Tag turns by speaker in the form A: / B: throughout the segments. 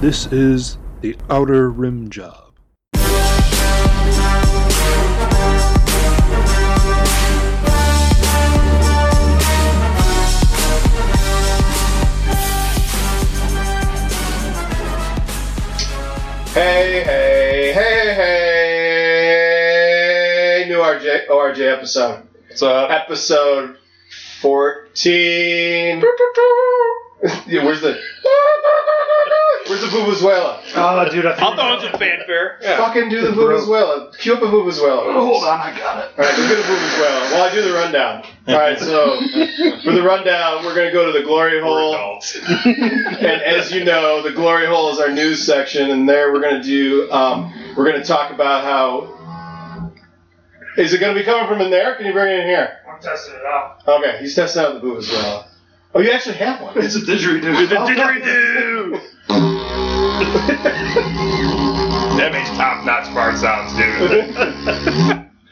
A: This is the Outer Rim Job.
B: Hey, hey, hey, hey, hey, new RJ, ORJ episode.
C: What's up?
B: Episode 14. yeah, where's the, where's the Boobazuela?
D: Oh, dude, I think
C: I'll throw in some fanfare. Yeah.
B: Fucking do the
D: Bro.
B: Boobazuela. Cue up a Boobazuela.
D: Oh, Hold on, I got it.
B: Alright, we're gonna move as well. While I do the rundown. Alright, so for the rundown, we're gonna go to the glory hole. And as you know, the glory hole is our news section, and there we're gonna do um, we're gonna talk about how is it gonna be coming from in there? Can you bring it in here?
D: I'm testing it out.
B: Okay, he's testing out the boob as well. Oh you actually have one.
D: It's a
C: The
D: didgeridoo.
C: didgeridoo. that makes top notch bar sounds, dude.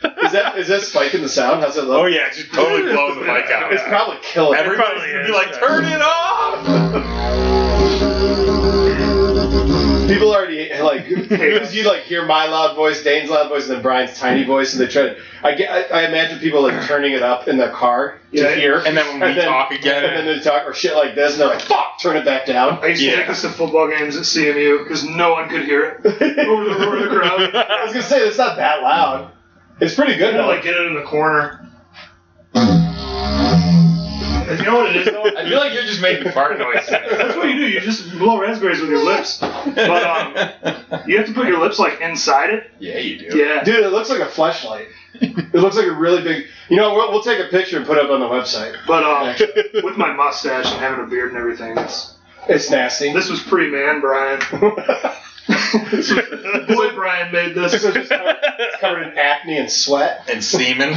B: is that is that spiking the sound? How's it look?
C: Oh yeah, just totally blows the mic out.
B: It's probably killing. it.
C: Everybody's
D: It probably
C: gonna
D: is,
C: be like,
D: yeah.
C: turn it off.
B: People already like because you like hear my loud voice, Dane's loud voice, and then Brian's tiny voice, and they try. To, I get. I, I imagine people like turning it up in the car to
D: Yeah.
B: hear,
C: And then when we
B: And then-
C: talk
B: and then
C: again,
B: they talk or shit like this, and they're like, "Fuck, turn it back down."
D: I used to
C: Yeah.
D: take us to football games at CMU because no one could hear it
B: I
D: over the roar of the crowd.
B: was gonna say it's not that loud. It's pretty good
D: I'd
B: though.
D: like get it in the corner. And you know what it is though?
C: I feel like you're just making fart noises.
D: That's what you do. You just blow raspberries with your lips. But um, you have to put your lips like inside it.
C: yeah, you do.
D: Yeah.
B: Dude, it looks like a flashlight. it looks like a really big. You know, we'll, we'll take a picture and put it up on the website.
D: But um, with my mustache and having a beard and everything, it's
B: It's nasty.
D: this was pre-man Brian.
B: This is-
D: Boy Brian made this.
B: this is just covered, it's covered in acne and sweat.
C: And semen.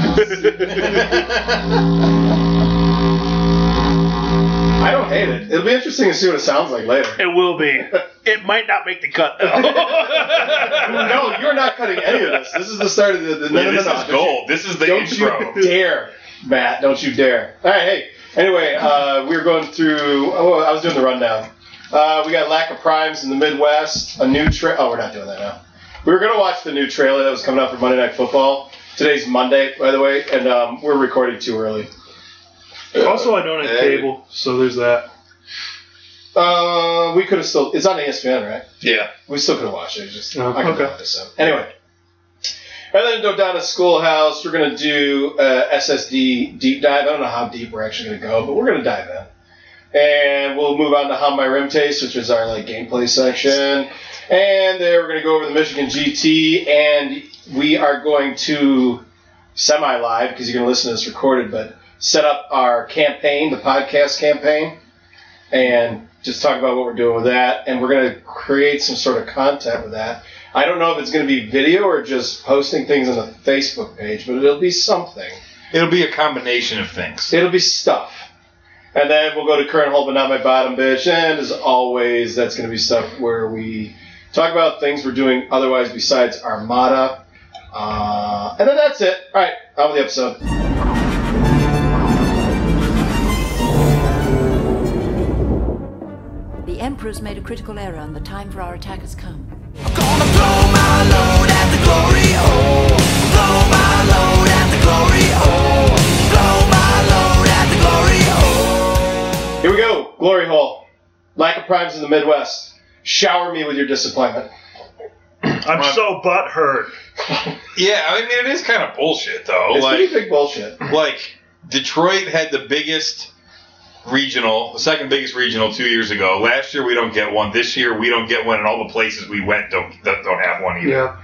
B: I don't hate it. It'll be interesting to see what it sounds like later.
E: It will be. It might not make the cut though.
B: no, you're not cutting any of this. This is the start of the. the no, no,
C: this
B: no, no.
C: is gold. This is the
B: Don't you,
C: intro.
B: don't you dare, Matt. Don't you dare. All right, hey. Anyway, uh, we were going through. Oh, I was doing the rundown. Uh, we got lack of primes in the Midwest. A new tra Oh, we're not doing that now. We were gonna watch the new trailer that was coming out for Monday Night Football. Today's Monday, by the way, and um, we're recording too early.
D: Also, I don't have cable, so there's that.
B: Uh, we could have still. It's on ESPN, right?
C: yeah.
B: We still could have watched it. It's just
D: Oh,
B: I could
D: okay.
B: have this up. Anyway, rather than go down to schoolhouse, we're gonna do uh, SSD deep dive. I don't know how deep we're actually gonna go, but we're gonna dive in. And we'll move on to how my rim taste, which is our like gameplay section. And there we're gonna go over the Michigan GT, and we are going to semi live because you're gonna listen to this recorded, but set up our campaign, the podcast campaign and just talk about what we're doing with that. And we're going to create some sort of content with that. I don't know if it's going to be video or just posting things on the Facebook page, but it'll be something.
C: It'll be a combination of things.
B: It'll be stuff. And then we'll go to current hole, but not my bottom bitch. And as always, that's going to be stuff where we talk about things we're doing otherwise besides Armada. Uh, and then that's it. All right, on with the episode.
F: The Emperor's made a critical error, and the time for our attack has come.
G: Gonna blow my load at the glory hole. Blow my load at the glory hole. Blow my load at the glory hole.
B: Here we go. Glory hole. Lack of primes in the Midwest. Shower me with your disappointment.
D: I'm so butthurt.
C: Yeah, I mean, it is kind of bullshit, though.
B: It's
C: like,
B: pretty big bullshit.
C: like Detroit had the biggest regional, the second biggest regional two years ago. Last year we don't get one. This year we don't get one, and all the places we went don't don't don't have one either.
D: Yeah.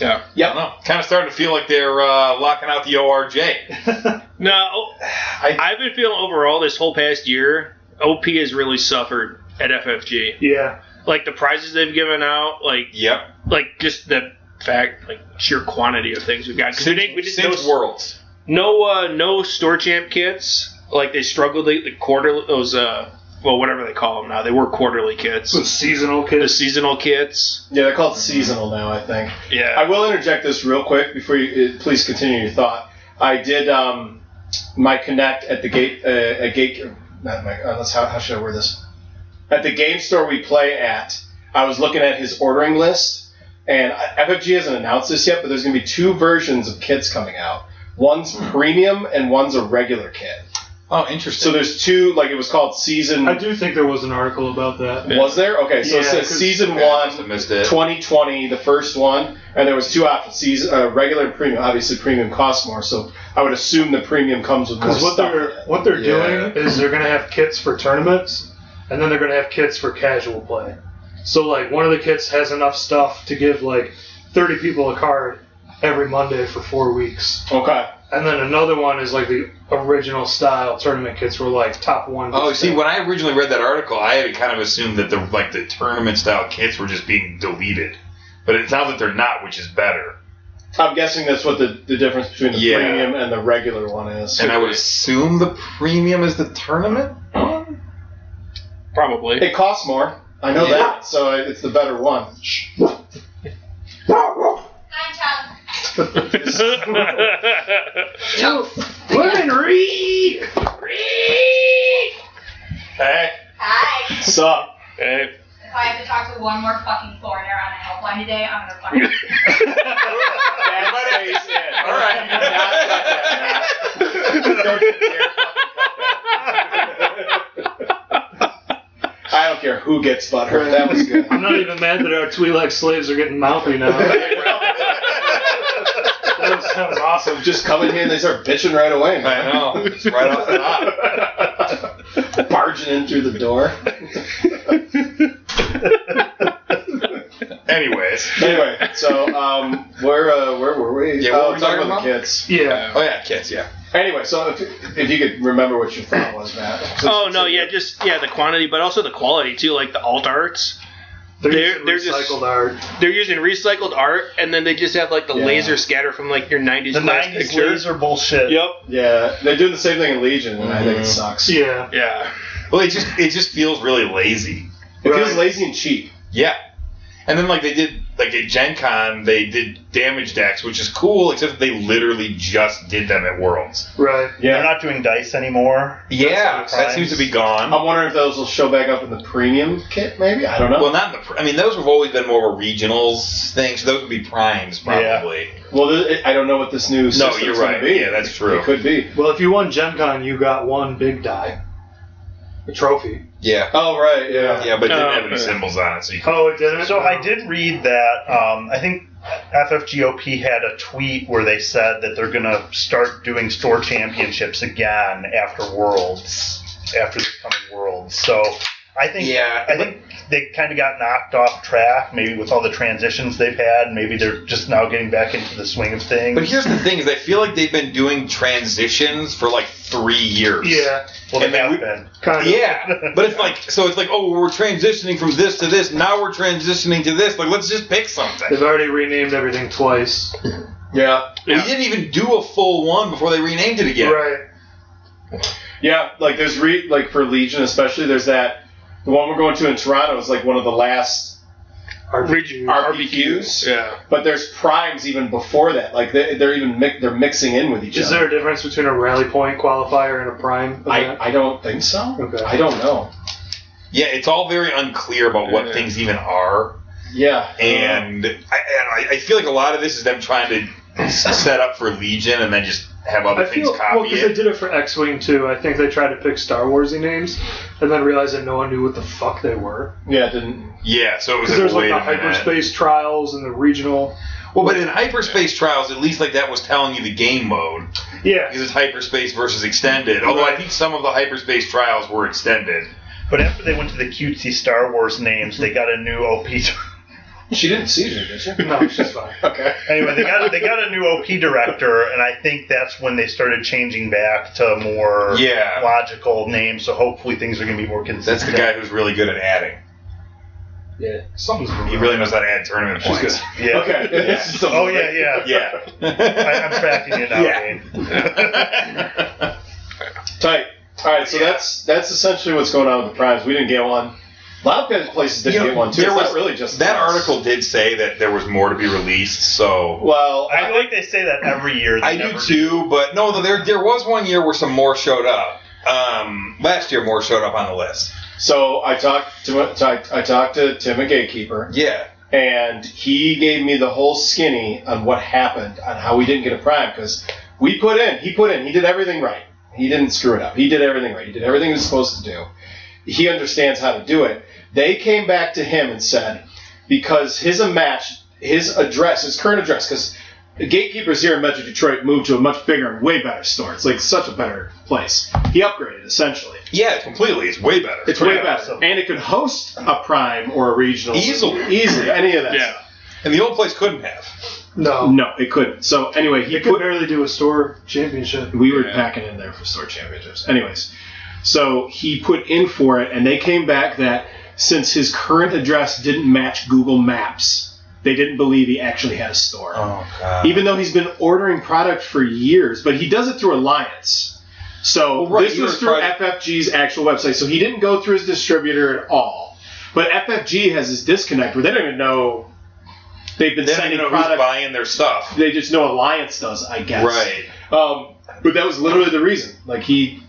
C: Yeah,
B: Yep.
C: I don't know. Kind of starting to feel like they're uh, locking out the ORJ.
E: no,
B: I-
E: I've been feeling overall this whole past year, OP has really suffered at FFG.
D: Yeah.
E: Like the prizes they've given out, like
C: Yep.
E: like just the fact, like sheer quantity of things we've got. 'Cause we didn't, we didn't
C: Six
E: no,
C: worlds.
E: no, uh, no store champ kits. Like they struggled the, the quarter those uh well whatever they call them now. They were quarterly
D: Some
E: kits,
D: seasonal
E: the
D: kids.
E: seasonal kits.
B: Yeah, they're called seasonal now, I think. I
E: Yeah,
B: will interject this real quick before you uh, please continue your thought. I did um, my connect at the gate uh, at gate not my uh, let's how, how should I word this at the game store we play at. I was looking at his ordering list, and I- FFG hasn't announced this yet, but there's going to be two versions of kits coming out. One's premium and one's a regular kit.
C: Oh,
B: So
C: interesting.
B: there's two, like it was called season.
D: I do think there was an article about that.
B: Was there? Okay, so it
D: Yeah,
B: says
D: 'cause-
B: season
C: Okay, I must have
B: one,
C: missed it.
B: 2020, the first one, and there was two options: season, uh, regular and premium. Obviously, premium costs more, so I would assume the premium comes with more
D: Because what
B: stuff. in
D: they're
B: it.
D: what they're
C: Yeah.
D: doing is they're gonna have kits for tournaments, and then they're gonna have kits for casual play. So like one of the kits has enough stuff to give like 30 people a card every Monday for four weeks,
B: Okay.
D: and then another one is like the original style tournament kits were like top one.
C: Oh, see, when I originally read that article, I had kind of assumed that the like the tournament style kits were just being deleted, but it sounds like they're not, which is better.
B: I'm guessing that's what the, the difference between the
C: Yeah.
B: premium and the regular one is.
C: And I would assume the premium is the tournament. one?
E: Probably.
B: It costs more. I know
C: Yeah.
B: that, so it's the better one.
D: women read.
C: Hey,
H: Hi.
B: So
E: Hey.
H: If I have to talk to one more fucking foreigner on a helpline today, I'm gonna fucking.
B: that stays in.
C: all
B: Don't
C: right.
B: you dare fucking cut that. I don't care who gets butthurt. That was good.
D: I'm not even mad that our Twi like slaves are getting mouthy now. that sounds awesome.
B: Just come in here and they start bitching right away.
C: I
B: man.
C: know. It's right off the top.
B: Barging in through the door.
C: Anyways.
B: Anyway, so um, where uh, where were we?
C: Yeah, what
B: Oh,
C: were we talking about?
B: the kids.
D: Yeah.
C: Oh yeah, kids. Yeah.
B: Anyway, so if, if you could remember what your thought was, Matt.
E: Oh no, yeah, just yeah, the quantity, but also the quality too. Like the alt arts,
D: They're,
E: They're-
D: using
E: they're just-
D: recycled art.
E: they're using recycled art, and then they just have like the
B: Yeah.
E: laser scatter from like your '90s
I: The
E: class
I: 90s
E: picture.
I: laser bullshit.
E: Yep.
B: Yeah, they're doing the same thing in Legion, and I think it
C: Mhm.
B: sucks.
D: Yeah.
E: Yeah.
C: Well, it just it just feels really lazy.
B: It
D: Right.
B: feels lazy and cheap.
C: Yeah. And then like they did like at Gen Con, they did damage decks, which is cool, except they literally just did them at Worlds.
D: Right.
I: They're not doing dice anymore.
C: Yeah, that seems to be gone.
B: I'm wondering if those will show back up in the premium kit, maybe? I don't know.
C: Well, not in the. pr- I mean, those have always been more of a regionals thing, so those would be primes probably.
B: Well, th- I don't know what this new
C: No,
B: system's
C: you're
B: gonna
C: right.
B: be.
C: Yeah, that's true.
B: It could be.
D: Well, if you won Gen Con, you got one big die. A trophy.
C: Yeah,
B: Oh, right, yeah.
C: yeah, but it didn't
E: Oh,
C: have any
E: okay.
C: symbols on it, so you could.
D: Oh, it didn't?
I: So I did read that. Um, I think FFGOP had a tweet where they said that they're going to start doing store championships again after Worlds, after this coming Worlds. So I think
C: Yeah,
I: I think they kind of got knocked off track, maybe with all the transitions they've had. Maybe they're just now getting back into the swing of things.
C: But here's the thing: is I feel like they've been doing transitions for like three years.
D: Yeah.
I: well, they
C: and then
I: have
C: we-
I: been.
D: Kind of.
C: Yeah, but it's like so. It's like oh, we're transitioning from this to this. Now we're transitioning to this. Like let's just pick something.
D: They've already renamed everything twice.
B: Yeah.
E: Yeah.
C: We didn't even do a full one before they renamed it again.
D: Right.
B: Yeah, like there's re like for Legion especially, there's that the one we're going to in Toronto is like one of the last
D: RPG.
B: RPQs.
E: Yeah.
B: But there's primes even before that. Like they, they're even mi- they're mixing in with each
D: Is
B: other.
D: there a difference between a rally point qualifier and a prime? event?
B: I, I don't think so.
D: Okay.
B: I don't know.
C: Yeah, it's all very unclear about what
E: Yeah.
C: things even are.
B: Yeah.
C: and I, and I, I feel like a lot of this is them trying to s- set up for Legion and then just have other
D: I
C: things
D: feel
C: copy
D: well because they
C: it.
D: did it for X-wing too. I think they tried to pick Star Warsy names, and then realized that no one knew what the fuck they were.
B: Um, Yeah, it didn't
C: Yeah, so it was
D: Because
C: like,
D: there's like
C: wait
D: the
C: a minute.
D: hyperspace trials and the regional.
C: Well, but in hyperspace trials, at least like that was telling you the game mode
D: Yeah,
C: because it's hyperspace versus extended. Although I think some of the hyperspace trials were extended.
I: But after they went to the cutesy Star Wars names, they got a new OP.
B: She didn't seizure, did she?
D: no, she's fine.
B: Okay.
I: anyway, they got they got a new OP director, and I think that's when they started changing back to more
C: Yeah.
I: logical names. So hopefully things are going to be more
C: That's
I: consistent.
C: the guy who's really good at adding.
D: Yeah, something's wrong.
C: He really knows how to add tournament points.
I: Yeah.
B: Okay. This is something
I: Oh yeah, yeah.
C: Yeah,
I: I, I'm tracking you now,
C: Yeah.
I: Dane.
B: Tight. All right, so that's that's essentially what's going on with the primes. We didn't get one. A lot of places didn't
C: You know,
B: get one too.
C: there
B: It's
C: was-
B: not really just
C: that
B: us.
C: article did say that there was more to be released, so
B: Well,
I: I feel like they say that every year. They
C: I do
I: never-
C: too, but no, there there was one year where some more showed up. Um, last year, more showed up on the list.
B: So I talked to, to I, I talked to Tim, a gatekeeper,
C: Yeah.
B: and he gave me the whole skinny on what happened on how we didn't get a prime because we put in, he put in, he did everything right. He didn't screw it up. He did everything right. He did everything he was supposed to do. He understands how to do it. They came back to him and said because his match, his address, his current address, because the gatekeepers here in Metro Detroit moved to a much bigger, way better store. It's like such a better place. He upgraded essentially.
C: Yeah, completely. It's way better.
B: It's way
C: Yeah.
B: better, and it could host a prime or a regional
C: Easily.
B: easily, any of that.
E: Yeah.
C: And the old place couldn't have.
D: No.
B: No, it couldn't. So anyway, he
D: You could
B: put.
D: barely do a store championship.
B: We were
C: Yeah.
B: packing in there for store championships. Anyways, so he put in for it, and they came back that since his current address didn't match Google Maps, they didn't believe he actually had a store.
C: Oh god.
B: Even though he's been ordering product for years, but he does it through Alliance. So
C: Well, right,
B: this
C: you
B: was
C: were
B: through
C: trying-
B: FFG's actual website. So he didn't go through his distributor at all. But FFG has this disconnect where they don't even know they've been
C: They don't
B: sending
C: even know who's
B: product.
C: buying their stuff.
B: They just know Alliance does, I guess.
C: Right.
B: Um, but that was literally the reason. Like he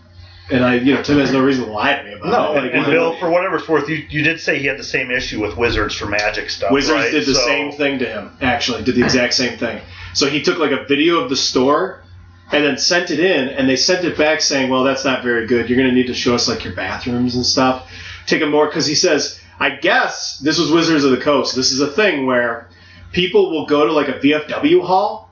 B: and I, you know, Tim has no reason to lie to me about
I: No,
B: it.
I: and, Bill, for whatever it's worth, you, you did say he had the same issue with Wizards for Magic stuff.
B: Wizards
I: right?
B: did the
I: So-
B: same thing to him. Actually, did the exact same thing. So he took like a video of the store and then sent it in, and they sent it back saying, "Well, that's not very good. You're going to need to show us like your bathrooms and stuff. Take a more because he says, I guess this was Wizards of the Coast. This is a thing where people will go to like a VFW hall."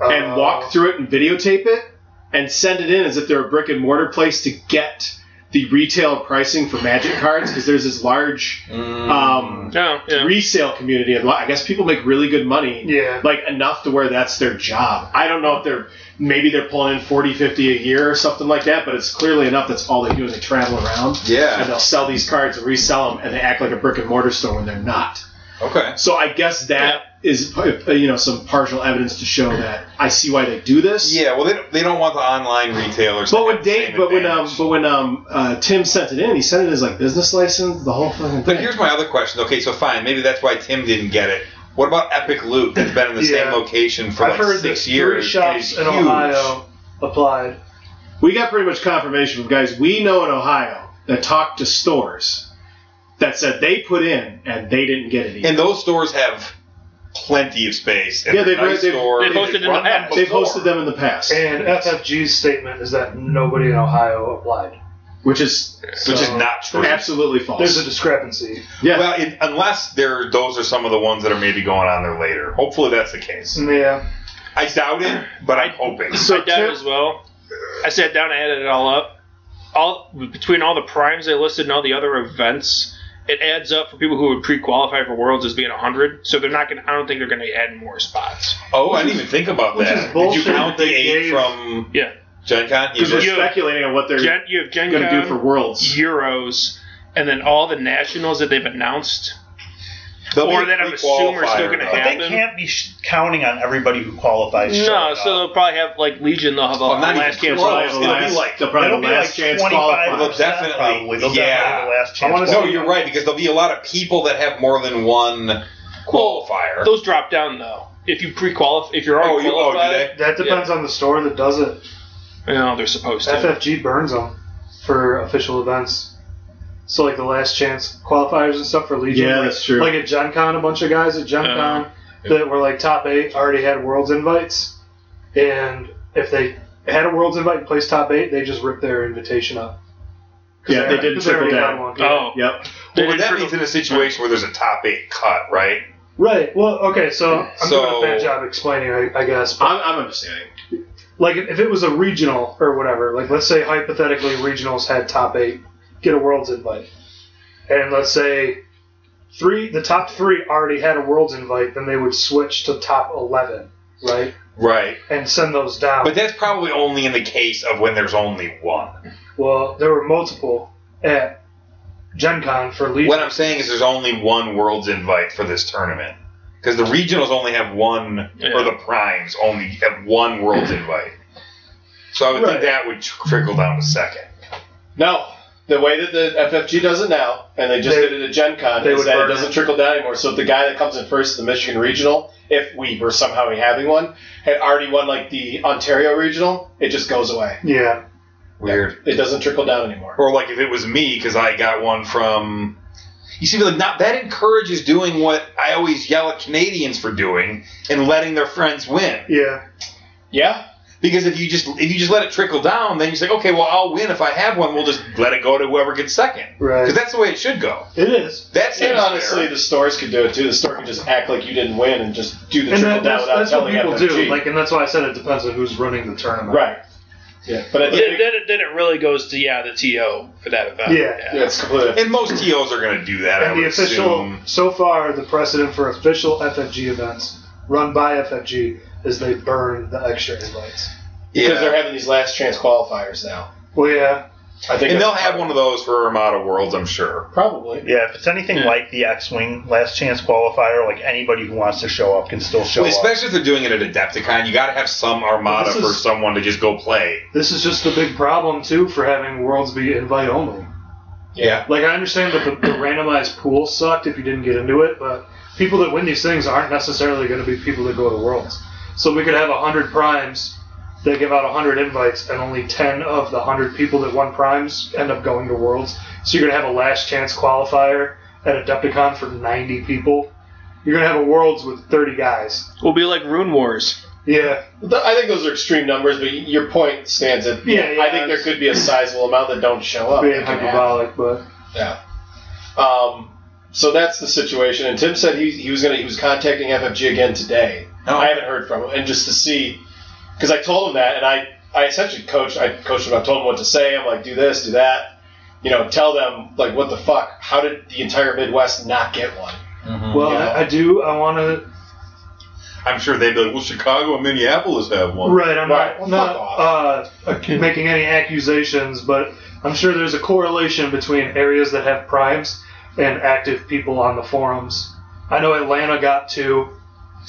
B: and
I: Oh.
D: Uh,
B: walk through it and videotape it and send it in as if they're a brick and mortar place to get the retail pricing for magic cards because there's this large
I: Mm.
B: um,
E: No, yeah.
B: resale community and i guess people make really good money
D: Yeah.
B: like enough to where that's their job i don't know if they're maybe they're pulling in 40 50 a year or something like that but it's clearly enough that's all they do is they travel around and
C: Yeah.
B: they'll sell these cards and resell them and they act like a brick and mortar store when they're not
C: Okay.
B: so I guess that is uh you know some partial evidence to show that I see why they do this.
C: Yeah. Well, they don't, they don't want the online retailers. to
B: But when
C: have the
B: Dave,
C: same
B: but when um,
C: advantage.
B: but when um, uh, Tim sent it in, he sent it as like business license, the whole fucking
C: But
B: thing.
C: here's my other question. Okay, so fine, maybe that's why Tim didn't get it. What about Epic Loot that's been in the
D: Yeah.
C: same location for
D: I've
C: like
D: heard
C: six
D: that
C: years?
D: Three
C: and it's
D: shops in
C: huge.
D: Ohio applied.
B: we got pretty much confirmation from guys we know in Ohio that talked to stores that said they put in and they didn't get it. Either.
C: And those stores have plenty of space. And
B: Yeah,
C: they're
B: they've-
C: nice
B: they've-
C: stores.
E: they've hosted in the
C: run them
E: past.
B: They've
C: before.
B: hosted them in the past,
D: And FFG's statement is that nobody in Ohio applied.
B: which is
C: which is
D: So,
C: not true.
B: absolutely false.
D: There's a discrepancy.
B: yeah,
C: Well, it, unless they're, those are some of the ones that are maybe going on there later. Hopefully that's the case.
D: Yeah.
C: I doubt it, but I'm hoping.
E: So I
B: so
E: did
B: Tim,
E: as well. I sat down, I added it all up. All between all the primes they listed and all the other events, it adds up for people who would pre-qualify for Worlds as being hundred. So they're not going. to I don't think they're going to add more spots.
C: Oh, I didn't even think about
D: which is
C: that. Did you
D: bullshit
C: count the
D: that they
C: eight
D: gave-
C: from
E: Yeah,
C: Gen Con? You
B: because we're
C: just-
B: speculating on what they're
E: Gen, you have Gen
B: going to
E: Con,
B: do for worlds.
E: Euros, and then all the nationals that they've announced.
C: they'll be
E: or that I'm assuming are still
C: pre-qualifier,
E: gonna
C: though.
I: But they
E: Happen.
I: can't be sh- counting on everybody who qualifies.
E: No,
I: showing
E: so
I: up.
E: they'll probably have like Legion. They'll have a
C: Oh, not
E: last
C: even
E: chance.
C: close.
E: Live.
B: They'll
C: It'll be
B: last-
C: like-
B: they'll probably
I: It'll
B: have a
I: be
B: last
I: like
B: chance
I: 25
B: qualifier.
C: Well, definitely,
I: probably. They'll
C: yeah.
I: definitely last
D: I
I: chance.
D: wanna
C: No,
D: see-
C: you're right because there'll be a lot of people that have more than one qualifier.
E: Those drop down though. If you pre-qualify, if you're
C: oh,
E: already
C: you, oh, do
E: qualified,
C: they?
D: That depends on the store that does it.
E: no, they're supposed to.
D: FFG burns them for official events. So like the last chance qualifiers and stuff for Legion.
B: Yeah,
D: like,
B: that's true.
D: Like at Gen Con, a bunch of guys at Gen
E: Yeah.
D: Con that were like top eight already had Worlds invites, and if they had a Worlds invite and placed top eight, they just ripped their invitation up. 'Cause
B: Yeah, they did
D: because
B: triple
D: already
B: down.
D: had one.
E: Oh,
B: Yep.
E: They
C: Well, but
E: did
C: that
E: triple-
C: means in a situation where there's a top eight cut, right?
D: Right. Well, okay. So I'm
C: So-
D: doing a bad job explaining, I, I guess. But
B: I'm, I'm understanding.
D: like if it was a regional or whatever, like let's say hypothetically regionals had top eight, get a world's invite, and let's say three, the top three already had a world's invite, then they would switch to top eleven, right,
C: Right.
D: and send those down.
C: But that's probably only in the case of when there's only one.
D: well, there were multiple at Gen Con for Legion.
C: What I'm saying is there's only one world's invite for this tournament. Because the regionals only have one, or
E: Yeah.
C: the primes only have one world's invite. So I would
D: Right.
C: think that would tr- trickle down to second.
B: No, the way that the FFG does it now, and they just
D: They-
B: did it at Gen Con,
D: they
B: is
D: would
B: that it
D: burn
B: doesn't
D: it.
B: trickle down anymore. So if the guy that comes in first in the Michigan Regional, if we were somehow having one, had already won like the Ontario Regional, it just goes away.
D: yeah,
C: Weird.
B: It doesn't trickle down anymore.
C: Or like if it was me because I got one from. You see, like not that encourages doing what I always yell at Canadians for doing and letting their friends win.
D: Yeah.
B: Yeah,
C: Because if you just if you just let it trickle down, then you say, okay, well I'll win if I have one. We'll just let it go to whoever gets second.
D: Right.
C: Because that's the way it should go.
D: It is.
C: That's
B: and honestly, the stores could do it too. The store could just act like you didn't win and just do the
D: And
B: trickle down
D: that, that's,
B: without
D: that's what
B: telling
D: people
B: FFG.
D: do. Like, and that's why I said it depends on who's running the tournament.
B: right? Yeah, but I
E: Then,
B: think
E: then, it, then it really goes to yeah the TO for that event.
D: Yeah.
B: yeah, it's completely.
C: and most TOs are going to do that. I
D: And
C: would
D: the official,
C: assume.
D: so far, the precedent for official FFG events run by FFG is they burn the extra invites.
B: Because
C: Yeah.
B: they're having these last chance qualifiers now.
D: Well, yeah.
B: I think
C: And
B: that's
C: they'll have one of those for Armada Worlds, I'm sure.
B: probably.
I: Yeah, if it's anything like the X-wing last chance qualifier, like anybody who wants to show up can still show
C: Well,
I: up.
C: especially if they're doing it at Adepticon, you got to have some Armada
D: This is-
C: for someone to just go play.
D: This is just the big problem, too, for having Worlds be invite only.
B: Yeah.
D: Like, I understand that the, the randomized pool sucked if you didn't get into it, but people that win these things aren't necessarily going to be people that go to Worlds. So we could have 100 primes that give out 100 invites, and only 10 of the 100 people that won primes end up going to Worlds. So you're going to have a last chance qualifier at Adepticon for 90 people. You're going to have a Worlds with 30 guys.
E: We'll be like Rune Wars.
D: Yeah.
B: Th- I think those are extreme numbers, but your point stands. That
D: Yeah, yeah,
B: I think there
D: it's-
B: could be a sizable amount that don't show up.
D: Being
B: It can happen.
D: hyperbolic, but.
B: Yeah. Um, so that's the situation. And Tim said he, he was gonna he was contacting FFG again today.
C: Oh.
B: I haven't heard from him, and just to see, because I told him that, and I I essentially coached I coached him. I told him what to say. I'm like, do this, do that. You know, tell them like what the fuck. How did the entire Midwest not get one?
D: Well,
B: Yeah.
D: I, I do. I want to.
C: I'm sure they'd be like, well, Chicago and Minneapolis have one.
D: Right, I'm
B: Right,
D: not,
B: well,
D: not,
B: fuck
D: uh, making any accusations, but I'm sure there's a correlation between areas that have primes and active people on the forums. I know Atlanta got two,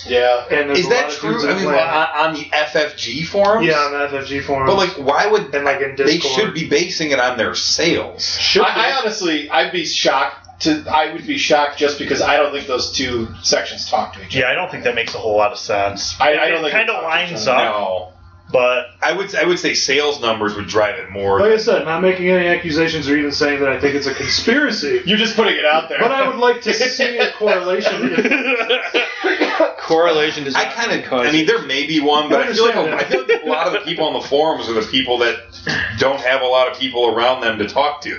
B: Yeah.
D: and there's
C: Is
D: a lot
C: that
D: of
C: true?
D: dudes in
C: I mean, on,
D: Atlanta.
C: on the FFG forums?
D: yeah, on the FFG forums.
C: But, like, why would
D: and like in Discord,
C: they should be basing it on their sales?
D: Should be.
B: I, I honestly I'd be shocked to I would be shocked just because I don't think those two sections talk to each other.
I: Yeah, I don't think that makes a whole lot of sense.
B: I, I don't
I: it
B: think
I: kind
B: they
I: of
B: talk to each
I: lines
B: other.
I: up,
C: No,
I: but
C: I would I would say sales numbers would drive it more.
D: like I said, not making any accusations or even saying that I think it's a conspiracy.
B: You're just putting it out there.
D: but I would like to see a correlation. If,
E: Correlation is.
C: I
E: not
C: kind of,
E: cause-
C: I mean, there may be one, but I feel like a, I feel like a lot of the people on the forums are the people that don't have a lot of people around them to talk to.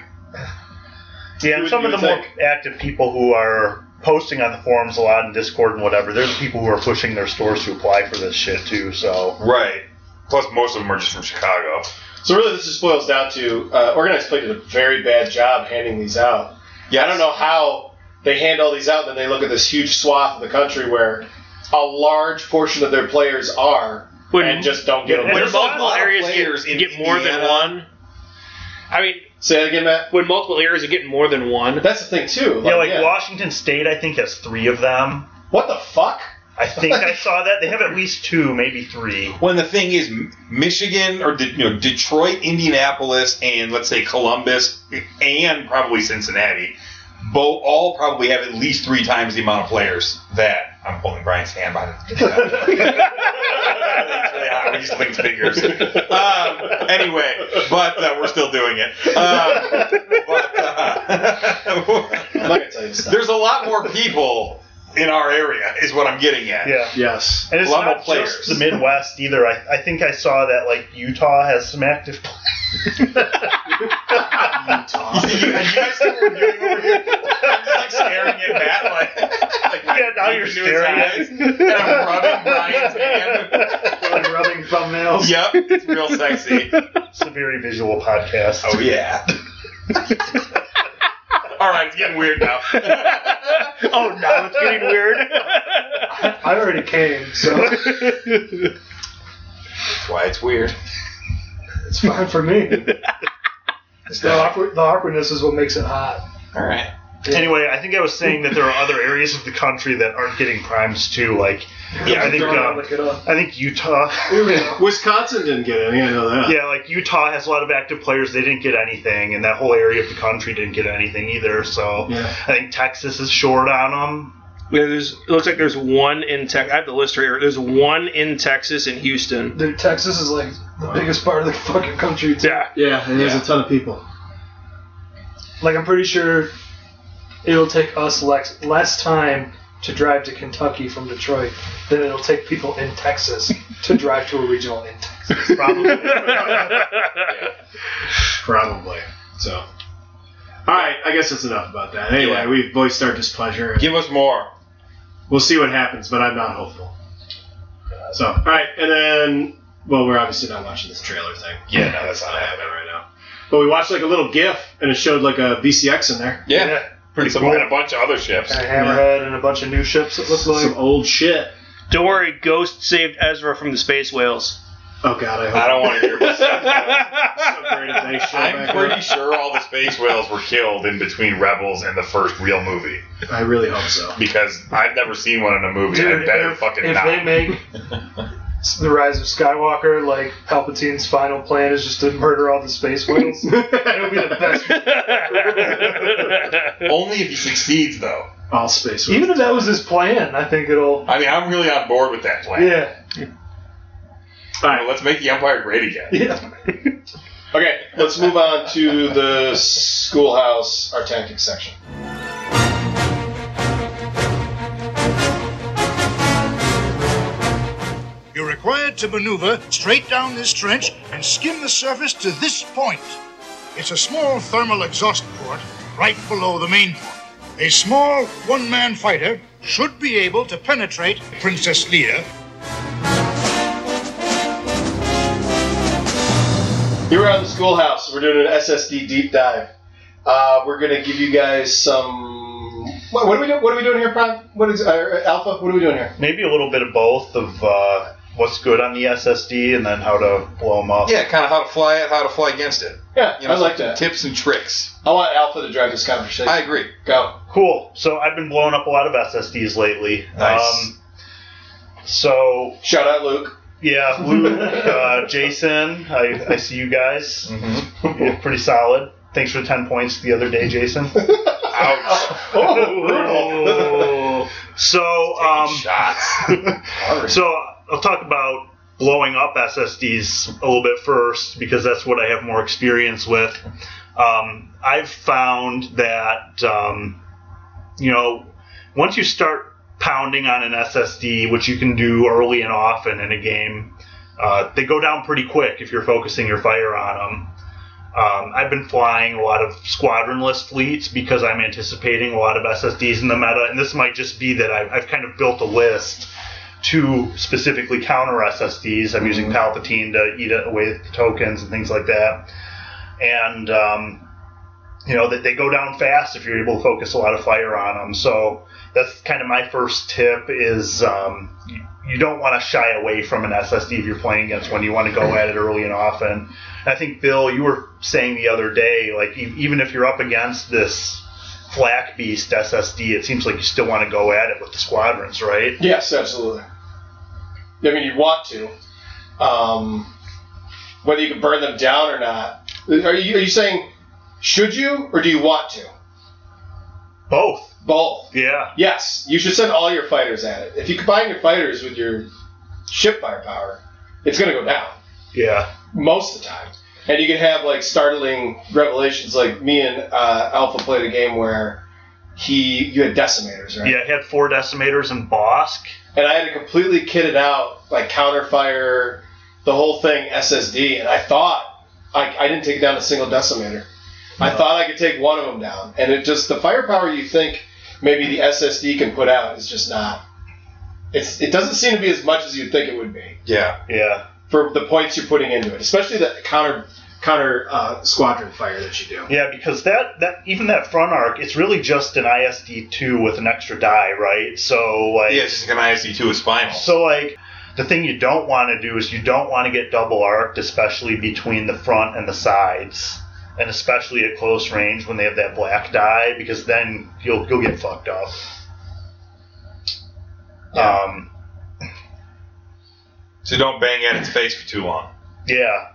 I: Yeah, and
B: would-
I: some
B: you
I: of the
B: would
I: more active people who are posting on the forums a lot in Discord and whatever, there's people who are pushing their stores to apply for this shit too. So
C: Right. Plus, most of them are just from Chicago.
B: So really, this just boils down to uh, organized play did a very bad job handing these out.
C: Yeah,
B: I don't know how they hand all these out, and then they look at this huge swath of the country where a large portion of their players are
E: When-
B: and just don't get
E: when
B: them.
I: there's a
E: multiple
C: lot of
E: areas
C: players
E: get,
C: in
E: get more than
C: Indiana.
E: one. I mean,
B: Say that again, Matt.
E: when multiple areas are getting more than one.
B: That's the thing too.
I: yeah, like
B: yeah.
I: Washington State, I think has three of them.
B: what the fuck?
I: I think I saw that they have at least two, maybe three.
C: When the thing is, M- Michigan or De- you know Detroit, Indianapolis, and let's say Columbus, and probably Cincinnati, both all probably have at least three times the amount of players that I'm holding Brian's hand behind. his- yeah, we just linked fingers. Um, anyway, but uh, we're still doing it. Um, but,
B: I'm
C: uh,
B: not gonna tell you this stuff.
C: There's a lot more people in our area, is what I'm getting at.
I: Yeah.
B: Yes.
I: And it's
C: A lot more
I: not
C: players.
I: just the Midwest either. I, I think I saw that like Utah has some active.
C: you, you guys see what we're doing over here? I'm just like staring at Matt, like, like
I: Yeah, now
C: deep into
I: you're
C: his
I: staring
C: eyes, and
I: at
C: I'm rubbing Brian's hand.
D: like rubbing thumbnails.
C: Yep, it's real sexy.
I: It's a very visual podcast.
C: Oh yeah. All right, it's getting weird now.
E: oh, now it's getting weird.
D: I already came, so
C: That's why it's weird.
D: it's fine for me. The, awkward, the awkwardness is what makes it hot.
C: All right.
I: Anyway, I think I was saying that there are other areas of the country that aren't getting primes too. Like, yeah, I think
D: Don't
I: um,
D: look it up.
I: I think Utah.
B: Wisconsin didn't get any. I know that.
I: Yeah, like Utah has a lot of active players. They didn't get anything, and that whole area of the country didn't get anything either. So
B: Yeah.
I: I think Texas is short on them.
E: Yeah, there's, it looks like there's one in Texas. I have the list right here. There's one in Texas and Houston.
D: Dude, Texas is like the biggest part of the fucking country. Too.
E: Yeah.
B: Yeah, and there's
C: Yeah.
B: a ton of people.
D: Like I'm pretty sure it'll take us less less time to drive to Kentucky from Detroit than it'll take people in Texas to drive to a regional in Texas.
I: Probably.
B: Probably. So. All right, I guess that's enough about that. Anyway,
C: Yeah.
B: we voiced our displeasure. and
C: Give us more.
B: We'll see what happens, but I'm not hopeful. So, all right, and then, well, we're obviously not watching this trailer thing.
C: Yeah, no, that's not
B: happening right now. But we watched like a little GIF, and it showed like a VCX in there.
C: Yeah,
I: pretty
C: some,
I: cool.
C: and a bunch of other ships.
D: And a hammerhead and a bunch of new ships. It looks like.
B: Some old shit.
E: Don't worry, Ghost saved Ezra from the space whales.
B: Oh God, I hope.
C: I don't want to hear. About
B: so great if they show
C: I'm
B: back
C: pretty
B: up.
C: sure all the space whales were killed in between Rebels and the first real movie
B: I really hope so.
C: because I've never seen one in a movie. I better
D: if,
C: fucking
D: if
C: not.
D: they make the Rise of Skywalker, like Palpatine's final plan is just to murder all the space whales, it'll be the best.
C: Only if he succeeds, though.
B: All space.
D: Even if that was his plan, I think it'll.
C: I mean, I'm really on board with that plan.
D: Yeah.
C: All right, let's make the Empire great again.
D: Yeah.
B: Okay, let's move on to the schoolhouse, our tactics section.
J: You're required to maneuver straight down this trench and skim the surface to this point. It's a small thermal exhaust port right below the main port. A small one man fighter should be able to penetrate Princess Leia.
B: Here we're on the schoolhouse. We're doing an SSD deep dive. Uh, we're gonna give you guys some. What, what are we doing? What are we doing here, Prime? What is uh, Alpha? What are we doing here?
I: Maybe a little bit of both of uh, what's good on the SSD and then how to blow them up.
C: Yeah, kind of how to fly it, how to fly against it.
B: Yeah,
C: You know,
B: I like that.
C: Tips and tricks.
B: I want Alpha to drive this conversation.
C: I agree.
B: Go.
I: Cool. So I've been blowing up a lot of SSDs lately.
C: Nice.
I: Um, so
B: Shout out Luke.
I: yeah, Luke, uh, Jason, I, I see you guys.
C: Mm-hmm.
I: You're pretty solid. Thanks for ten points the other day, Jason.
C: Ouch.
I: Oh. so um,
C: Shots.
I: So I'll talk about blowing up SSDs a little bit first because that's what I have more experience with. Um, I've found that um, you know once you start pounding on an SSD, which you can do early and often in a game, uh, they go down pretty quick if you're focusing your fire on them. Um, I've been flying a lot of squadron-less fleets because I'm anticipating a lot of SSDs in the meta, and this might just be that I've, I've kind of built a list to specifically counter SSDs. I'm using Palpatine to eat away the tokens and things like that. And, um, you know, that they go down fast if you're able to focus a lot of fire on them. So that's kind of my first tip is um, you, you don't want to shy away from an SSD if you're playing against one. You want to go at it early and often. And I think, Bill, you were saying the other day, like, e- even if you're up against this flak beast SSD, it seems like you still want to go at it with the squadrons, right?
B: Yes, absolutely. I mean, you want to. Um, whether you can burn them down or not. Are you, are you saying, should you, or do you want to?
I: Both.
B: Both.
I: Yeah.
B: Yes, you should send all your fighters at it. If you combine your fighters with your ship firepower, it's going to go down
I: Yeah.
B: most of the time. And you can have like startling revelations. Like me and uh, Alpha played a game where he you had decimators, right?
I: Yeah. It had four decimators and Bosk.
B: And I had to completely kit it out, like counterfire, the whole thing SSD. And I thought I, I didn't take down a single decimator. I thought I could take one of them down, and it just the firepower you think maybe the SSD can put out is just not. It's, it doesn't seem to be as much as you'd think it would be
C: Yeah.
I: Yeah.
B: for the points you're putting into it, especially the counter counter uh, squadron fire that you do.
I: Yeah, because that, that even that front arc, it's really just an ISD two with an extra die, right? So like
C: Yeah, it's just like an ISD2 with spinal.
I: so like the thing you don't want to do is you don't want to get double arced, especially between the front and the sides. And especially at close range when they have that black die, because then you'll you'll get fucked up.
B: Yeah.
I: Um
C: so don't bang at its face for too long.
I: Yeah.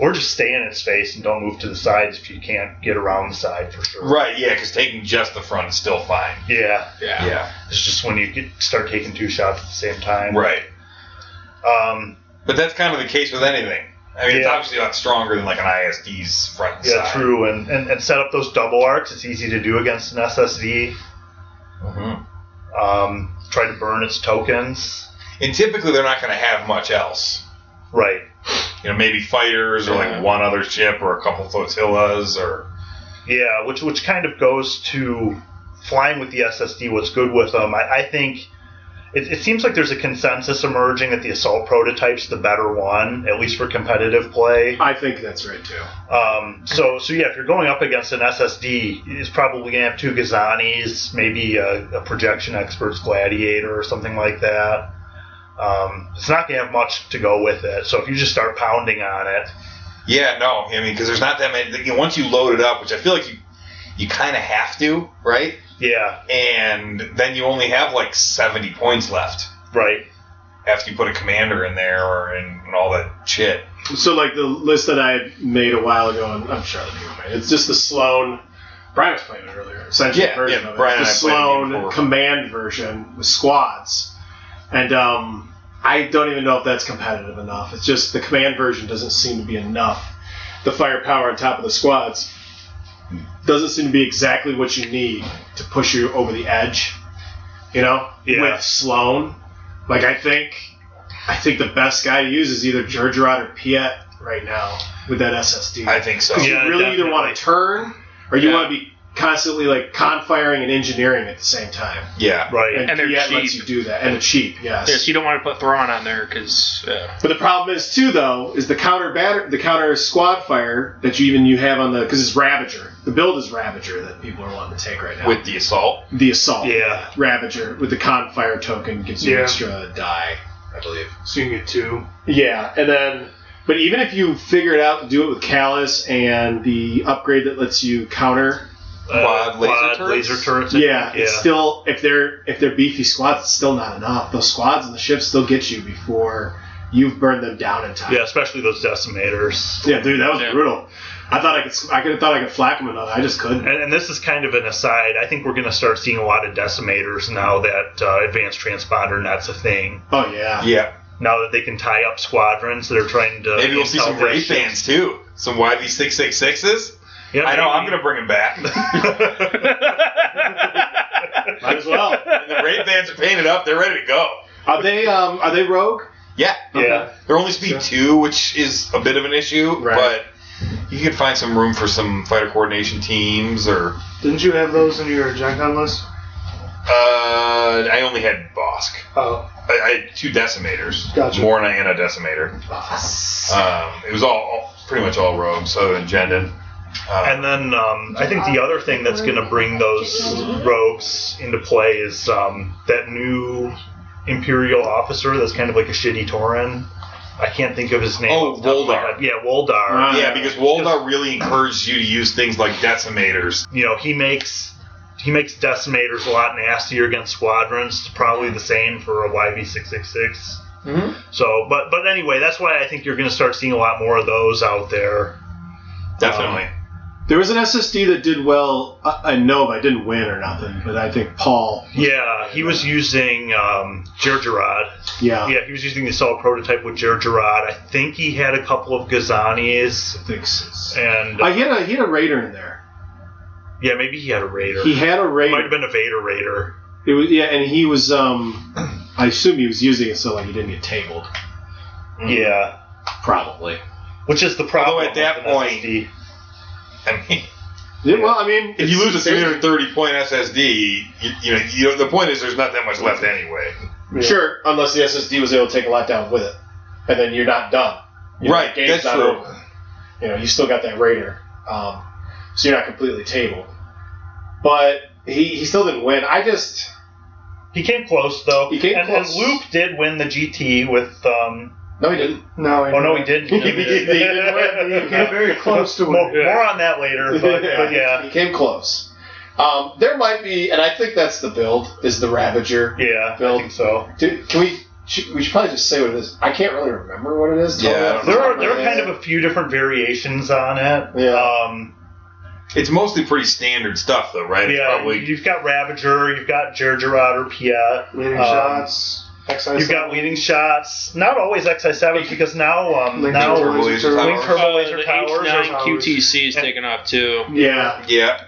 I: Or just stay in its face and don't move to the sides if you can't get around the side for sure.
C: Right, yeah, because taking just the front is still fine.
I: Yeah.
C: Yeah.
I: It's just when you get, start taking two shots at the same time.
C: Right.
I: Um,
C: But that's kind of the case with anything. I mean, it's
I: Yeah.
C: obviously a lot stronger than like an ISD's front and
I: Yeah,
C: side.
I: true. And, and, and set up those double arcs. It's easy to do against an SSD.
C: Mhm.
I: Um, try to burn its tokens.
C: And typically, they're not going to have much else.
I: Right.
C: You know, maybe fighters or
E: Yeah.
C: like one other ship or a couple flotillas or
I: Yeah, which which kind of goes to flying with the SSD. What's good with them? I, I think it, it seems like there's a consensus emerging that the assault prototype's the better one, at least for competitive play.
B: I think that's right too.
I: Um, so, so yeah, if you're going up against an SSD, it's probably gonna have two Gazanis, maybe a, a projection expert's gladiator or something like that. Um, it's not gonna have much to go with it. So if you just start pounding on it,
C: Yeah, no, I mean, because there's not that many. You know, once you load it up, which I feel like you, you kind of have to, right?
I: yeah,
C: And then you only have like 70 points left
I: right,
C: after you put a commander in there or and, and all that shit.
B: So, like the list that I had made a while ago, and I'm sure other people made it's just the Sloan. Brian was playing it earlier, essentially
C: Yeah,
B: version
C: yeah,
B: of it.
C: Brian
B: the
C: and I played it
B: Sloan
C: before.
B: command version with squads, and um, I don't even know if that's competitive enough. It's just the command version doesn't seem to be enough. The firepower on top of the squads doesn't seem to be exactly what you need to push you over the edge. You know,
I: Yeah.
B: with Sloan, like I think I think the best guy to use is either Gergerot or Piet right now with that SSD.
C: I think so.
B: 'Cause
I: Yeah,
B: you really either want to turn or you
C: Yeah.
B: want to be constantly like confiring and engineering at the same time.
C: Yeah.
I: right.
B: And,
E: And they're
B: Piet lets you
E: cheap.
B: do that. And it's cheap, yes.
E: Yeah, so you don't want to put Thrawn on there because uh,
B: But the problem is too though is the counter batter the counter squad fire that you even you have on the because it's Ravager. The build is Ravager that people are wanting to take right now.
C: With the assault.
B: the assault.
I: Yeah.
B: Ravager with the confire token gives you
D: Yeah.
B: an extra die, I believe.
D: So you can get two.
B: Yeah, and then, but even if you figure it out to do it with Callus and the upgrade that lets you counter,
C: Quad laser
I: Uh, quad
C: turrets?
I: laser turrets.
B: yeah, it's
I: yeah.
B: still if they're if they're beefy squads, it's still not enough. Those squads and the ships still get you before you've burned them down in time.
I: Yeah, especially those decimators.
B: Yeah, dude, that was
E: Yeah.
B: brutal. I thought I could, I could have thought I could flack them another. I just couldn't.
I: And, and this is kind of an aside. I think we're going to start seeing a lot of decimators now that uh, advanced transponder net's a thing.
B: Oh yeah,
C: Yeah.
I: Now that they can tie up squadrons that are trying to.
C: Maybe we'll see some
I: Uh, intel their
C: Ray
I: ships.
C: fans too. Some YV666s.
I: Yeah,
C: I know,
I: maybe.
C: I'm going to bring them back.
B: might as well.
C: the Ray fans are painted up. They're ready to go.
B: Are they um are they rogue?
C: Yeah.
I: Yeah.
C: They're only speed two, which is a bit of an issue,
B: Right.
C: but you could find some room for some fighter coordination teams or.
D: Didn't you have those in your Gen Con list?
C: Uh, I only had Bosk.
D: Oh,
C: I, I had two decimators.
D: Gotcha.
C: Morna and a decimator. Um, it was all, all- pretty much all rogue, so and Jendon. Uh,
I: And then um, I think the other thing that's going to bring those rogues into play is um, that new Imperial officer that's kind of like a shitty Torin. I can't think of his name.
C: Oh,
I: off the top of my
C: Woldar. Uh-huh.
I: head. Yeah, Woldar.
B: Ah.
C: yeah, because Woldar really encouraged you to use things like decimators.
I: You know, he makes he makes decimators a lot nastier against squadrons. It's probably the same for a YV six six six.
C: Mm-hmm.
I: So, but but anyway, that's why I think you're going to start seeing a lot more of those out there.
C: Definitely.
B: There was an SSD that did well. I, I know, but I didn't win or nothing. But I think Paul.
I: Yeah, he was using um, Gergerod.
B: Yeah,
I: Yeah, he was using the assault prototype with Jer Gerard. I think he had a couple of Gazanis,
B: I think so.
I: and
B: Uh, he had a he had a raider in there.
I: yeah, maybe he had a Raider.
B: He had a raider.
I: Might have been a Vader Raider.
B: It was yeah, and he was um, I assume he was using it so like he didn't get tabled.
C: Mm-hmm.
I: Yeah,
B: Probably.
I: which is the problem.
C: Although Oh, at that
I: with an
C: point-
I: SSD.
C: I mean,
B: Yeah, well, I mean,
C: if you
B: it's-
C: lose a 330 point SSD, you, you know, you know the point is there's not that much left anyway.
B: sure, unless the SSD was able to take a lot down with it, and then you're not done. You know,
C: Right,
B: the game's
C: that's
B: not
C: true.
B: over. You know, you still got that raider, um, so you're not completely tabled. But he, he still didn't win. I just
I: he came close though.
B: He came
I: and,
B: close.
I: and Luke did win the GT with. Um,
B: no, he didn't.
D: no. I
I: oh no, he didn't.
B: He didn't win. He came very close to
I: More,
D: winning.
I: more on that later, but, but yeah,
B: he came close. Um, there might be, and I think that's the build is the Ravager.
I: yeah, I think so.
B: Dude, can we? Should, we should probably just say what it is. I can't really remember what it is.
C: Yeah, I don't
I: There are there are kind of a few different variations on it.
B: Yeah.
I: Um,
C: It's mostly pretty standard stuff, though, right? It's
I: yeah,
C: probably
I: you've got Ravager, you've got Gergerod or Piet.
D: Leading
I: Um,
D: shots.
B: Excise
I: You've got leading shots, not always XI sevens because now um,
B: Link
I: now
C: turbo laser
I: Link
C: towers.
I: turbo
E: Uh,
I: laser
E: the
I: towers.
E: H9
I: are-
E: QTC is
I: And-
E: taken off too.
B: Yeah.
C: Yeah.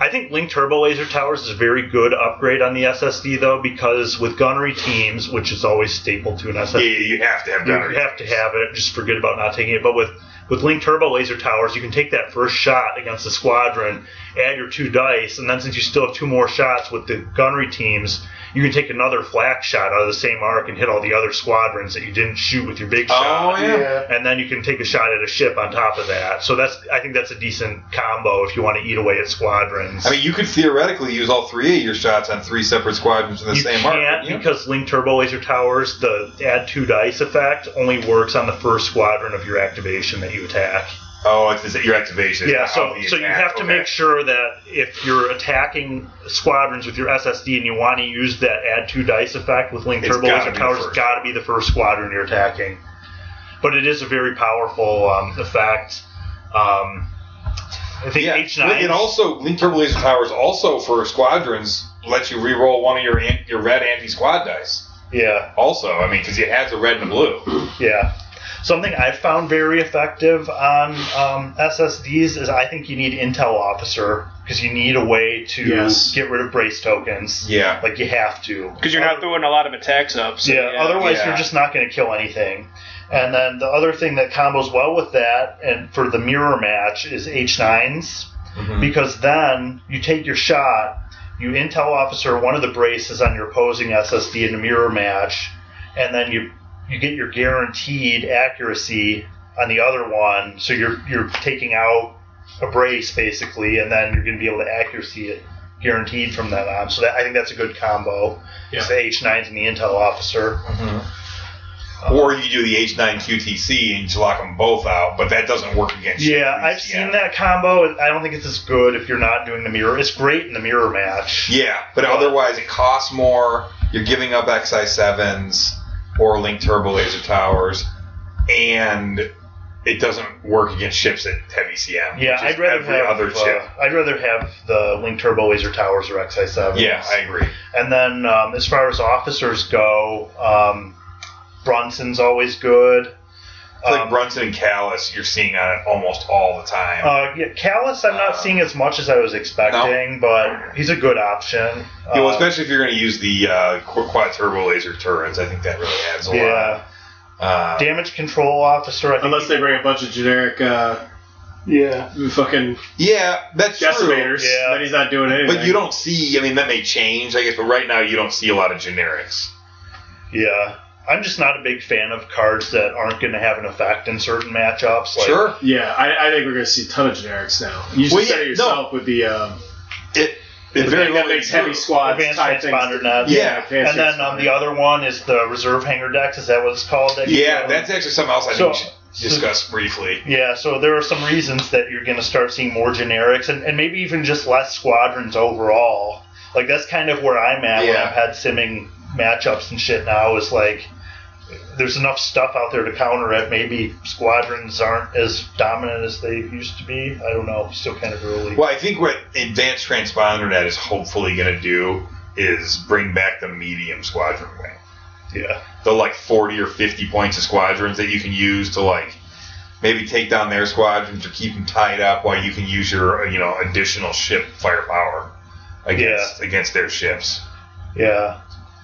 I: I think Link Turbo Laser Towers is a very good upgrade on the SSD though, because with gunnery teams, which is always staple to an
C: Yeah,
I: SSD,
C: you have to have
I: you
C: gunnery.
I: have to have it. Just forget about not taking it. But with with Link Turbo Laser Towers, you can take that first shot against the squadron, add your two dice, and then since you still have two more shots with the gunnery teams, you can take another flak shot out of the same arc and hit all the other squadrons that you didn't shoot with your big shot
C: Oh yeah.
I: and then you can take a shot at a ship on top of that. So that's I think that's a decent combo if you want to eat away at squadrons.
C: I mean, you could theoretically use all three of your shots on three separate squadrons in the
I: you
C: same arc.
I: can't
C: couldn't you?
I: because Link Turbo Laser Towers, the add two dice effect only works on the first squadron of your activation that you attack.
C: Oh, it's, it's your activation.
I: yeah,
C: How
I: so
C: the
I: so you
C: attack,
I: have to
C: okay.
I: make sure that if you're attacking squadrons with your SSD and you want to use that add two dice effect with Link
C: It's
I: Turbo
C: gotta be
I: Laser
C: the
I: Towers, it's
C: first.
I: got to be the first squadron you're attacking. But it is a very powerful um, effect. Um, I think
C: Yeah.
I: H nine.
C: And also, Link Turbo Laser Towers also for squadrons lets you reroll one of your an- your red anti squad dice.
I: yeah,
C: Also, I mean, because it has a red and a blue.
I: yeah. Something I've found very effective on um, SSDs is I think you need Intel Officer because you need a way to
B: Yes.
I: get rid of brace tokens.
C: Yeah.
I: Like you have to.
E: Because you're not throwing a lot of attacks up. So
I: yeah, otherwise
C: yeah.
I: you're just not going to kill anything. And then the other thing that combos well with that, and for the mirror match, is H9s,
C: Mm-hmm.
I: because then you take your shot, you intel officer one of the braces on your opposing SSD in the mirror match, and then you you get your guaranteed accuracy on the other one, so you're you're taking out a brace basically, and then you're going to be able to accuracy it guaranteed from then on. So that I think that's a good combo. It's the H9s and the Intel officer. Mm-hmm.
C: Or you do the H9 QTC and you lock them both out, but that doesn't work against you.
I: Yeah, I've seen that combo. I don't think it's as good if you're not doing the mirror. It's great in the mirror match.
C: Yeah, but otherwise it costs more. You're giving up XI sevens or Link Turbo Laser Towers, and it doesn't work against ships at heavy CM.
I: Yeah,
C: which is
I: I'd rather
C: every
I: have
C: other ship.
I: Uh, I'd rather have the Link Turbo Laser Towers or XI7.
C: yeah, I agree.
I: and then um, as far as officers go, um, Brunson's always good.
C: It's like
I: Um,
C: Brunson and Callus, you're seeing on it almost all the time.
I: uh, yeah, Callus, I'm not
C: Uh,
I: seeing as much as I was expecting, but he's a good option.
C: You know,
I: Uh,
C: especially if you're going to use the uh, qu- quad turbo laser turrets, I think that really adds a
I: yeah,
C: lot. Uh,
I: damage control officer. I think
B: Unless they bring a bunch of generic uh,
D: Yeah.
B: fucking
C: yeah, that's true.
B: decimators,
I: Yeah.
B: then he's not doing anything.
C: But you don't see. I mean, that may change, I guess. But right now, you don't see a lot of generics.
I: Yeah. I'm just not a big fan of cards that aren't going to have an effect in certain matchups. Like,
C: sure.
B: Yeah, I, I think we're gonna see a ton of generics now. You just
C: Well,
B: said
C: yeah,
B: it yourself with the um,
C: It.
B: the
C: It very
B: thing that
C: well
B: makes
C: is
B: heavy
C: true.
B: squads
I: Advanced
B: type things.
I: Transponder Nuts.
C: Yeah,
B: advanced
I: and then um,
B: transponder.
I: the other one is the reserve hanger decks. Is that what it's called? that you
C: Yeah,
I: get?
C: that's actually something else I
I: So-
C: think we should discuss
B: hmm.
C: briefly.
I: Yeah, so there are some reasons that you're going to start seeing more generics and, and maybe even just less squadrons overall. Like, that's kind of where I'm at when
C: Yeah.
I: I'm head simming matchups and shit now, is like, there's enough stuff out there to counter it. Maybe squadrons aren't as dominant as they used to be. I don't know. Still kind of early.
C: Well, I think what Advanced Transponder Net is hopefully going to do is bring back the medium squadron wing.
I: Yeah.
C: the like 40 or 50 points of squadrons that you can use to like maybe take down their squadrons or keep them tied up while you can use your uh, you know additional ship firepower against against their ships.
I: Yeah.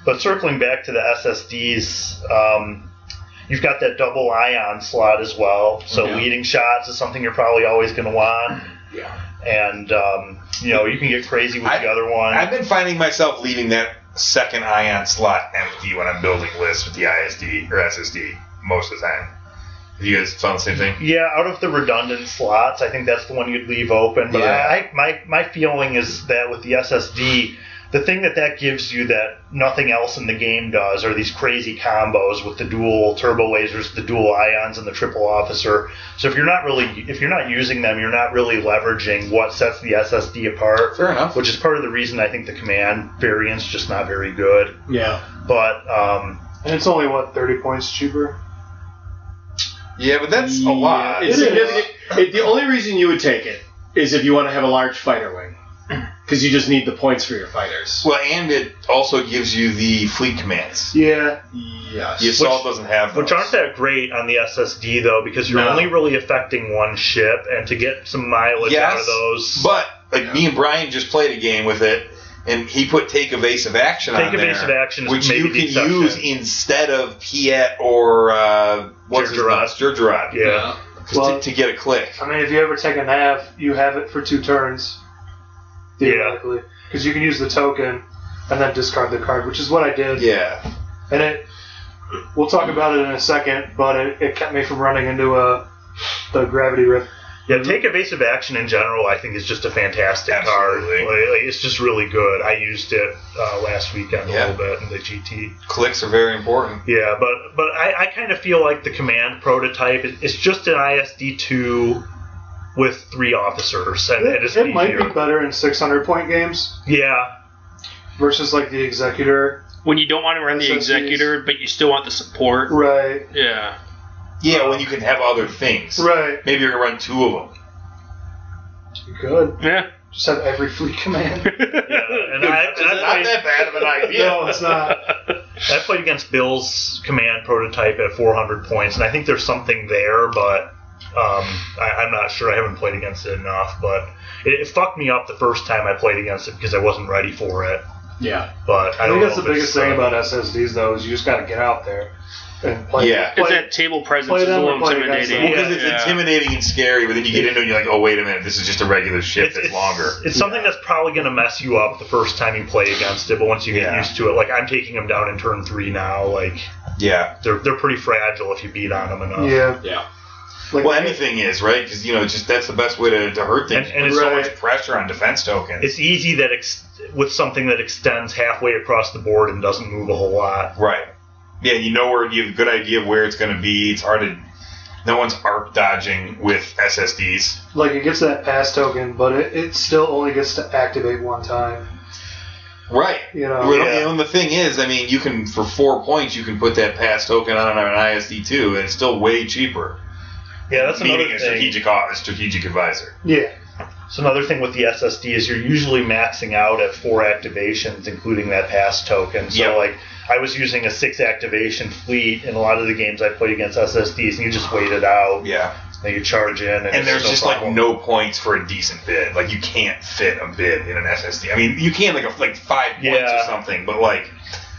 I: But circling back to the SSDs, um, you've got that double ion slot as well. So leading shots is something you're probably always going to want.
B: Yeah.
I: And, um, you know, you can get crazy with
C: I-
I: the other one.
C: I've been finding myself leaving that second ion slot empty when I'm building lists with the ISD or SSD most of the time. Have you guys found the same thing?
I: yeah, out of the redundant slots, I think that's the one you'd leave open. But
C: Yeah.
I: I, I, my, my feeling is that with the SSD, the thing that that gives you that nothing else in the game does are these crazy combos with the dual turbo lasers, the dual ions, and the triple officer. So if you're not really if you're not using them, you're not really leveraging what sets the SSD apart,
C: Fair enough.
I: which is part of the reason I think the command variant's just not very good.
B: Yeah.
I: But um,
D: And it's only, what, 30 points cheaper?
C: Yeah, but that's a lot.
B: It's
D: It is.
B: significant. It, the only reason you would take it is if you want to have a large fighter wing. because you just need the points for your fighters.
C: Well, and it also gives you the fleet commands.
D: Yeah.
B: Yes.
C: The assault doesn't have those.
I: Which aren't that great on the SSD though, because you're
B: No.
I: only really affecting one ship, and to get some mileage out of
C: Yes,
I: those,
C: but like me and Brian just played a game with it, and he put take evasive action
I: take
C: on there,
I: evasive action is
C: which
I: maybe
C: you
I: the
C: can
I: exception.
C: use instead of Piet or uh, what's his
I: Gergerat.
C: name? Gergerat.
I: Yeah.
C: Just
D: Well-
C: to, to get a click.
D: I mean, if you ever take a nav, you have it for two turns, theoretically, because you can use the token and then discard the card, which is what I did.
C: Yeah.
D: And it, we'll talk about it in a second, but it, it kept me from running into a the gravity rift.
I: Yeah, take evasive action in general. I think is just a fantastic
C: Absolutely.
I: card. Like, like, it's just really good. I used it uh, last weekend
C: Yeah.
I: a little bit in the GT.
C: Clicks are very important.
I: Yeah, but but I, I kind of feel like the command prototype is it's just an ISD two with three officers, and it is
D: It, it might be
I: easier.
D: better in 600 point games
I: Yeah,
D: versus like the executor.
E: When you don't want to run the
D: SSDs.
E: executor, but you still want the support.
D: Right.
E: Yeah.
I: Uh,
C: Yeah, when you can have other things.
D: Right.
C: Maybe you're gonna run two of them.
D: You could
E: Yeah.
D: just have every fleet command.
I: yeah. And I, and I played,
C: bad of an idea.
D: No, it's not.
I: I played against Bill's command prototype at 400 points, and I think there's something there, but um, I, I'm not sure. I haven't played against it enough, but it, it fucked me up the first time I played against it because I wasn't ready for it.
B: Yeah.
I: But I,
D: I
I: don't
D: think that's
I: know
D: the
I: if
D: biggest
I: it's,
D: thing
I: uh,
D: about SSDs though is you just got to get out there and play.
C: Yeah.
E: It's
D: play-
E: that table presence
D: play
E: is a
D: them or
E: little
D: play against
E: intimidating.
D: them.
C: Because it's
E: Yeah.
C: intimidating and scary, but then you get into it and you're like, oh, wait a minute, this is just a regular ship that's longer.
I: It's something that's probably going to mess you up the first time you play against it, but once you get
C: Yeah.
I: used to it, like I'm taking them down in turn three now. Like
C: Yeah.
I: they're they're pretty fragile if you beat on them enough.
D: Yeah.
B: Yeah.
D: Like,
C: Well, anything is, right? Because, you know, just that's the best way to, to hurt things.
I: And- and it's
C: so
I: right.
C: much pressure on defense tokens.
I: It's easy that ex- with something that extends halfway across the board and doesn't move a whole lot.
C: Right. Yeah, you know where you have a good idea of where it's going to be. It's hard to. No one's arc dodging with SSDs.
D: like it gets that pass token, but it, it still only gets to activate one time.
C: Right.
D: You know.
C: Well,
I: yeah.
C: And the thing is, I mean, you can for four points you can put that pass token on an ISD two, and it's still way cheaper.
I: Yeah, that's
C: meaning
I: another
C: a
I: thing.
C: strategic au- a strategic advisor.
D: Yeah.
I: So another thing with the SSD is you're usually maxing out at four activations, including that pass token. So
C: Yeah.
I: like I was using a six activation fleet in a lot of the games I played against SSDs, and you just wait it out.
C: Yeah.
I: Then you charge in, and,
C: And
I: it's
C: there's
I: no
C: just
I: problem.
C: like no points for a decent bid. Like you can't fit a bid in an SSD. I mean, you can like a, like five points
I: Yeah.
C: or something, but like,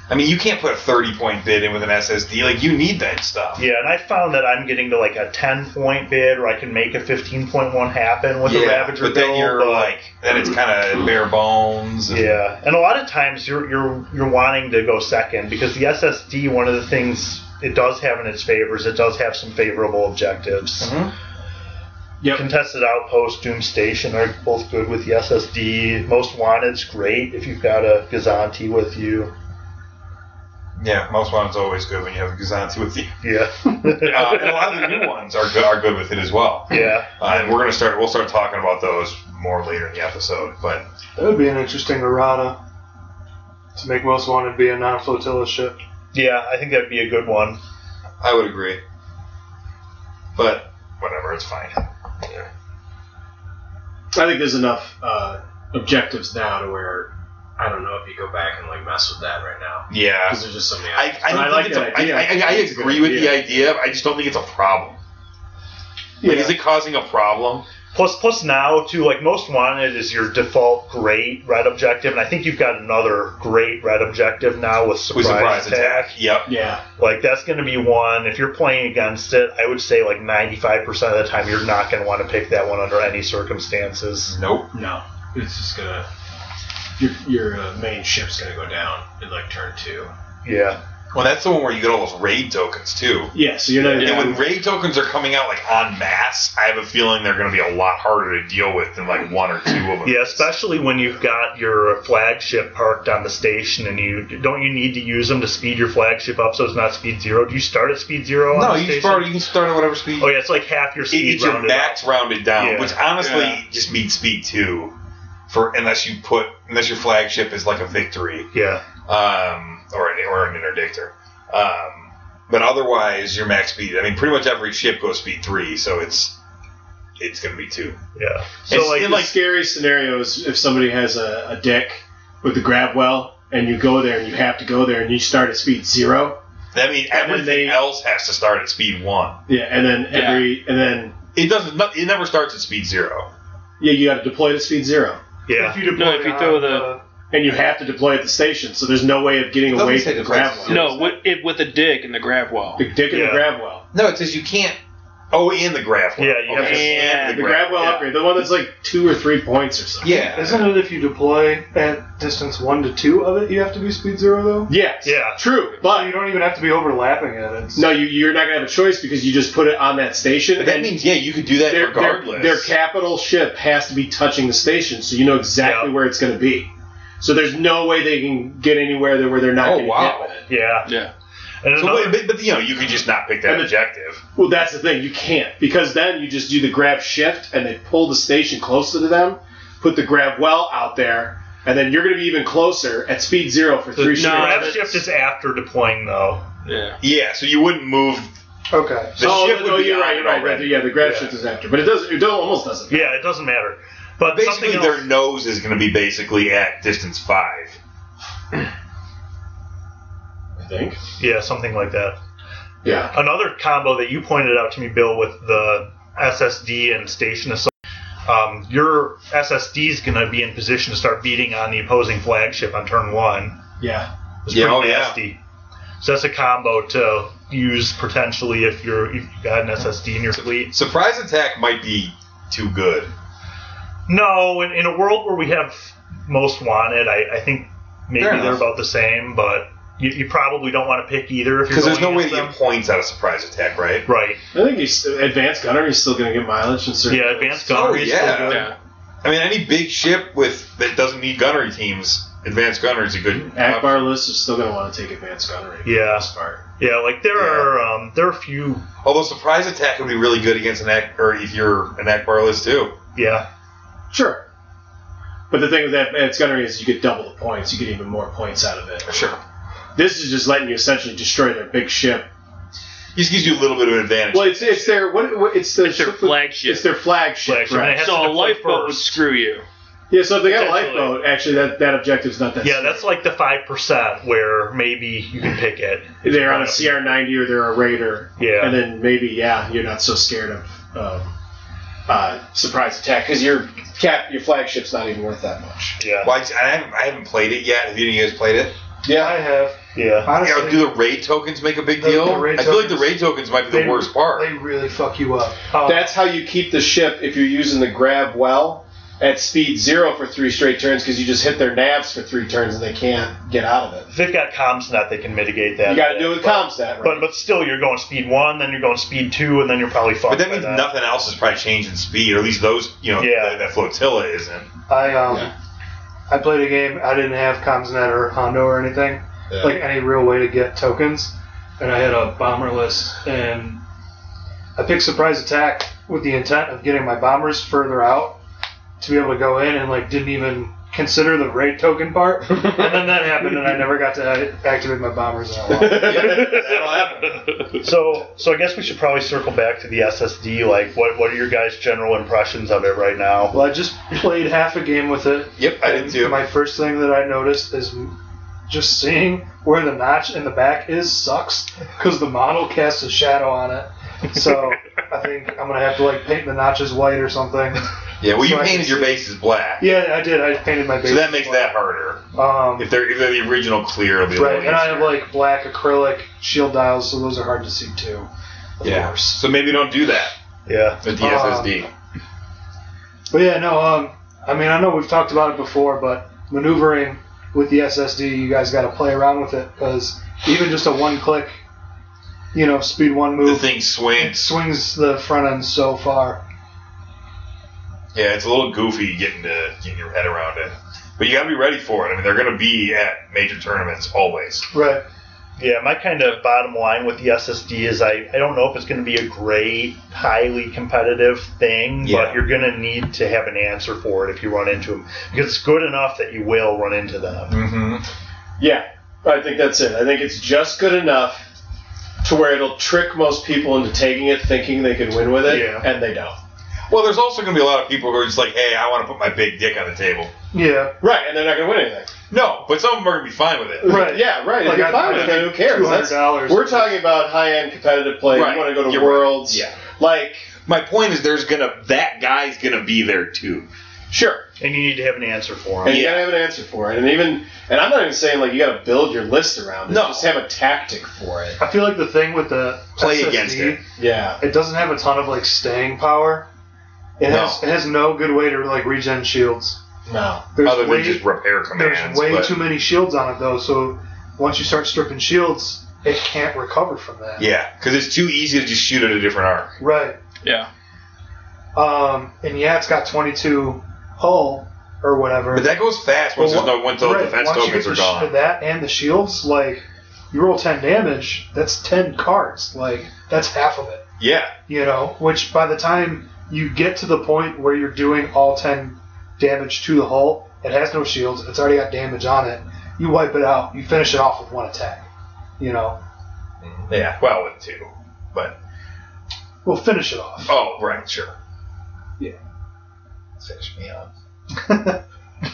C: I mean, you can't put a thirty point bid in with an SSD. Like you need that stuff.
I: Yeah, and I found that I'm getting to like a 10 point bid, or I can make a 15.1 happen with a Ravager
C: but then
I: build,
C: you're
I: but-
C: like, then it's kind of bare bones. and-
I: Yeah, and a lot of times you're you're you're wanting to go second because the SSD. One of the things it does have in its favors, it does have some favorable objectives.
C: Mhm.
B: Yep.
I: Contested Outpost, Doom Station are both good with the SSD. Most Wanted's great if you've got a Gazanti with you.
C: yeah. Most ones always good when you have a Gazanti with you.
I: Yeah,
C: Uh, and a lot of the new ones are good, are good with it as well.
I: yeah.
C: Uh, and we're gonna start. We'll start talking about those more later in the episode. But
D: That would be an interesting errata to make most wanted be a non flotilla ship.
I: Yeah, I think that'd be a good one.
C: I would agree. But whatever, it's fine.
B: I think there's enough uh, objectives now to where I don't know if you go back and like mess with that right now
C: Yeah.
B: because there's just so many.
C: I, I,
B: But
C: don't think
B: like
C: it's
B: that
C: a, I,
B: idea.
C: I, I
B: It's a good
C: agree with the
B: idea.
C: idea. I just don't think it's a problem. Like,
D: Yeah.
C: is it causing a problem?
I: Plus, plus now too, like most wanted is your default great red objective, and I think you've got another great red objective now with
C: With
I: surprise,
C: surprise
I: attack.
C: attack. Yep.
B: Yeah.
I: Like that's going to be one. If you're playing against it, I would say like 95% of the time you're not going to want to pick that one under any circumstances.
C: Nope.
B: No, it's just gonna your your uh, main ship's gonna go down in like turn two.
I: Yeah.
C: Well, that's the one where you get all those raid tokens too.
B: Yeah. So you're not.
C: And
B: Yeah.
C: when raid tokens are coming out like en masse, I have a feeling they're going to be a lot harder to deal with than like one or two of them.
I: Yeah, especially when you've got your flagship parked on the station and you don't you need to use them to speed your flagship up so it's not speed 0. Do you start at speed 0 on
C: no,
I: the
C: you
I: station?
C: start. You can start at whatever speed.
I: Oh yeah, it's like half your
C: it
I: speed
C: gets your
I: rounded up.
C: max rounded down,
I: Yeah.
C: which honestly
E: Yeah.
C: just means speed two, for unless you put unless your flagship is like a victory
I: Yeah.
C: um, or an or an interdictor. Um, but otherwise, your max speed. I mean, pretty much every ship goes speed three, so it's it's going to be two.
I: Yeah.
B: So
C: It's-
B: like,
C: it,
B: the
C: like-
B: scary scenario is if somebody has a, a deck with the grab well and you go there and you have to go there and you start at speed zero.
C: That means
B: And then they-
C: everything else has to start at speed one.
B: Yeah, and then every and then
C: It doesn't. no- It never starts at speed zero.
B: yeah, you got to deploy to speed zero.
I: Yeah.
D: you deploy
E: No, if you
D: on,
E: throw the-
D: uh,
B: And you have to deploy at the station, so there's no way of getting
K: Doesn't
B: away
K: say
B: from the
K: deploy.
B: grab
C: Uh,
B: well.
E: No, with, it, with the dig and the grab well.
B: The dick and
I: Yeah.
B: the grab well.
K: No, it says you can't.
C: Oh, and the graph.
I: Yeah, you have to-
C: and
B: The grab well
I: yeah.
B: upgrade, the one that's like two or three points or something.
K: Yeah.
D: Isn't it if you deploy at distance one to two of it, you have to be speed zero though?
B: Yes.
I: Yeah.
B: True,
D: So you
B: but
D: don't even have to be overlapping at it. It's-
B: no, you, you're not gonna have a choice because you just put it on that station.
C: But that
B: and
C: means yeah, you could do that
B: their, their,
C: regardless.
B: their capital ship has to be touching the station, so you know exactly
I: Yeah.
B: where it's going to be. So there's no way they can get anywhere there where they're not
K: Oh,
B: getting
K: wow.
B: hit with it.
I: Yeah.
E: Yeah.
I: And
C: So,
I: another-
C: but, but, but, you know, you could just not pick that
B: And the-
C: objective.
B: Well, that's the thing. You can't because then you just do the grab shift and they pull the station closer to them, put the grab well out there, and then you're going to be even closer at speed zero for three
E: No,
I: grab
E: that's-
I: shift is after deploying though.
E: Yeah.
C: Yeah, so you wouldn't move.
D: Okay.
C: The
B: oh,
C: ship
B: no,
C: would be
B: you're
C: on
B: right,
C: it
B: you're right,
C: already.
B: Yeah, the grab
I: Yeah.
B: shift is after, but it does. It don't- almost doesn't.
I: Yeah, it doesn't matter. But
C: Basically,
I: something else,
C: their nose is going to be basically at distance five.
B: I think.
I: yeah, something like that.
B: Yeah.
I: Another combo that you pointed out to me, Bill, with the SSD and station assault. Um, your SSD is going to be in position to start beating on the opposing flagship on turn one.
B: Yeah.
I: It's
C: Yeah,
I: pretty
C: oh, yeah.
I: nasty. So that's a combo to use potentially if you're if you got an SSD in your fleet.
C: Surprise attack might be too good.
I: No, in, in a world where we have most wanted, I, I think maybe
K: Fair
I: they're
K: enough.
I: about the same, but you, you probably don't want to pick either if you're
C: Because there's no
I: going
C: way to get
I: against them. Oh,
C: points out of surprise attack, right?
I: Right.
B: I think he's advanced gunner. He's still going to get mileage and certain.
I: Yeah, advanced
C: Oh,
I: gunnery. is still
C: yeah.
I: good.
E: Yeah.
C: I mean, any big ship with that doesn't need gunnery teams, advanced gunner is a good. uh,
B: Akbar lists is still going to want to take advanced gunnery. for the
I: Yeah.
B: most part.
I: Yeah, like there
C: Yeah.
I: are um, there are a few.
C: Although surprise attack would be really good against an Ak- or if you're an Akbar list too.
I: Yeah,
B: Sure. But the thing with that advanced gunnery is you get double the points. You get even more points out of it.
C: Sure.
B: This is just letting you essentially destroy their big ship.
C: Just gives you a little bit of an advantage.
B: Well, it's it's their what, what it's their
E: It's their
B: ship with-
E: flagship.
B: It's their flagship,
I: Flagship.
B: right?
I: It has to
E: So a
I: deploy
E: lifeboat would
I: first.
E: screw you.
B: Yeah. So if they got a
I: Potentially.
B: lifeboat, actually, that that objective's not that.
I: yeah, that's like the five percent where maybe you can pick it.
B: scary. they're on a CR ninety or they're a raider,
I: Yeah,
B: and then maybe yeah, you're not so scared of. Um, uh, surprise attack because your cap your flagship's not even worth that much.
I: yeah,
C: Well, I, I haven't, I haven't played it yet. Have you guys played it?
D: I have.
I: yeah.
K: Honestly,
C: Yeah, do the raid tokens make a big
D: The-
C: deal?
D: the raid
C: I feel like the
D: tokens-
C: raid tokens might be the
D: they-
C: worst part.
D: They really fuck you up. Um,
B: That's how you keep the ship if you're using the grab well at speed zero for three straight turns because you just hit their nabs for three turns and they can't get out of it.
I: If they've got comms net, they can mitigate that.
B: You got to do it with
I: But-
B: comms that
I: But
B: right.
I: but still, you're going speed one, then you're going speed two, and then you're probably fucked.
C: but that
I: by
C: means nothing else is probably changing speed, or at least those, you know,
I: Yeah.
C: that, that flotilla isn't.
D: I um,
B: Yeah.
D: I played a game. I didn't have Comsnet or Hondo or anything,
B: Yeah.
D: like any real way to get tokens, and I had a bomber list, and I picked surprise attack with the intent of getting my bombers further out to be able to go in, and like didn't even consider the raid token part, and then that happened, and I never got to a- activate my bombers. In a while.
C: That'll happen.
I: So so I guess we should probably circle back to the SSD. Like, what what are your guys' general impressions of it right now?
D: Well, I just played half a game with it.
C: Yep, I did too.
D: My first thing that I noticed is m- just seeing where the notch in the back is sucks because the model casts a shadow on it. So I think I'm gonna have to like paint the notches white or something.
C: Yeah, well, you
D: So I can
C: painted your
D: see-
C: bases black,
D: Yeah, I did. I painted my base.
C: so that makes that harder.
D: Um,
C: If they're, if they're the original clear, it'll be a
D: right,
C: little
D: and I have
C: easier.
D: like black acrylic shield dials, so those are hard to see too. Of
C: yeah.
D: course.
C: So maybe don't do that
I: Yeah,
C: with the
D: Uh,
C: SSD.
D: But yeah, no. Um, I mean, I know we've talked about it before, but maneuvering with the SSD, you guys got to play around with it because even just a one-click, you know, speed one
C: The
D: move
C: thing swings.
D: swings the front end so far.
C: Yeah, it's a little goofy getting to getting your head around it, but you got to be ready for it. I mean, they're going to be at major tournaments always.
D: Right.
I: yeah. My kind of bottom line with the SSD is I I don't know if it's going to be a great, highly competitive thing,
C: Yeah.
I: but you're going to need to have an answer for it if you run into them because it's good enough that you will run into them.
C: Mm-hmm.
B: Yeah, I think that's it. I think it's just good enough to where it'll trick most people into taking it, thinking they can win with it,
I: Yeah.
B: and they don't.
C: Well, there's also going to be a lot of people who are just like, hey, I want to put my big dick on the table.
D: Yeah.
B: Right, and they're not going to win anything.
C: No, but some of them are going to be fine with it.
D: Right.
B: Yeah, right.
D: Like,
B: if you're
D: I-
B: fine
D: I
B: with it, who
D: think
B: cares? That's-
D: $200
B: We're talking about high-end competitive play.
C: Right.
B: You want to go to
C: You're right.
B: worlds.
C: Yeah.
B: Like,
C: My point is, there's gonna that guy's gonna be there too.
B: sure.
I: and you need to have an answer for
B: And
I: them.
B: you
C: Yeah.
B: gotta have an answer for it. And even and I'm not even saying like you gotta build your list around it.
C: No.
B: Just have a tactic for it.
D: I feel like the thing with the
C: Play
D: SSD,
C: against it.
B: Yeah.
D: It doesn't have a ton of like staying power. It
C: No.
D: has it has no good way to like regen shields.
B: No.
D: There's
C: Other
D: way,
C: than just repair
D: there's
C: commands.
D: way
C: but-
D: too many shields on it though. So once you start stripping shields, it can't recover from that.
C: yeah, because it's too easy to just shoot at a different arc.
D: Right.
E: Yeah.
D: Um, and yeah, it's got 22 hull or whatever.
C: But that goes fast once
D: Well,
C: there's no once all the
D: Right,
C: defense
D: once you
C: tokens
D: get
C: are
D: the sh-
C: gone.
D: That and the shields, like you roll 10 damage, that's 10 cards. Like that's half of it.
C: yeah,
D: you know, which by the time you get to the point where you're doing all 10 damage to the hull, it has no shields, it's already got damage on it, you wipe it out, you finish it off with one attack. You know,
C: yeah. Well, with two, but
D: we'll finish it off.
C: oh right, sure.
D: Yeah.
C: Finish me up.
B: What?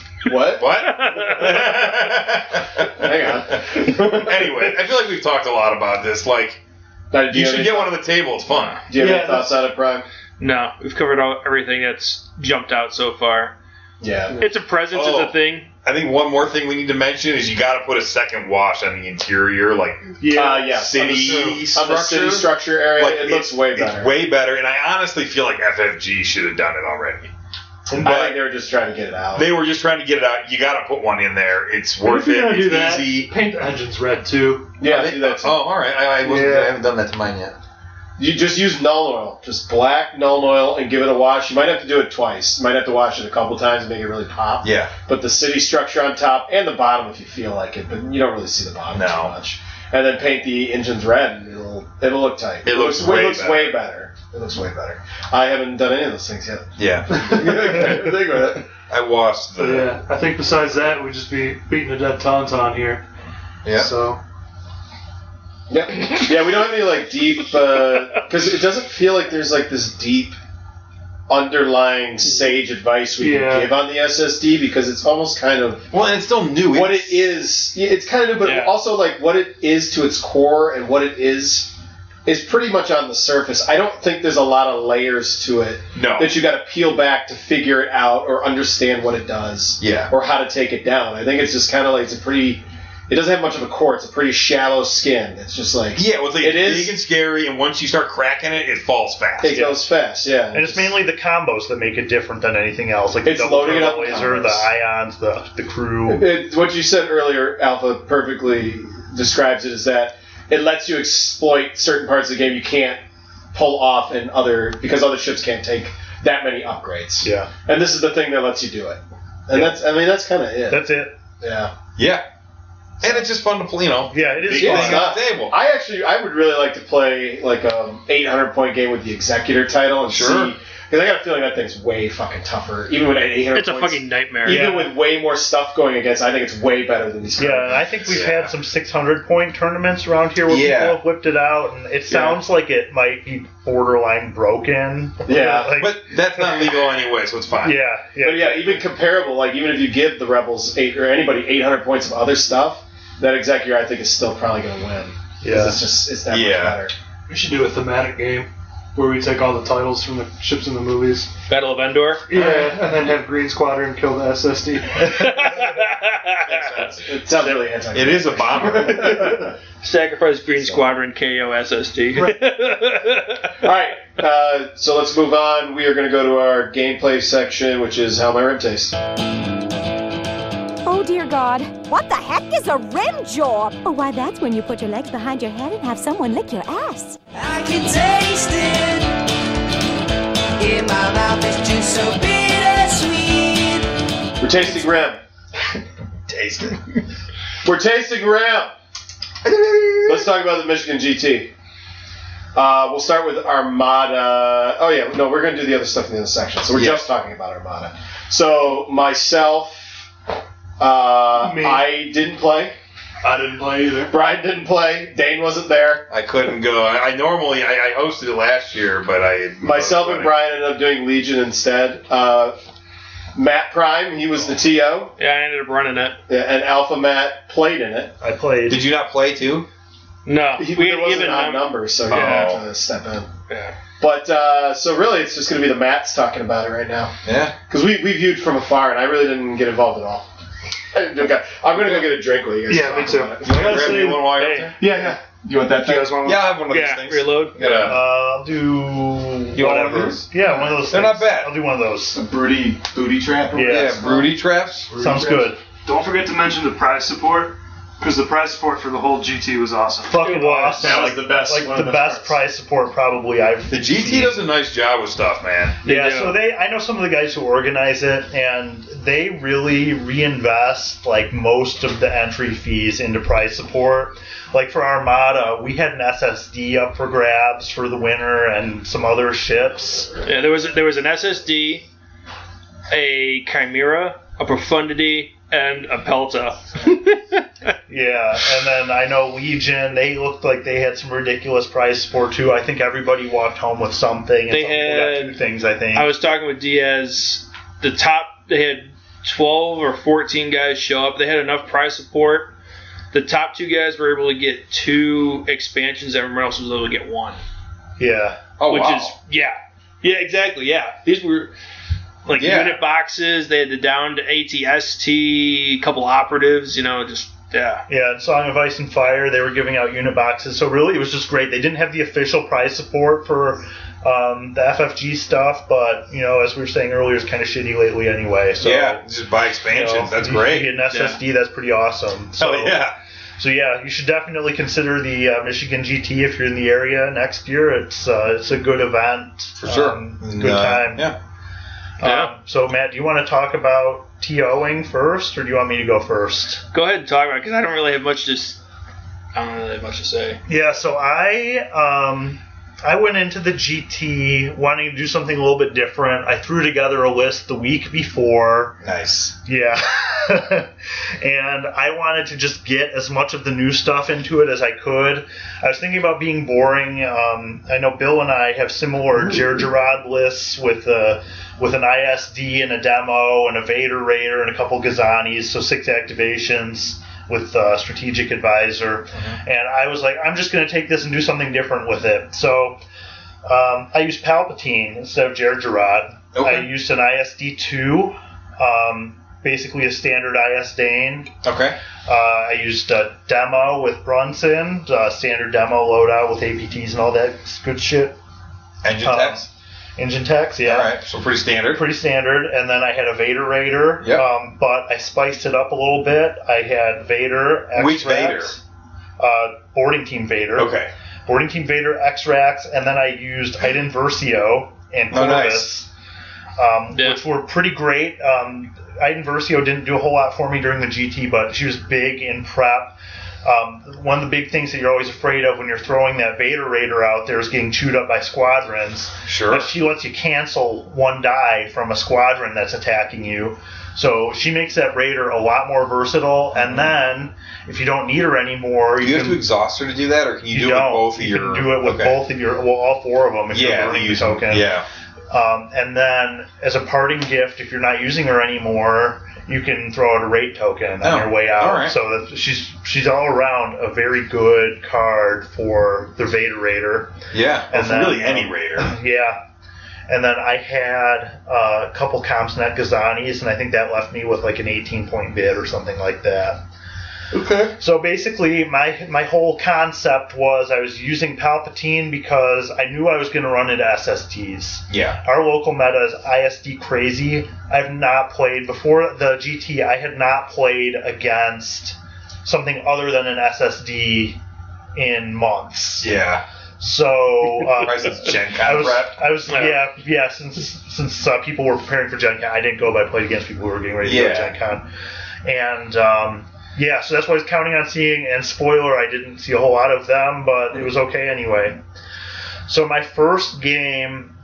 C: What?
B: Hang on.
C: anyway, I feel like we've talked a lot about this. Like,
B: Now, do
C: you
B: have
C: should
B: any-
C: get one on the table. It's fun.
B: Do you have
D: Yeah,
B: any thoughts on it, Prime?
E: No, we've covered all, everything that's jumped out so far.
B: Yeah.
E: It's a presence.
C: Oh.
E: It's a thing.
C: I think one more thing we need to mention is you got to put a second wash on the interior, like
B: Uh, yeah. on the,
C: City
B: su- on the city
C: structure?
B: structure area,
C: Like,
B: it looks way better.
C: It's way better, and I honestly feel like FFG should have done it already.
B: I think they were just trying to get it out.
C: They were just trying to get it out. You got to put one in there. It's
D: But
C: worth
D: if you're
C: it.
D: gonna do
C: It's
D: that,
C: easy.
D: paint the engines red too.
B: yeah,
C: I
B: do
C: think-
B: that too.
C: oh, all right. I, I, wasn't,
D: Yeah.
C: I haven't done that to mine yet.
B: You just use null oil, just black null oil, and give it a wash. You might have to do it twice. You might have to wash it a couple times and make it really pop.
C: Yeah.
B: Put the city structure on top and the bottom if you feel like it, but you don't really see the bottom
C: No.
B: too much. And then paint the engines red, and it'll it'll look tight.
C: It looks
B: it
C: way
B: looks
C: better.
B: way better. It looks way better. I haven't done any of those things yet.
C: Yeah.
B: Think about it.
C: I washed
D: But
C: the.
D: yeah, I think besides that, we'd just be beating a dead tauntaun here. So
B: Yep. Yeah, we don't have any like deep because it doesn't feel like there's like this deep underlying sage advice we
D: Yeah.
B: can give on the SSD because it's almost kind of
C: Well, and it's still new.
B: what
C: It's-
B: it is. yeah, It's kind of, but
E: Yeah.
B: also like what it is to its core and what it is is pretty much on the surface. I don't think there's a lot of layers to it
C: No.
B: that you got to peel back to figure it out or understand what it does
C: Yeah.
B: or how to take it down. I think it's just kind of like it's a pretty. It doesn't have much of a core. It's a pretty shallow skin. It's just like
C: Yeah, well, it's like
B: It
C: it's
B: is-
C: big and scary, and once you start cracking it, it falls fast.
B: it goes fast. Yeah,
I: And it's mainly the combos that make it different than anything else, like
B: It's
I: the double
B: loading it up
I: turbo
B: with
I: laser, the
B: combos.
I: ions, the the crew.
B: It, what you said earlier, Alpha, perfectly describes it as that it lets you exploit certain parts of the game you can't pull off in other because other ships can't take that many upgrades.
I: Yeah,
B: And this is the thing that lets you do it. And
I: Yeah.
B: that's I mean that's kind of it.
I: that's it.
B: yeah.
C: Yeah. And it's just fun to play, you know.
I: Yeah, it
C: Big
I: is
B: Yeah,
C: thing
I: fun.
C: on the table.
B: I actually I would really like to play like a 800 point game with the Executor title and
C: Sure.
B: see because I got a feeling that thing's way fucking tougher even with 800
E: It's a
B: points.
E: fucking nightmare.
B: even
I: Yeah.
B: with way more stuff going against, I think it's way better than these. current
I: Yeah, I think we've
C: Yeah.
I: had some 600 point tournaments around here where
C: Yeah.
I: people have whipped it out, and it sounds like it might be borderline broken.
B: Yeah.
I: like,
C: But that's not legal anyway, so it's fine.
I: yeah, yeah.
B: But yeah, even comparable, like even if you give the rebels eight or anybody eight hundred points of other stuff, that executor I think is still probably going to win. 'Cause
I: Yeah.
B: it's just it's that
C: Yeah.
B: much
D: we should do a thematic game where we take all the titles from the ships in the movies.
E: Battle of Endor.
D: Yeah, and then have Green Squadron kill the SSD.
B: better. It sounds really anti.
C: It is a bomber.
E: Sacrifice Green Squadron KOSSD.
B: All right, uh, so let's move on. We are going to go to our gameplay section, which is how my rim tastes.
K: Oh dear God. What the heck is a rim job? Oh, why, that's when you put your legs behind your head and have someone lick your ass.
G: I can taste it. In my mouth, it's just so bittersweet.
B: We're tasting rim.
C: Taste it.
B: We're tasting rim. Let's talk about the Michigan GT. Uh, we'll start with Armada. Oh yeah, no, we're going to do the other stuff in the other section. So we're
C: Yeah.
B: just talking about Armada. So myself, uh,
D: Me.
B: I didn't play.
D: I didn't play either.
B: Brian didn't play. Dane wasn't there.
C: I couldn't go. I, I normally I, I hosted it last year, but I
B: Myself and Brian ended up doing Legion instead. Uh, Matt Prime, he was the TO.
E: Yeah, I ended up running it.
B: Yeah, and Alpha Matt played in it.
I: I played.
C: Did you not play too?
E: No,
B: He,
E: we
B: there
E: had
B: wasn't
E: given
B: odd
E: him.
B: numbers, so he
C: Oh.
B: had to step in.
E: Yeah.
B: But uh, so really, it's just going to be the Matts talking about it right now
C: Yeah.
B: because we, we viewed from afar, and I really didn't get involved at all. I didn't do that. I'm going to go get a drink with you guys.
D: Yeah,
B: to
D: me
B: talk
D: too.
B: about it.
C: You wanna grab
D: Honestly,
C: me one while you're up
E: hey.
C: there?
B: Yeah, yeah. You want that?
D: You guys want
C: Yeah, I have one of these
E: Yeah,
C: things.
E: reload.
C: Get
I: Uh,
C: a-
I: I'll do
C: You
I: one
C: want
I: of
C: one of
I: those. Yeah, one of those.
C: They're not
I: things.
C: bad.
I: I'll do one of those.
B: broody booty trap.
I: Yeah,
C: yeah, broody traps.
I: sounds good.
L: Don't forget to mention the prize support, because the prize support for the whole GT was awesome.
I: Fucking awesome.
L: That was
I: Like-
L: the best-
I: Like
L: one of
I: the,
L: the
I: best
L: best.
I: prize support probably I've.
C: The GT does a nice job with stuff, man.
I: Yeah,
E: do.
I: so they I know some of the guys who organize it and they really reinvest like most of the entry fees into prize support. Like for Armada, we had an SSD up for grabs for the winner and some other ships.
E: Yeah, there was there was an SSD, a Chimera, a Profundity, and a Pelta.
I: Yeah, and then I know Legion, they looked like they had some ridiculous prize support too. I think everybody walked home with something and
E: They
I: some people got
E: had-
I: two things, I think.
E: I was talking with Diaz. The top they had twelve or fourteen guys show up. They had enough prize support. The top two guys were able to get two expansions. Everyone else was able to get one,
I: yeah.
C: Oh,
E: which
C: wow.
E: is yeah, yeah, exactly, yeah. These were like
C: Yeah.
E: unit boxes. They had the down to ATST, couple operatives. You know, just yeah,
I: Yeah, and Song of Ice and Fire, they were giving out unit boxes. So really, it was just great. They didn't have the official prize support for um, the FFG stuff, but you know, as we were saying earlier, it's kind of shitty lately anyway. So
C: yeah, just buy
I: you know,
C: expansions. that's
I: you-
C: great.
I: You get an SSD, that's pretty awesome. So,
C: Hell yeah.
I: So yeah, you should definitely consider the uh, Michigan GT if you're in the area next year. It's uh, it's a good event
C: For sure.
I: um,
C: And,
I: good
C: uh,
I: time.
C: Yeah.
E: Yeah.
I: Um, so Matt, do you want to talk about TOing first, or do you want me to go first?
E: go ahead and talk about it because I don't really have much to. s- I don't really have much to say.
I: Yeah, so I um, I went into the GT wanting to do something a little bit different. I threw together a list the week before.
C: Nice.
I: Yeah. and I wanted to just get as much of the new stuff into it as I could. I was thinking about being boring. Um, I know Bill and I have similar Jer Gerard lists with a, with an ISD and a demo and a Vader Raider and a couple Gazanis, so six activations with uh, Strategic Advisor. And I was like, I'm just going to take this and do something different with it. So um, I used Palpatine instead of Jer Gerard.
C: Okay.
I: I used an ISD 2 um, basically a standard IS Dane.
C: Okay.
I: Uh, I used a demo with Brunson, uh, standard demo loadout with APTs and all that good shit.
C: Engine
I: Um,
C: text.
I: Engine techs, yeah.
C: All right. So pretty standard.
I: Pretty standard. And then I had a Vader Raider,
C: Yep.
I: um, but I spiced it up a little bit. I had Vader, X
C: Which
I: Uh, boarding Team Vader.
C: Okay.
I: Boarding Team Vader, X-Rax, and then I used Iden Versio and
C: Oh,
I: Corvus, um,
E: Yeah.
I: which were pretty great. Um, Iden Versio didn't do a whole lot for me during the GT, but she was big in prep. Um, one of the big things that you're always afraid of when you're throwing that Vader Raider out there is getting chewed up by squadrons.
C: Sure.
I: But she lets you cancel one die from a squadron that's attacking you. So she makes that Raider a lot more versatile. And then, if you don't need her anymore,
C: Do
I: you,
C: you have
I: can
C: to exhaust her to do that, or can you, do it with
I: don't.
C: both of
I: You
C: your?
I: can do it with
C: okay.
I: both of your, well, all four of them if
C: Yeah.
I: you're
C: I think
I: burning
C: you
I: the token.
C: Yeah.
I: Um, and then, as a parting gift, if you're not using her anymore, you can throw out a rate token
C: Oh,
I: on your way out.
C: all right.
I: So that she's she's all around a very good card for the Vader Raider.
C: Yeah.
I: And
C: Or
I: then- um,
C: really, any raider.
I: Yeah. And then I had uh, a couple CompsNet Gazanis, and I think that left me with like an 18 point bid or something like that.
C: Okay.
I: So basically, my my whole concept was I was using Palpatine because I knew I was going to run into SSTs.
C: Yeah.
I: Our local meta is ISD crazy. I've not played before the GT. I had not played against something other than an SSD in months.
C: Yeah.
I: So uh,
C: Price is Gen
I: I
C: Con
I: was,
C: prep.
I: I was,
E: Yeah.
I: yeah, yeah. since since uh, people were preparing for Gen Con, I didn't go, but I played against people who were getting ready to go
C: Yeah.
I: to Gen Con, and um, yeah, so that's what I was counting on seeing. And spoiler, I didn't see a whole lot of them, but it was okay anyway. So my first game,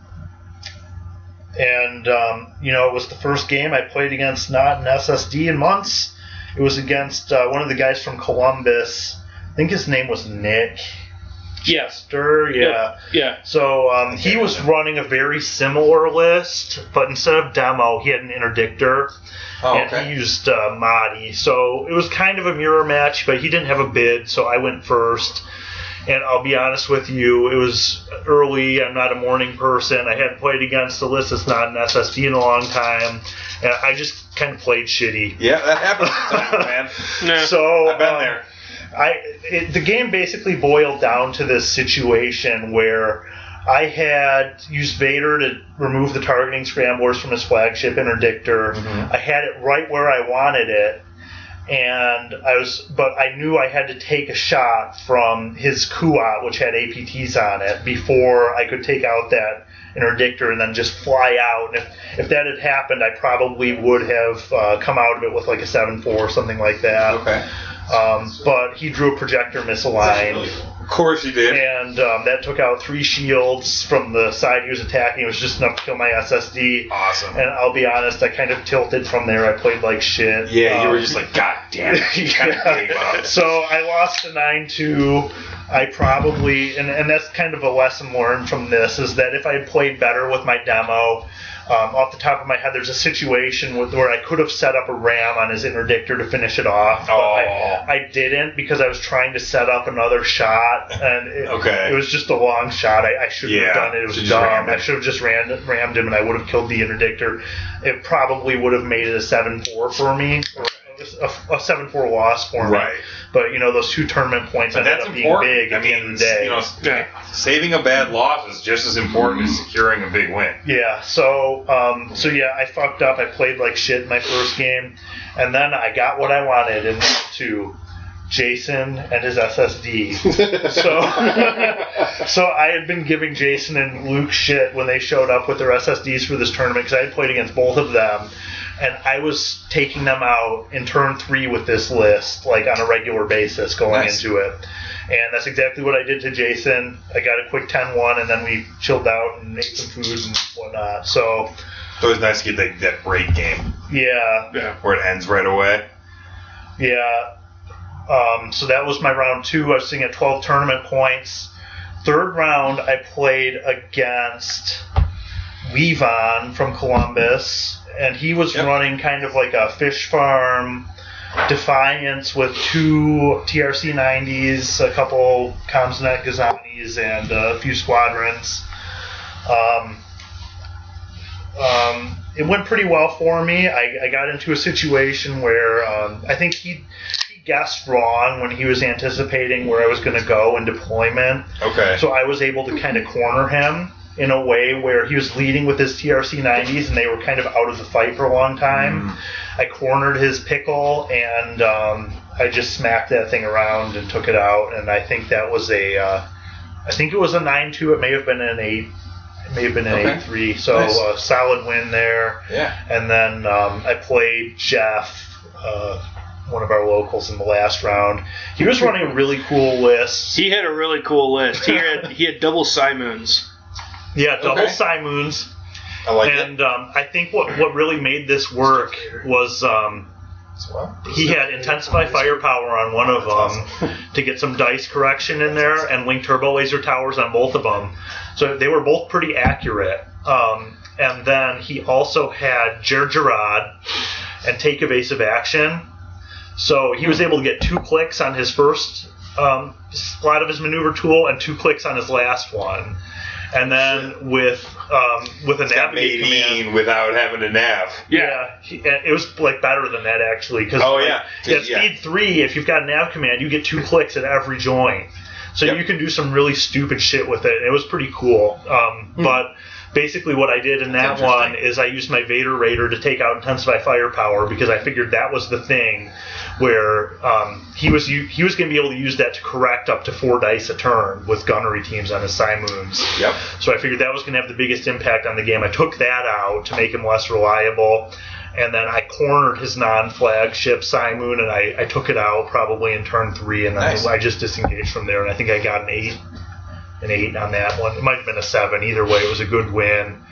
I: and um, you know, it was the first game I played against not an SSD in months, It was against uh, one of the guys from Columbus. I think his name was Nick.
E: Yes.
I: Stir, yeah.
E: Yeah.
I: So um, he was running a very similar list, but instead of demo, he had an interdictor.
C: Oh,
I: and he used uh, Mahdi. So it was kind of a mirror match, but he didn't have a bid, so I went first. And I'll be honest with you, it was early. I'm not a morning person. I hadn't played against the list that's not an SSD in a long time. And I just kind of played shitty.
C: Yeah, that happens sometimes, man. Oh.
I: So um, I've
C: been there.
I: I it, the game basically boiled down to this situation where I had used Vader to remove the targeting scramblers from his flagship interdictor. I had it right where I wanted it, and I was, but I knew I had to take a shot from his Kuat, which had APTs on it, before I could take out that interdictor and then just fly out. And if, if that had happened, I probably would have uh, come out of it with like a 7 4 or something like that. Okay. Um, but he drew a projector misaligned.
C: Of course he did.
I: And um, that took out three shields from the side he was attacking. It was just enough to kill my SSD.
C: Awesome.
I: And I'll be honest, I kind of tilted from there. I played like shit.
C: Yeah, you were
I: Um,
C: just like, God damn it. You kinda gave up.
I: so I lost a nine two. I probably and, and that's kind of a lesson learned from this is that if I had played better with my demo, um, off the top of my head, there's a situation with, where I could have set up a ram on his interdictor to finish it off, but
C: Oh.
I: I, I didn't because I was trying to set up another shot, and it,
C: Okay.
I: it was just a long shot. I, I should have
C: Yeah,
I: done it. It was
C: should've just rammed
I: dumb.
C: it.
I: I should have just ran, rammed him, and I would have killed the interdictor. It probably would have made it a seven four for me, or a, a seven four loss for me.
C: Right.
I: But you know those two tournament points
C: But
I: ended
C: that's
I: up being
C: important.
I: big at the end of the day.
C: You know, saving a bad loss is just as important
I: Mm-hmm.
C: as securing a big win.
I: Yeah. So, um, so yeah, I fucked up. I played like shit in my first game, and then I got what I wanted in two. Jason and his SSD. so, so I had been giving Jason and Luke shit when they showed up with their SSDs for this tournament because I had played against both of them, and I was taking them out in turn three with this list like on a regular basis going
C: Nice.
I: into it. And that's exactly what I did to Jason. I got a quick 10-1, and then we chilled out and ate some food and whatnot. So,
C: It's always nice to get that, that break game
I: yeah,
C: where it ends right away.
I: yeah. Um, so that was my round two. I was sitting at 12 tournament points. Third round, I played against Levon from Columbus, and he was running kind of like a fish farm Defiance with two TRC 90s, a couple Comsnet Gazanis, and uh, a few squadrons. Um, um, it went pretty well for me. I, I got into a situation where um, I think he, he guessed wrong when he was anticipating where I was going to go in deployment.
C: Okay.
I: So I was able to kind of corner him in a way where he was leading with his TRC 90s and they were kind of out of the fight for a long
C: Mm.
I: time. I cornered his pickle and um, I just smacked that thing around and took it out. And I think that was a, uh, I think it was a 9 2. It may have been an 8. It may have been an
C: Okay.
I: 8 3. So
C: Nice.
I: a solid win there.
C: Yeah.
I: And then um, I played Jeff, uh, one of our locals in the last round. He was running a really cool list.
E: He had a really cool list. He had he had double Simons.
I: Yeah, double
E: Okay.
I: Simons.
C: I like
I: and, um, I think what, what really made this work was um, he had intensify firepower on one of them to get some dice correction in there, and link turbo laser towers on both of them. So they were both pretty accurate. Um, and then he also had Jer Gerard and take evasive action. So he was able to get two clicks on his first um, slot of his maneuver tool and two clicks on his last one. And then with um, with a navigate command,
C: Mean without having to nav.
I: yeah, he- and it was like better than that actually. Cause,
C: Oh,
I: like,
C: yeah.
I: yeah,
C: 'Cause, yeah.
I: speed three. If you've got an nav command, you get two clicks at every joint, so you can do some really stupid shit with it. And it was pretty cool. Um, But basically, what I did in that one is I used my Vader Raider to take out intensify firepower because I figured that was the thing where um, he was u- he was going to be able to use that to correct up to four dice a turn with gunnery teams on his Simoons.
C: Yep.
I: So I figured that was going to have the biggest impact on the game. I took that out to make him less reliable, and then I cornered his non-flagship Simoon, and I, I took it out probably in turn three, and
C: Nice.
I: I, I just disengaged from there, and I think I got an eight, an eight on that one. It might have been a seven. Either way, it was a good win.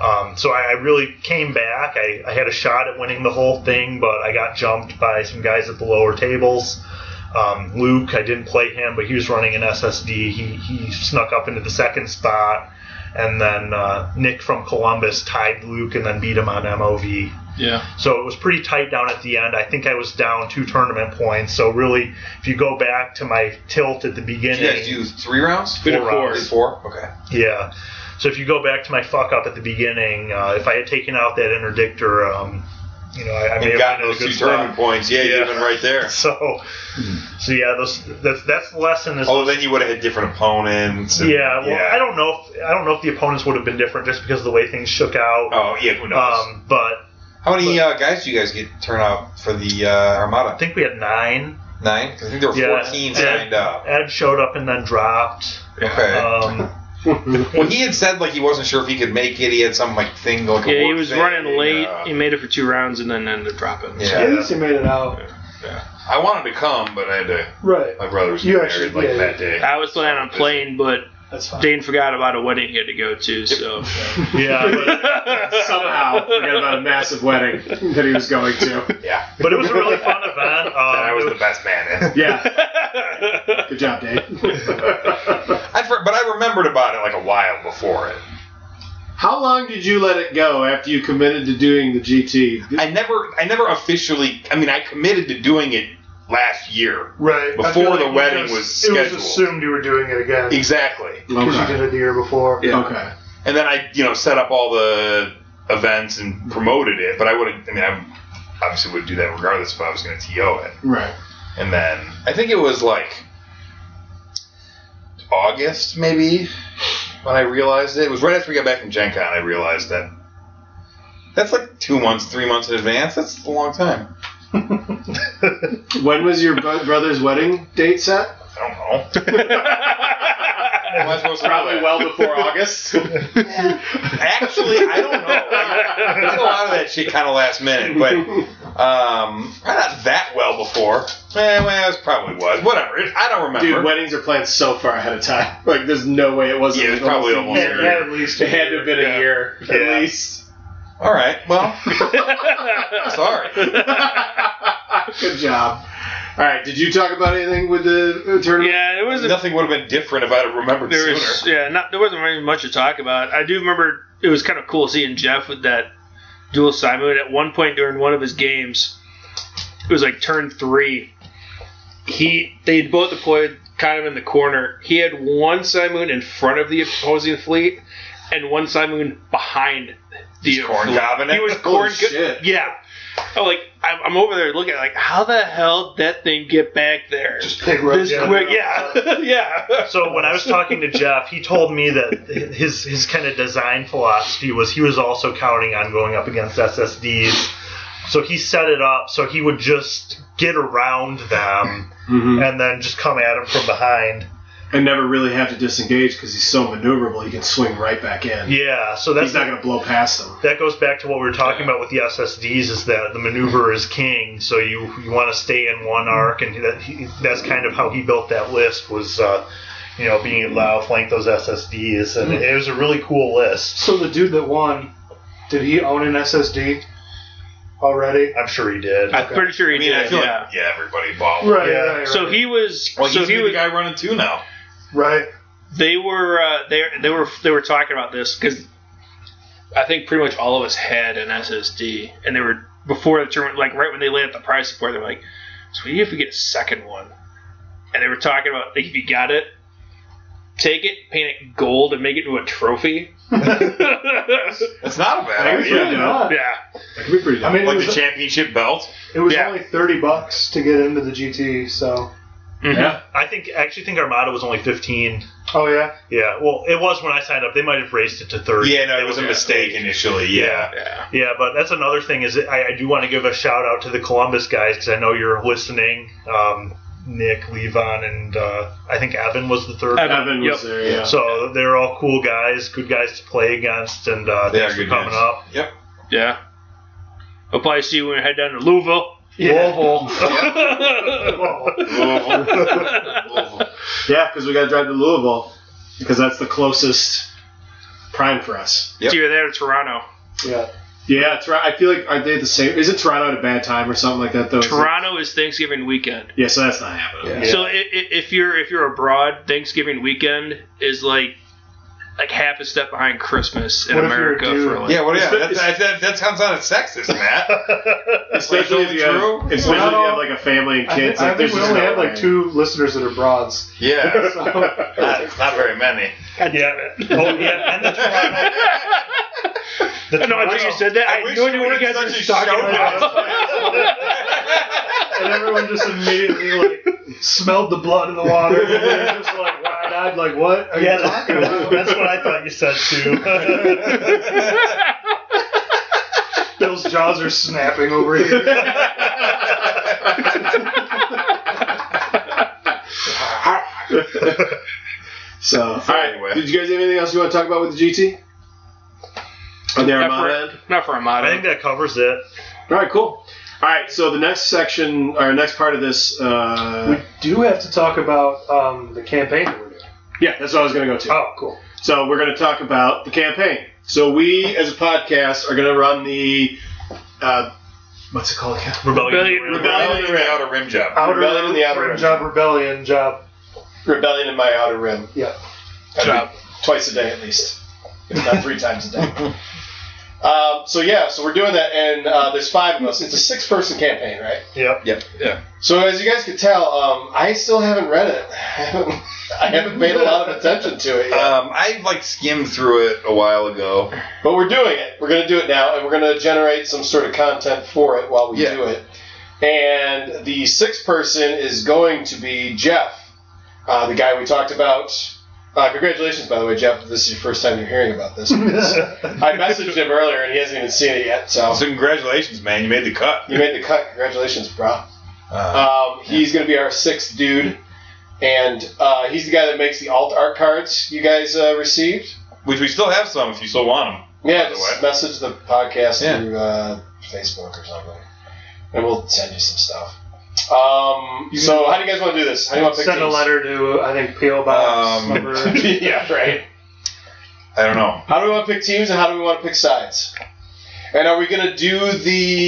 I: Um, so I, I really came back. I, I had a shot at winning the whole thing, but I got jumped by some guys at the lower tables. Um, Luke, I didn't play him, but he was running an SSD. He, he snuck up into the second spot, and then uh, Nick from Columbus tied Luke and then beat him on MOV.
E: Yeah.
I: So it was pretty tight down at the end. I think I was down two tournament points. So really, if you go back to my tilt at the
C: Did
I: beginning,
C: you guys do three rounds?
I: Four rounds.
C: Did four? Okay.
I: Yeah. So if you go back to my fuck up at the beginning, uh, if I had taken out that interdictor, um, you know, I, I
C: and
I: may have
C: gotten
I: been in a
C: those
I: good
C: two
I: spot.
C: tournament points. Yeah, you've been right there.
I: So, so yeah, those that's that's the lesson. Is
C: Oh, then you would have had different opponents. and-
I: yeah, well,
C: yeah.
I: I don't know if I don't know if the opponents would have been different just because of the way things shook out.
C: Oh yeah, who knows?
I: Um, but
C: How many uh, guys do you guys get turn out for the uh, Armada? I
I: think we had nine.
C: Nine? 'Cause I think there were
I: Yeah,
C: 14
I: Ed-
C: signed up.
I: Ed showed up and then dropped.
C: Okay.
I: Um,
C: well, he had said like he wasn't sure if he could make it. He had some like thing like a
E: Yeah, he
C: work
E: was
C: thing,
E: running late.
C: uh,
E: He made it for two rounds and then ended up dropping.
C: Yeah. At least
E: he made it out.
C: I wanted to come, but I had to.
E: Right.
C: My brother was
E: You
C: married
E: actually-
C: like
E: yeah,
C: that day.
E: I was planning on playing, but Dane forgot about a wedding he had to go to, so.
I: yeah.
B: Somehow forgot about a massive wedding that he was going to.
C: Yeah.
I: But it was a really fun event. Um, I
C: was the best man in.
B: Yeah. Good job, Dave.
C: I for, but I remembered about it like a while before it.
B: How long did you let it go after you committed to doing the GT?
C: I never, I never officially. I mean, I committed to doing it last year.
D: Right. I
C: Before
D: feel
C: the
D: it
C: wedding
D: just-
C: was
D: It
C: scheduled.
D: was assumed you were doing it again.
C: Exactly.
D: Because you did it the year before.
C: Yeah. Okay. And then I, you know, set up all the events and promoted it. But I would have. I mean, I obviously would do that regardless if I was going to TO it.
B: Right.
C: And then I think it was like August, maybe, when I realized it. It was right after we got back from Gen Con, I realized that. That's like two months, three months in advance. That's a long time.
B: When was your bro- brother's wedding date set?
C: I
B: don't know. Probably well before August.
C: Actually, I don't know. There's a lot of that shit kind of last minute, but um, probably not that well before. Eh, well, it probably was. Whatever. It- I don't remember.
B: Dude, weddings are planned so far ahead of time. Like, there's no way it wasn't.
C: Yeah, it was probably almost a year.
B: at least it had to have been a year at least.
C: All right. Well, sorry.
B: Good job. All right. Did you talk about anything with the uh, tournament?
E: Yeah, it was.
C: Nothing would have been different if I'd have remembered
E: There
C: sooner.
E: was, yeah, not, there wasn't really much to talk about. I do remember it was kind of cool seeing Jeff with that dual Simon. At one point during one of his games, it was like turn three. He they both deployed kind of in the corner. He had one Simoon in front of the opposing fleet and one Simoon behind the
C: corn
E: fleet.
C: gobbing it?
E: He was
C: Holy
E: corn go-
C: shit.
E: Yeah. Oh, like I'm, I'm over there looking like how the hell did that thing get back there? Just
D: pick right
E: this
D: down.
E: quick, yeah, yeah.
I: So when I was talking to Jeff, he told me that his his kind of design philosophy was he was also counting on going up against SSDs. So he set it up so he would just get around them
C: Mm-hmm.
I: and then just come at them from behind.
B: And never really have to disengage because he's so maneuverable. He can swing right back in.
I: Yeah, so that's
B: he's not going to blow past them.
I: That goes back to what we were talking about with the SSDs is that the maneuver is king. So you you want to stay in one arc, and that he, that's kind of how he built that list was. Uh, you know, being able to allow flank those SSDs, and
C: Mm-hmm.
I: it was a really cool list.
D: So the dude that won, did he own an SSD already?
I: I'm sure he did.
E: I'm pretty sure he
C: I mean,
E: did.
C: I feel
E: yeah.
C: like yeah, everybody bought.
D: Right, Yeah. right, right.
E: So he was.
C: Well,
E: so
C: he's
E: he
C: the
E: was.
C: guy running two now.
D: Right.
E: They were. Uh, they they were they were talking about this because I think pretty much all of us had an SSD, and they were before the tournament, like right when they landed the prize support, they're like, "Sweet, if we get a second one," and they were talking about if you got it, take it, paint it gold, and make it into a trophy.
C: That's not a bad
D: That is
C: idea.
D: pretty good.
E: Yeah.
B: That could be pretty
D: I mean, it
C: like
D: was
C: the
D: a-
C: championship belt.
D: It was only thirty bucks to get into the GT. So.
I: Yeah, I think I actually think Armada was only fifteen.
D: Oh yeah.
I: Yeah, well, it was when I signed up. They might have raised it to thirty.
C: Yeah, no, it was a mistake initially. Yeah.
E: yeah,
I: yeah. But that's another thing is that I, I do want to give a shout out to the Columbus guys because I know you're listening. Um, Nick, Levon, and uh, I think Evan was the third.
B: Evan
I: one.
B: was there, yeah.
I: So they're all cool guys, good guys to play against, and uh,
E: They
I: thanks
E: are
I: for
E: good
I: coming
E: guys.
I: up.
C: Yep.
E: Yeah. I'll probably see you when we head down to Louisville.
B: Yeah, because we got to drive to Louisville because that's the closest prime for us.
E: It's either there or Toronto.
D: Yeah.
B: Yeah, Tor- I feel like are they the same? Isn't Toronto at a bad time or something like that though? Is it-
E: Toronto is Thanksgiving weekend.
B: Yeah, so that's not happening.
E: So i- i- if you're if you're abroad, Thanksgiving weekend is like like half a step behind Christmas in
C: What if you're a
E: America for
C: dude?
E: like
C: Yeah, what- yeah, that- that- sounds on its sexist, Matt.
B: especially if you
C: true?
B: have, especially if you have like a family and
D: I think,
B: kids.
D: I
B: like,
D: think
B: there's
D: we
B: just
D: only
B: no
D: have like
B: way.
D: two listeners that are broads.
C: Yeah.
D: So-
C: Not, not very many.
I: yeah. Oh, yeah. And the Toronto.
E: I know after you said that, I, knew you were guys were talking
D: and everyone just immediately like smelled the blood in the water. And they were just like wide-eyed, like what are
I: Yeah,
D: you talking about?
I: That's what I thought you said too.
D: Bill's jaws are snapping over here.
B: So, all right. Did you guys have anything else you want to talk about with the GT? On the Armada end?
E: Not for Armada.
B: I
I: think that covers it.
B: All right, cool. All right, so the next section, or next part of this, uh,
D: Do you have to talk about um, the campaign that we're doing?
B: yeah, that's what I was going to go to.
D: Oh, cool.
B: So we're going to talk about the campaign. So we, as a podcast, are going to run the uh, what's it called? again?
E: Rebellion.
B: Rebellion in the
C: outer rim job.
D: Outer
B: Rebellion in the outer
D: rim
B: rim.
D: job, rebellion job.
B: Rebellion in my outer rim.
D: Yeah.
B: That'd be Twice a day at least, if not three times a day. Um, so yeah, so we're doing that, and uh, there's five of us. It's a six-person campaign, right?
I: Yep.
C: Yep.
B: Yeah. So as you guys can tell, um, I still haven't read it. I haven't, I haven't paid a lot of attention to it. Yet.
C: Um, I like skimmed through it a while ago.
B: But we're doing it. We're going to do it now, and we're going to generate some sort of content for it while we
C: Yeah.
B: do it. And the sixth person is going to be Jeff, uh, the guy we talked about. Uh, congratulations, by the way, Jeff. This is your first time you're hearing about this. I messaged him earlier, and he hasn't even seen it yet. So,
C: Uh, So congratulations, man! You made the cut.
B: you made the cut. Congratulations, bro.
C: Uh,
B: Um, he's going to be our sixth dude, and uh, he's the guy that makes the alt art cards you guys uh, received.
C: which we still have some if you still want them.
B: Yeah,
C: the
B: just message the podcast
C: Yeah.
B: through uh, Facebook or something, and we'll send you some stuff. Um, so, how do you guys want to do this? How do you want to pick
D: Send a
B: teams?
D: letter to I think PO box
C: Um,
D: number.
B: yeah, right.
C: I don't know.
B: How do we want to pick teams, and how do we want to pick sides? And are we gonna do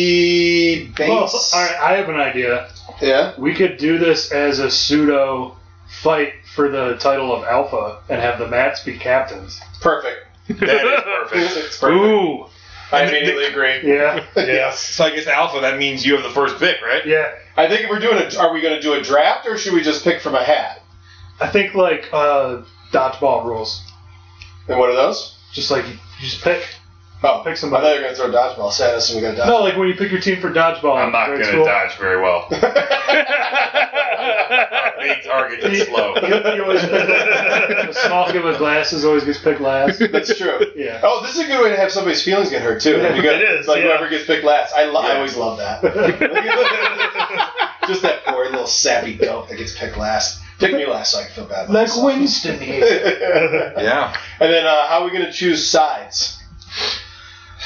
B: the
D: Well,
B: base?
D: Oh, all right, I have an idea.
B: Yeah.
D: We could do this as a pseudo fight for the title of Alpha and have the Mats be captains.
B: Perfect.
C: That is perfect.
B: It's perfect.
E: Ooh.
B: I immediately agree.
D: Yeah,
B: yes.
C: So I guess Alpha, that means you have the first pick, right?
D: yeah.
B: I think if we're doing a, are we gonna do a draft or should we just pick from a hat?
D: I think like uh, dodgeball rules.
B: And what are those?
D: Just like you just pick.
B: Oh,
D: Pick somebody.
B: I thought you were gonna throw dodgeball. Sad, so we got a dodgeball.
D: No, like when you pick your team for dodgeball.
C: I'm not
D: right,
C: gonna
D: school,
C: dodge very well. Big target that's slow.
D: You, you always pick the small kid with glasses always gets picked last.
B: That's true.
D: Yeah.
B: Oh, this is a good way to have somebody's feelings get hurt too. That'd be good.
I: It is,
B: Like
I: yeah.
B: whoever gets picked last. I, lo- I
C: Yeah.
B: always love Oh. that. Just that poor little sappy dope that gets picked last. Pick me last, so I can feel bad. about myself.
D: Winston here.
B: and
C: Yeah.
B: then, uh, how are we gonna choose sides?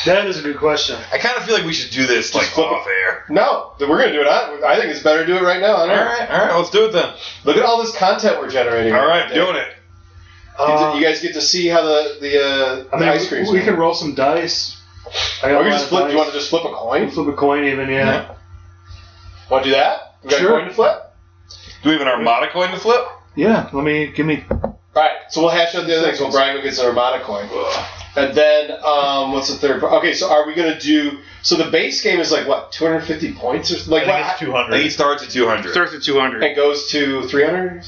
D: That is a good question.
C: I kind of feel like we should do this like
B: flip it.
C: off air.
B: No, th- we're gonna do it. On, I think it's better to do it right now. I
C: All
B: don't know.
C: right, all right, let's do it then.
B: Look at all this content we're generating.
C: All right, doing it.
D: Uh,
B: you guys get to see how the the, uh, the
D: I mean,
B: ice cream.
D: we, we can roll some dice. I
B: Or we can
D: got a lot
B: just
D: of
B: flip.
D: dice.
B: Do you want to just flip a coin?
D: flip a coin even? Yeah.
B: Want to do that? We got
D: Sure.
B: a coin to flip.
C: Do we have an Armada coin to flip?
D: Yeah. Let me give me.
B: All right, so we'll hash out the other things. Well, Brian gets an Armada coin, and then um, what's the third? part? Okay, so are we gonna do? So the base game is like what, 250 points or
I: I
B: like
I: think it's
B: what?
I: two
C: I think it
I: hundred.
C: starts at 200.
E: Starts at 200.
B: And goes to 300.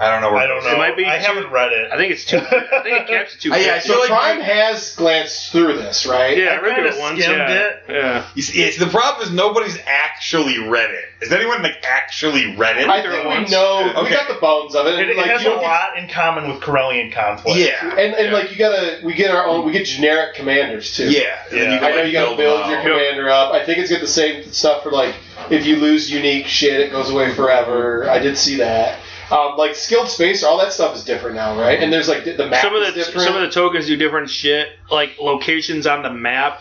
C: I don't know. Where
I: I don't know.
E: It might be
I: I
E: two-
I: haven't read it.
E: I think it's two. I think it caps at
C: Oh, yeah, I
E: 250.
C: feel
B: So
C: like-
B: Prime has glanced through this, right?
E: yeah, I
I: I
E: read
I: kinda
E: it once.
I: skimmed
E: Yeah.
I: it.
E: yeah.
C: You see, it's, the problem is nobody's actually read it. Has anyone like actually read it?
B: I think we know. We
C: Okay.
B: got the bones of it.
I: It,
B: And,
I: it
B: like,
I: has
B: you
I: a
B: don't get-
I: lot in common with Corellian conflict.
C: Yeah.
B: And, and like you gotta, we get our own. We get generic commanders too.
C: Yeah. and then
I: Yeah.
C: you can,
B: I know
C: like,
B: you gotta
C: build
B: build your
C: them out.
B: commander up. I think it's got the same stuff for like if you lose unique shit, it goes away forever. I did see that. Um, like skilled spacer, all that stuff is different now, right? And there's like the- the map
E: Some of
B: is
E: the
B: different.
E: some of the tokens do different shit, like locations on the map.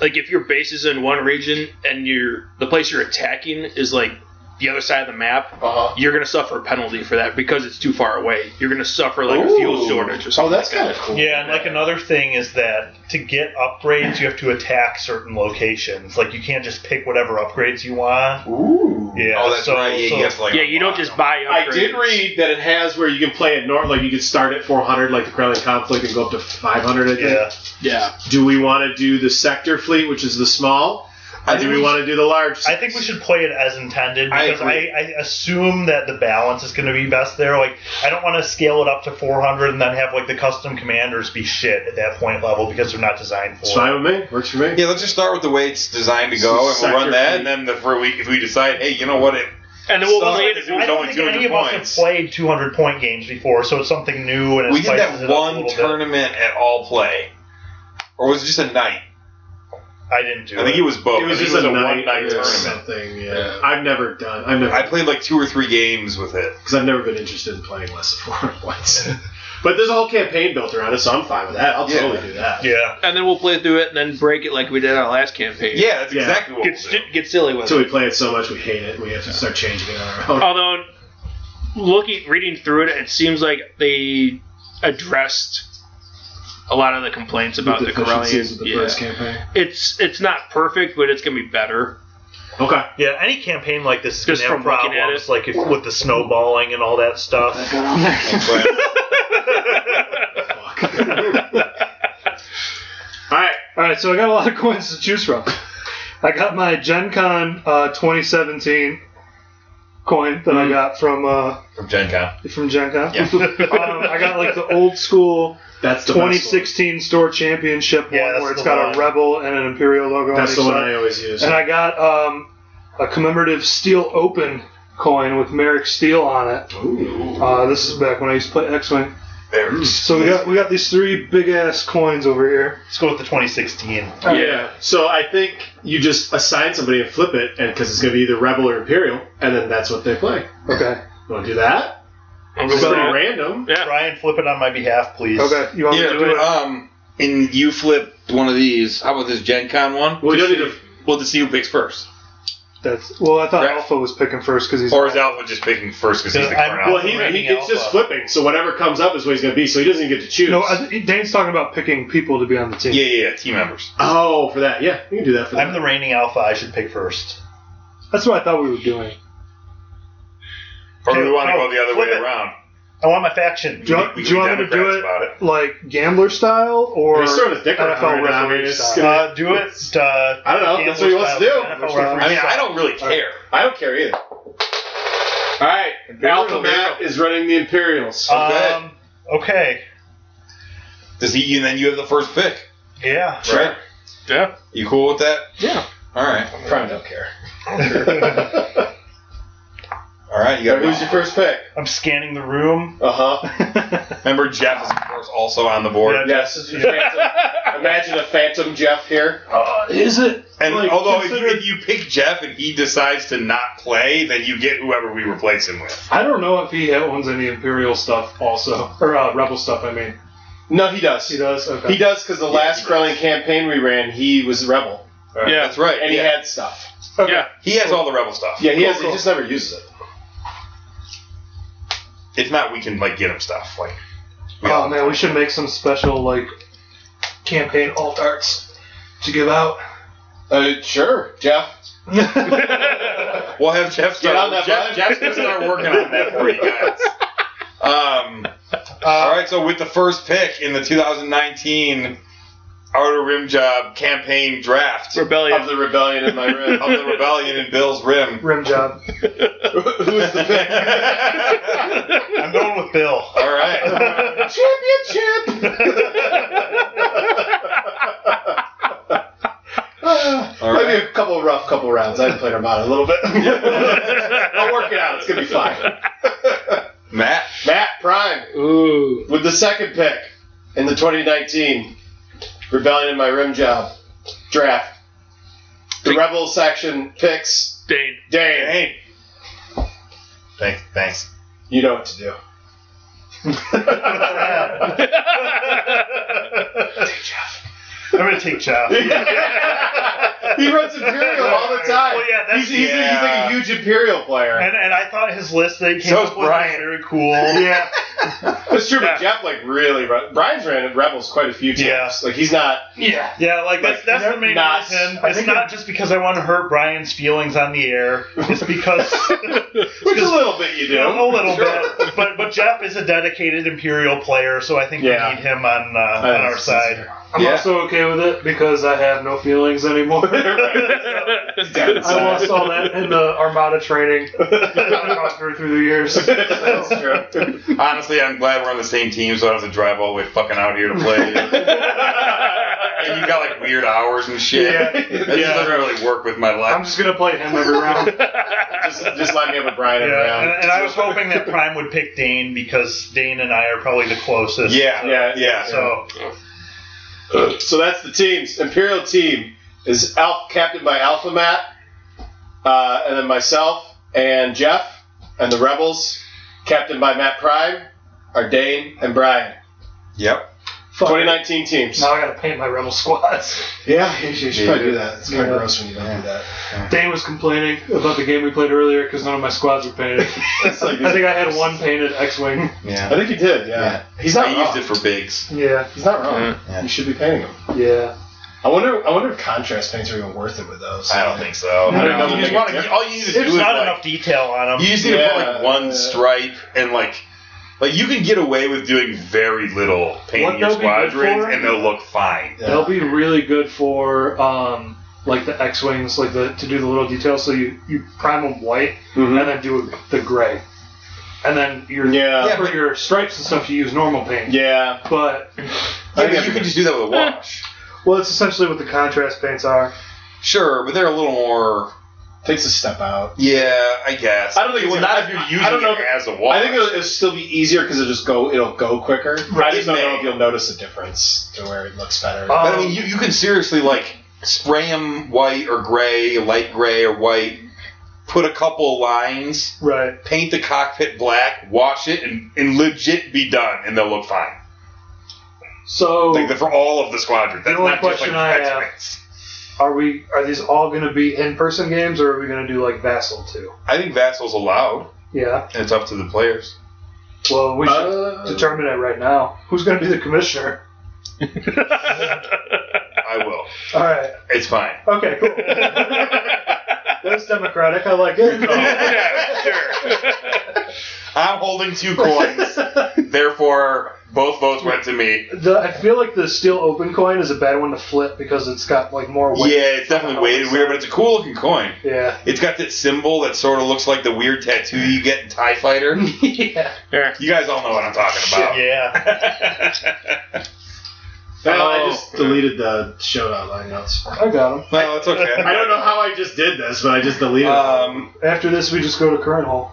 E: Like if your base is in one region and your the place you're attacking is like the other side of the map,
B: Uh-huh.
E: you're going to suffer a penalty for that because it's too far away. You're going to suffer like a fuel shortage
B: Oh,
E: or something. like that.
I: Yeah, and like another thing is that to get upgrades, you have to attack certain locations. Like you can't just pick whatever upgrades you want.
B: Ooh.
I: Yeah.
C: Oh, that's
I: so,
C: right. Yeah,
I: so-
C: you have to, like,
E: Yeah, you don't just buy
B: I did
E: upgrades.
B: read that it has where you can play at normal, like you can start at 400, like the Kremlin conflict, and go up to 500. I think.
I: Yeah.
E: Yeah.
B: Do we want to do the sector fleet, which is the small? Or do we, want to do the large?
I: I think we should play it as intended
B: I
I: because I,
B: agree.
I: I, assume that the balance is going to be best there. Like, I don't want to scale it up to 400 and then have like the custom commanders be shit at that point level because they're not designed for.
B: It's fine with me. Works for me.
C: Yeah, let's just start with the way it's designed to go, and we'll run that, and then the, for we, if we decide, hey, you know what, it
E: and
I: then
C: we'll play it.
I: I don't think any of us have played 200 point games before, so it's something new and it
C: We did
I: spices
C: that
I: it up a
C: one
I: little bit.
C: tournament at all play, or was it just a night?
I: I didn't do.
C: I think
I: it.
C: it was both.
B: It was
C: I think
B: just a
C: one
B: night
C: night
B: or
C: tournament.
B: something, yeah. I've never done. I've never
C: I played like two or three games with it.
B: because I've never been interested in playing less than 400 points. but there's a whole campaign built around it, so I'm fine with that. I'll totally do that.
I: Yeah.
E: And then we'll play through it and then break it like we did our last campaign.
B: Yeah, that's Yeah. exactly what
E: get,
B: we'll
E: sti- get silly with
B: Until
E: it.
B: we play it so much we hate it, we have to start changing it on our own.
E: Although, looking reading through it, it seems like they addressed a lot of the complaints about the
B: deficiencies
E: Corellian.
B: of the
E: yeah.
B: first campaign.
E: It's it's not perfect, but it's gonna be better.
B: Okay.
I: Yeah, any campaign like this is going
E: Just
I: to have
E: from looking
I: problems,
E: at
I: like if, with the snowballing and all that stuff.
B: All right.
D: All right. So I got a lot of coins to choose from. I got my Gen Con uh, 2017 coin that
B: Mm-hmm.
D: I got from uh,
C: From Gen Con.
D: from Gen Con.
C: Yeah.
D: um, I got like the old school
B: That's the best one.
D: 2016 store championship one
B: that's
D: where it's
B: the
D: got
B: one.
D: a rebel and an imperial logo.
B: That's
D: on
B: the one
D: each side.
B: I always use.
D: And I got um, a commemorative steel open coin with Merrick Steel on it. Uh, this is back when I used to play X Wing.
B: Mm.
D: So we got we got these three big ass coins over here.
I: Let's go with the 2016.
B: Yeah. So I think you just assign somebody and flip it, and because it's going to be either Rebel or Imperial, and then that's what they play.
D: Okay.
B: You want to do that?
E: I'm
B: It's pretty random.
I: Try and flip it on my behalf, please.
D: Okay. You
C: yeah, but, um, and you flip one of these. How about this Gen Con one?
B: Well, we don't need to.
C: We'll just see who picks first.
D: That's well. I thought Alpha was picking first because he's
C: Or is Alpha just picking first because he's the current
B: well, he, he, it's just flipping, so whatever comes up is what he's going to be, so he doesn't get to choose.
D: no. I, th- Dane's talking about picking people to be on the team.
C: Yeah, yeah, yeah, team members.
B: Oh, for that, yeah, we can do that for that.
I: I'm the reigning alpha. I should pick first.
D: That's what I thought we were doing.
C: Or do we want to
I: No,
B: Oh,
C: go the other
I: flip
C: way
I: it.
C: around?
I: I want my faction.
D: Do you, want- do you want me to do it, like gambler style or
B: He's throwing his dick around
D: NFL
B: right now, I mean,
D: referee
B: it's gonna-
D: style?
I: Uh, do it. Uh,
B: I don't know. That's what he wants to do. I mean, I
C: don't really care.
B: I don't care either. All right, Alpha Matt is running the Imperials.
I: Okay. Um, okay.
C: Does he? And then you have the first pick,
I: Yeah.
C: right?
E: Yeah.
C: You cool with that?
E: Yeah.
C: All right.
B: Prime don't care. Uh,
C: All right. You
B: Yeah,
C: got
B: who's your first pick?
I: I'm scanning the room.
B: Uh huh.
C: Remember, Jeff is of course also on the board.
B: Yes. this is Phantom. Imagine a Phantom Jeff here.
D: is it?
C: And
B: Like,
C: although if you,
B: consider-
C: if you pick Jeff and he decides to not play, then you get whoever we replace him with.
D: I don't know if he owns any Imperial stuff, also or uh, Rebel stuff. I mean,
B: No, he does.
D: he does. Okay.
B: He does because the last Krellian campaign we ran, he was a rebel.
E: Yeah.
C: That's right.
B: And he
C: yeah.
B: had stuff.
D: Okay.
E: Yeah.
C: He has all the rebel stuff.
B: Yeah, he
D: Cool,
B: has.
D: cool.
B: He just never uses it.
C: If not, we can like get him stuff. Like, we
D: Oh
C: all-
D: man, we should make some special like campaign alt arts to give out.
B: Uh, sure, Jeff.
C: we'll have Jeff
B: Get
C: start.
B: on that
C: Jeff,
B: button.
C: Jeff's gonna start working on that for you guys. Um,
B: Uh,
C: all right. So with the first pick in the 2019 Outer Rim Job campaign draft of
E: Rebellion.
B: Of the rebellion in my room.
C: the Rebellion in Bill's Rim.
D: Rim job.
B: Who's the pick?
I: I'm going with Bill.
C: All right.
B: Championship.
C: All
B: Maybe
C: right.
B: a couple rough couple rounds. I played Armada a little bit. I'll work it out. It's gonna be fine.
C: Matt.
B: Matt Prime
E: Ooh.
B: with the second pick in the 2019 Rebellion in My Rim Job draft. The Rebel section picks
E: Dane.
B: Dane.
C: Hey. Thanks. Thanks.
B: You know what to do.
I: I'm gonna take Jeff.
B: yeah, He runs Imperial all the time.
I: Well, yeah,
B: He's-
I: that's,
B: he's- he's like a huge Imperial player.
I: And, and I thought his list that he came
B: So is
I: up with was
B: Bryant.
I: very cool.
B: Yeah. That's true, but Jeff like really run, Brian's ran at Rebels quite a few times. Like he's not.
I: Yeah, yeah, like that's that's the main
B: not-
I: reason.
B: I
I: It's
B: think
I: not just because I want to hurt Brian's feelings on the air. It's because which
B: a little bit you do.
I: a little
B: Sure.
I: bit. But but Jeff is a dedicated Imperial player, so I think
B: Yeah.
I: we need him on uh, on
B: Oh,
I: our side.
D: I'm also okay with it because I have no feelings anymore. I lost all that in the Armada training. I gone through through the years.
C: Honestly, I'm glad we're on the same team, so I don't have to drive all the way fucking out here to play. and you got like weird hours and shit.
D: Yeah.
C: That just doesn't really work with my life.
D: I'm just gonna play him every round.
B: just, just line me up with Brian every
I: Yeah,
B: round.
I: and, and I was hoping that Prime would pick Dane because Dane and I are probably the closest.
B: Yeah, yeah, yeah.
I: So
B: So that's the teams. Imperial team is Alf, captained by Alpha Matt, uh, and then myself and Jeff, and the Rebels, captained by Matt Prime, are Dane and Brian.
C: Yep.
B: 2019 teams.
D: Now I gotta paint my rebel squads.
B: Yeah, you should, you should probably
D: Yeah.
B: do that. It's kind
D: Yeah.
B: of gross when you don't do that.
D: Dane was complaining about the game we played earlier because none of my squads were painted. I think I had one painted X-wing.
C: Yeah.
B: I think he did. Yeah, he's not
C: I
B: wrong.
C: used it for bigs.
D: Yeah,
B: he's not wrong.
C: Yeah.
B: You should be painting him.
D: Yeah.
B: I wonder. I wonder if contrast paints are even worth it with those.
C: I don't think so.
B: I don't know.
C: You just wanna- all you need to do
I: there's
C: is
I: not
C: like,
I: enough detail on him.
C: You just need to put like one stripe and like like you can get away with doing very little
D: What
C: painting your
D: they'll be good
C: squadrons
D: for-
C: and they'll look fine.
D: They'll be really good for um, like the X wings, like the to do the little details. So you, you prime them white
B: Mm-hmm.
C: Mm-hmm.
D: and then do the gray, and then your
B: Yeah. Yeah,
D: for your stripes and stuff you use normal paint.
B: Yeah,
D: but
C: I mean, you can just do that with a wash.
D: well, it's essentially what the contrast paints are.
C: Sure, but they're a little more
B: takes a step out.
C: Yeah, I guess.
B: I don't think it's
C: well,
B: gonna-
C: not if you're using
B: I don't know
C: it
B: if-
C: as a wash.
B: I think it'll, it'll still be easier because it'll just go. It'll go quicker. I just don't know if you'll notice the difference to where it looks better.
C: but I mean, you, you can seriously like spray them white or gray, light gray or white. Put a couple lines,
D: right?
C: Paint the cockpit black, wash it, and, and legit be done, and they'll look fine.
D: So
C: like the, for all of the squadron. That's
D: Oh. the only
C: not just like
D: question I have:
C: X-Wing.
D: Are we are these all going to be in person games, or are we going to do like Vassal too?
C: I think Vassal's allowed,
D: Yeah.
C: and it's up to the players.
D: Well, we should determine it right now. Who's going to be the commissioner?
C: I will.
D: All right.
C: It's fine.
D: Okay, cool. That's democratic. I like it.
C: I'm holding two coins, therefore both votes went to me.
D: The, I feel like the steel open coin is a bad one to flip because it's got like more weight.
C: Yeah, it's definitely weighted weird, but it's a cool looking coin.
D: Yeah.
C: It's got that symbol that sort of looks like the weird tattoo you get in Tie Fighter.
D: yeah.
C: You guys all know what I'm talking about.
I: Yeah.
B: Well, I just deleted the show outline notes.
D: I got him.
C: Well, it's okay.
B: I don't know how I just did this, but I just deleted.
C: Um,
D: After this, we just go to current hole.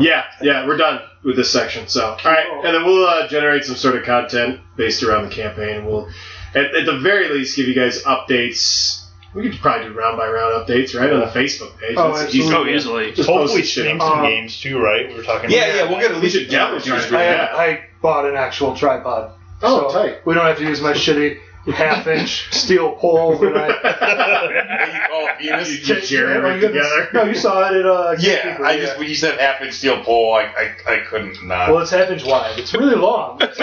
B: yeah, yeah, we're done with this section. So, all right,
D: Oh.
B: and then we'll uh, generate some sort of content based around the campaign. and We'll, at, at the very least, give you guys updates. We could probably do round by round updates, right, on the Facebook page.
I: Oh,
B: That's the easy
I: absolutely.
B: way.
I: Oh, easily.
B: Just
I: Hopefully
B: post shit
I: stream
B: up.
I: some games too, right? We were talking. about
C: yeah, we'll get at least
B: We should definitely try
D: I,
B: it.
D: I bought an actual tripod.
B: Oh, tight.
D: We don't have to use my shitty half inch steel pole that I.
C: you call it penis?
B: You, jam it together.
D: No, you saw it at uh,
C: Yeah,
D: Gatekeeper,
C: I just when you said half inch steel pole, I I, I couldn't not.
D: Well, it's half inch wide. It's really long. It's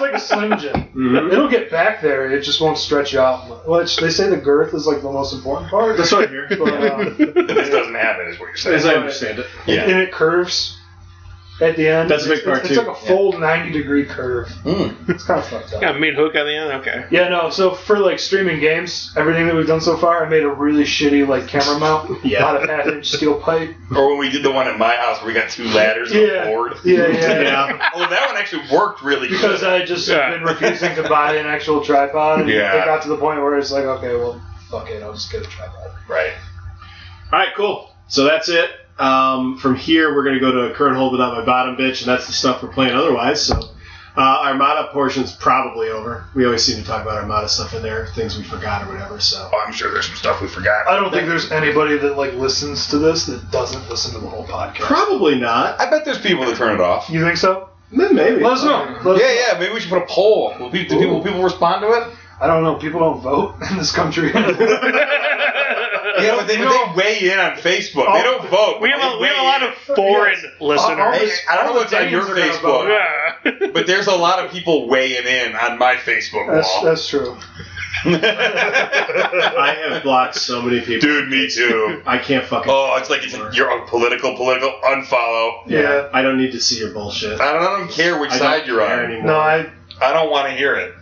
D: like a slim jim.
B: Mm-hmm. Hmm?
D: It'll get back there. It just won't stretch you out. Which they say the girth is like the most important part.
B: That's what I hear.
D: But, uh,
C: this doesn't happen, is what you're saying.
B: As I understand it.
C: Yeah.
D: And it curves at the end.
B: That's a big
D: It's-
B: part,
D: It's
B: too.
D: like a full ninety degree curve.
C: Hmm.
D: It's kind of fucked up.
E: Got a mean hook on the end. Okay.
D: Yeah, no. So for like streaming games, everything that we've done so far, I made a really shitty like camera mount
C: Yeah.
D: out of half inch steel pipe.
C: Or when we did the one at my house where we got two ladders and
D: Yeah.
C: a board.
D: Yeah, yeah,
B: yeah.
C: Although that one actually worked really good.
D: Because uh, I just been refusing to buy an actual tripod, and
C: Yeah.
D: it got to the point where it's like, okay, well, fuck it, I'll just get a tripod.
C: Right.
B: All right, cool. So that's it. Um, from here, we're going to go to current hold but not my bottom bitch, and that's the stuff we're playing otherwise. So uh, Armada portion's probably over. We always seem to talk about Armada stuff in there, things we forgot or whatever. So
C: Oh, I'm sure there's some stuff we forgot.
D: I don't think there's anybody that like listens to this that doesn't listen to the whole podcast.
B: Probably not.
C: I bet there's people that turn it off.
D: You think so?
B: Maybe.
D: Let us know. Let us
C: Yeah,
D: know.
C: yeah. Maybe we should put a poll. Will people, do people, will people respond to it?
D: I don't know. People don't vote in this country.
C: Yeah, but they, but they weigh in on Facebook. they don't vote.
E: We have
C: but
E: a-
C: they
E: we have a
C: weigh
E: lot
C: in.
E: of foreign Yes. listeners. All- all the-
C: I don't know what's on your
E: Danes are gonna
C: Facebook,
E: vote.
C: but there's a lot of people weighing in on my Facebook
D: That's
C: wall.
D: that's true.
B: I have blocked so many people.
C: Dude, me too.
B: I can't fucking.
C: Oh, it's like it's like you're a political, political unfollow.
B: Yeah, I don't need to see your bullshit.
C: I don't, I don't care which
B: I don't
C: side you're
B: care
C: on.
B: anymore.
D: No, I
C: I don't want to hear it.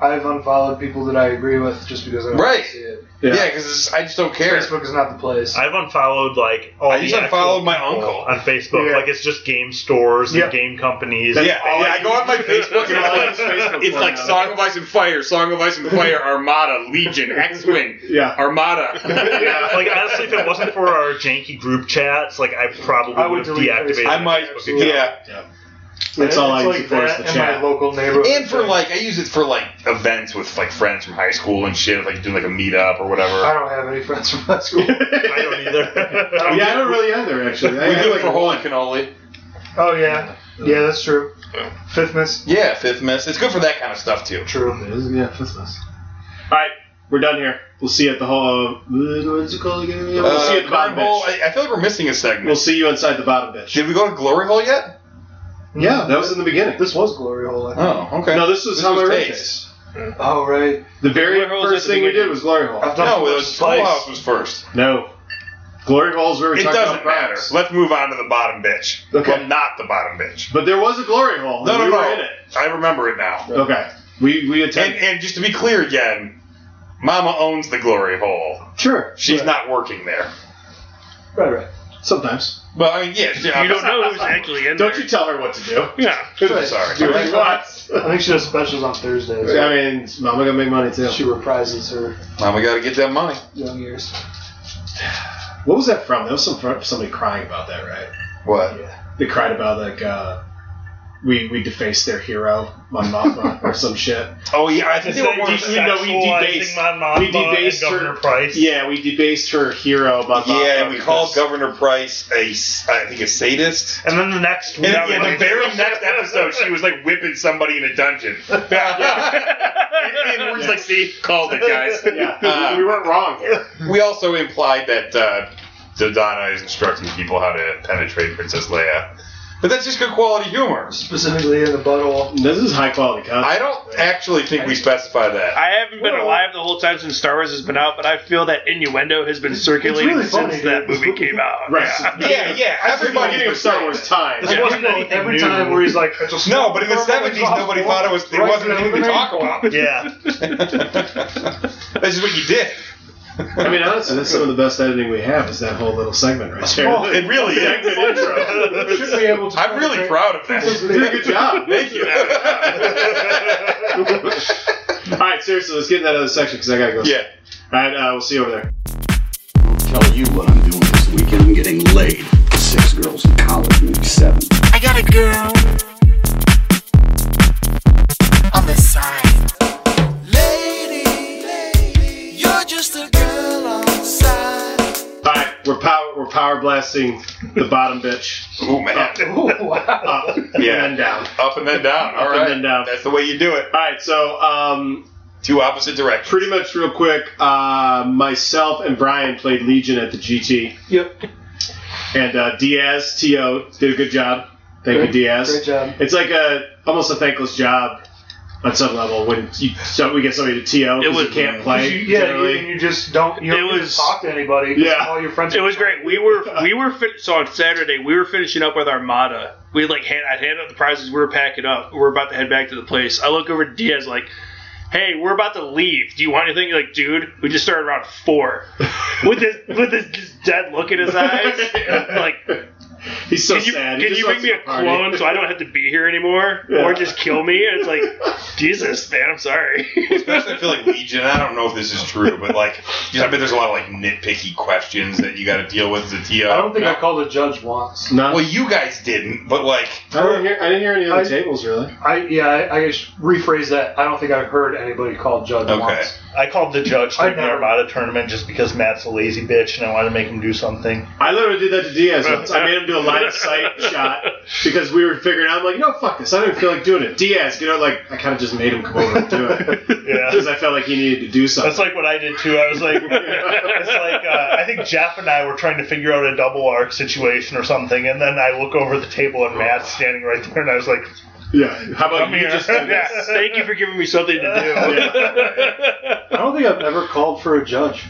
D: I've unfollowed people that I agree with just because I don't
C: Right.
D: see it.
C: Yeah, because I just don't care.
D: Facebook is not the place.
I: I've unfollowed like all
D: I
I: the
D: just
I: actual
D: unfollowed my
I: people
D: uncle.
I: on Facebook.
D: Yeah.
I: Like it's just game stores
D: Yeah.
I: and game companies.
C: yeah, yeah, I go on my Facebook and it's like, it's like Song of Ice and Fire, Song of Ice and Fire, Armada, Legion, X-Wing,
I: Yeah.
C: Armada.
I: like honestly, if it wasn't for our janky group chats, like I probably
C: I
I: would
C: would
I: have
C: delete
I: deactivated.
C: Facebook. I might, yeah.
I: That's all I use for is the chat.
C: And for like, I use it for like events with like friends from high school and shit, like doing like a meetup or whatever.
D: I don't have any friends from high school.
E: Oh,
B: yeah, I don't really either actually. I
C: we
B: have,
C: do it
B: like,
C: for Holy Cannoli.
D: Oh yeah, yeah, that's true. Fifth miss.
C: Yeah, fifth miss. It's good for that kind of stuff too.
D: True.
B: It is, yeah, that's nice. All right, we're done here. We'll see you at the hall. Uh, what's it called again? We'll
C: Uh,
B: see you at the bottom
C: Carnival,
B: bitch.
C: I, I feel like we're missing a segment.
B: We'll see you inside the bottom bitch.
C: Did we go to Glory Hole yet?
B: Yeah, that was in the beginning.
D: This was glory hole. I think.
C: Oh, okay.
B: No, this was
C: This
B: how
C: was
B: my room
C: taste.
B: tastes.
D: Oh right.
B: The very
D: Glory Hole's
B: first
D: at the
B: thing we
D: beginning.
B: did was glory hole.
D: I've done
C: No, it was Full House was first.
B: No, glory hole is where we
C: It
B: talked about
C: doesn't matter.
B: props.
C: Let's move on to the bottom bitch.
B: Okay.
C: Well, not the bottom bitch.
B: But there was a glory hole.
C: No,
B: and
C: no,
B: we
C: no.
B: were in it.
C: I remember it now.
B: Okay. We we
C: attend. And, and just to be clear again, Mama owns the glory hole.
B: Sure.
C: She's not working there.
D: Right, right.
B: Sometimes.
C: Well, I mean, yeah.
E: You don't know who's actually in
B: Don't you tell her what to do.
E: Yeah.
B: I'm sorry. Do what she wants.
D: I think she does specials on Thursdays.
B: I mean, Mama gonna make money too.
D: She reprises her
C: Mama got to get that money.
D: young years.
B: What was that from? That was some from somebody crying about that, right?
C: What?
B: They cried about like uh, we we defaced their hero, Mon Mothma, or some shit.
C: Oh yeah, I think
B: Is
C: they were
B: that
C: more
B: de-
C: sexual,
B: you know, we
C: I think,
B: debased,
C: Mon Mothma
B: we debased
C: and
B: her,
C: Governor Price.
B: Yeah, we debased her hero, Mon Mothma.
C: Yeah, we
B: because-
C: called Governor Price a, s- I think, a sadist.
I: And then the next,
C: and, yeah, the very next episode, she was like whipping somebody in a dungeon. and, and we're just like, see, called it, guys.
B: Yeah. we weren't wrong here.
C: Uh, We also implied that uh, Dodonna is instructing people how to penetrate Princess Leia, but that's just good quality humor.
D: Specifically in the butthole.
B: This is high quality content.
C: I don't actually think we specify that.
E: I haven't been alive the whole time since Star Wars has been out, but I feel that innuendo has been circulating
D: really funny,
E: since that movie came out.
B: Right.
C: Yeah, yeah. Everybody
B: beginning of Star Wars time.
D: This wasn't anything Every time where he's like, I just
C: No, but in the seventies, nobody thought it was. It wasn't anything to
D: eliminate.
C: talk about.
I: Yeah.
C: That's just what you did.
B: I mean, honestly, that's some of the best editing we have is that whole little segment right there.
C: Well, it really is.
B: Should be able to
C: I'm really proud of that.
B: You did a good job.
C: Thank you.
B: All right, seriously, let's get in that other section because I gotta go.
C: Yeah.
B: All right, uh, we'll see you over there.
M: Tell you what I'm doing this weekend. I'm getting laid. Six girls in college, maybe seven.
N: I got a girl on the side. Lady, you're just a girl on the side.
B: All right, we're power we're power blasting the bottom bitch.
C: Oh man.
B: Up,
E: Uh,
B: up and
C: Yeah.
B: then down.
C: Up and then down. All
B: Up
C: right.
B: and then down.
C: That's the way you do it.
B: All right, so um,
C: two opposite directions.
B: Pretty much, real quick. Uh, myself and Brian played Legion at the GT.
D: Yep.
B: And uh, Diaz To did a good job. Thank
D: Great-
B: you, Diaz.
D: great job.
B: It's like a almost a thankless job on some level when you so we get somebody to To
E: It
B: because
E: was-
B: you can't play.
D: You, yeah, you,
B: generally.
D: and you just don't. You
E: It
D: don't even
E: was-
D: talk to anybody. 'cause
B: Yeah.
D: All your friends.
E: It was great. We were we were fin- so on Saturday we were finishing up with Armada. We like hand, I'd hand out the prizes. We were packing up. We were about to head back to the place. I look over at Diaz like, "Hey, we're about to leave. Do you want anything?" Like, dude, we just started around four with this with this just dead look in his eyes. Like,
B: he's so
E: can you,
B: sad. He
E: Can
B: just
E: you make
B: wants
E: me
B: to
E: a
B: party."
E: clone so I don't have to be here anymore,
B: Yeah.
E: or just kill me? And it's like, Jesus, man, I'm sorry.
C: Especially I feel like Legion. I don't know if this is true, but like, you know, I bet there's a lot of like nitpicky questions that you got to deal with as a TO.
D: I don't think I called a judge once.
C: Well, you guys didn't, but like,
B: I didn't hear. I didn't hear any other
D: I-
B: tables really.
D: I yeah. I, I guess rephrase that. I don't think I've heard anybody called judge once.
I: I called the judge
D: I
I: during the
D: never-
I: Armada tournament just because Matt's a lazy bitch and I wanted to make him do something.
B: I literally did that to Diaz. once. I made him do a line line of sight shot because we were figuring out. I'm like, no, fuck this. I don't even feel like doing it. Diaz, you know, like I kind of just made him come over and do it because I felt like he needed to do something.
I: That's like what I did too. I was like, it's like uh, I think Jeff and I were trying to figure out a double arc situation or something, and then I look over the table and Matt's standing right there, and I was like,
B: Yeah, how about
I: Come
B: you
I: here.
B: just do this?
I: Yeah.
E: Thank you for giving me something to do.
O: I don't think I've ever called for a judge.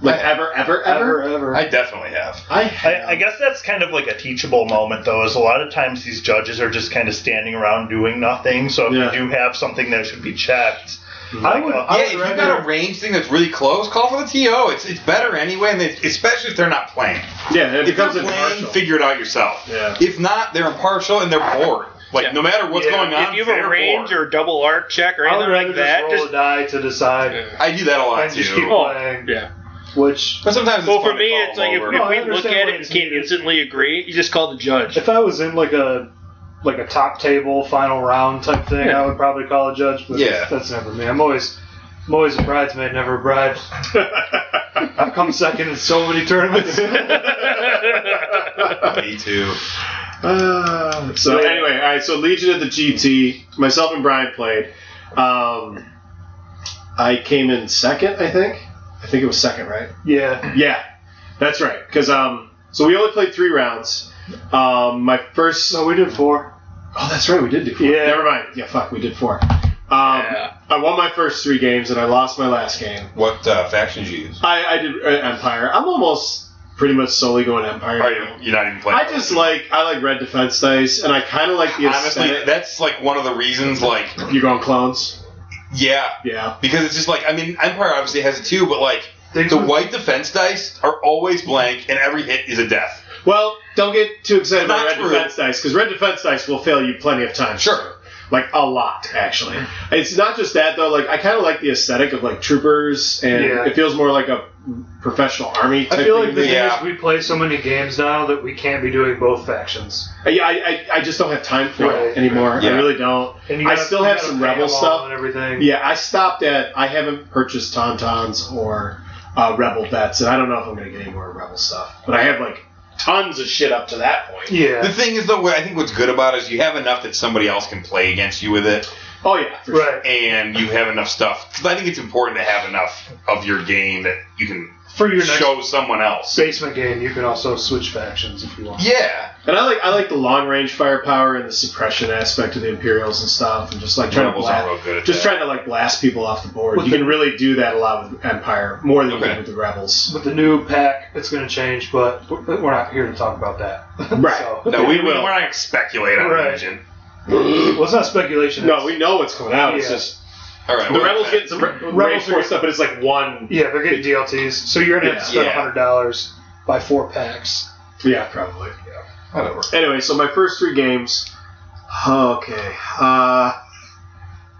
B: Like ever, ever,
O: ever, ever.
I: I
C: definitely have.
B: I,
I: I, guess that's kind of like a teachable moment, though, is a lot of times these judges are just kind of standing around doing nothing. So if you do have something that should be checked, uh,
C: I would, yeah, if you got a range thing that's really close, call for the TO. It's it's better anyway, and it's, especially if they're not playing.
B: Yeah, it
C: if
B: becomes
C: they're playing, figure it out yourself.
B: Yeah.
C: If not, they're impartial and they're bored. Like no matter what's going on,
E: if you have a
C: they're
E: range or a double arc check or
D: I would
E: anything
D: rather
E: like that,
D: just roll
E: just
D: a die to decide.
C: I do that a lot
D: and Just
C: too.
D: keep
E: Oh,
D: playing.
E: Yeah.
D: Which.
C: But sometimes
E: well, for me, it's like if,
D: over.
E: if
D: No, I
E: we look
D: understand why
E: at it and can't instantly agree, you just call the judge.
D: If I was in like a like a top table final round type thing,
E: Yeah.
D: I would probably call a judge. But
E: Yeah.
D: that's never me. I'm always I'm always a bridesmaid, never a bride. I've come second in so many tournaments.
C: Me too.
B: Uh, so anyway, all right. So Legion of the GT, myself and Brian played. Um, I came in second, I think. I think it was second, right?
D: yeah.
B: Yeah, that's right. Because um, so we only played three rounds. Um, my first. No,
D: we did four.
B: Oh, that's right. We did do four.
D: Yeah.
B: Never mind. Yeah, fuck. We did four. Um, I won my first three games and I lost my last game.
C: What uh, factions you use?
B: I, I did uh, Empire. I'm almost pretty much solely going Empire.
C: Are you? You're not even playing.
B: I just like I like red defense dice, and I kind of like the
C: Honestly,
B: aesthetic.
C: that's like one of the reasons. Like
B: you're going clones.
C: Yeah.
B: Yeah.
C: Because it's just like I mean, Empire obviously has it too, but like the white defense dice are always blank, and every hit is a death.
B: Well, don't get too excited
C: It's
B: about
C: not
B: red
C: true.
B: defense dice because red defense dice will fail you plenty of times. Sure, like a lot actually. It's not just that though. Like I kind of like the aesthetic of like troopers, and
D: Yeah.
B: it feels more like a professional army. Type
D: I feel like the
B: thing.
D: thing is we play so many games now that we can't be doing both factions.
B: Yeah, I, I, I just don't have time for
D: Right.
B: it anymore.
D: Yeah.
B: I really don't.
D: And you
B: I
D: gotta-
B: still
D: you
B: have
D: gotta
B: some
D: pay
B: rebel
D: them all
B: stuff
D: and everything.
B: Yeah, I stopped at. I haven't purchased Tauntauns or uh, Rebel Vets, and I don't know if I'm going to get any more Rebel stuff. But I have like tons of shit up to that point.
C: The thing is, though, what I think what's good about it is you have enough that somebody else can play against you with it.
B: Oh yeah,
D: right.
C: And you have enough stuff because I think it's important to have enough of your game that you can
D: For your next-
C: show someone else.
D: Basement game, you can also switch factions if you want.
C: Yeah.
B: And I like I like the long range firepower and the suppression aspect of the Imperials and stuff, and just like trying
C: Rebels
B: to
C: aren't
B: blast,
C: real good at
B: just
C: that.
B: trying to like blast people off the board.
D: With
B: you
D: the-
B: can really do that a lot with Empire more than you can with the Rebels.
D: With the new pack, it's going to change, but we're not here to talk about that.
B: Right.
C: No, we, we, we're not gonna speculate on
D: Right.
C: Legion.
D: well, it's not speculation.
B: No, we know what's going out. It's
D: Yeah.
B: just
C: all right.
B: The Rebels get some Rebels
D: Rebels are-
B: force stuff, but it's like one.
D: Yeah, they're getting DLTs, so you're going to have to
B: Yeah.
D: spend $100 buy four packs.
B: Yeah, probably. Whatever. Anyway, so my first three games. Okay. Uh,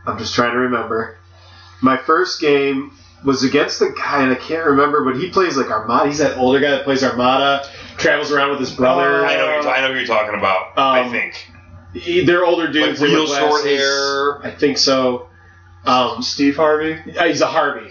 B: I'm just trying to remember. My first game was against the guy, and I can't remember, but he plays like Armada. He's that older guy that plays Armada, travels around with his brother.
C: Oh, I know what you're, I know who you're talking about. I
B: Um,
C: think.
B: He- they're older dudes.
C: Like
B: they wear
C: real short
B: glasses.
C: hair.
B: I think so. Um,
D: Steve Harvey?
B: Yeah, he's a Harvey.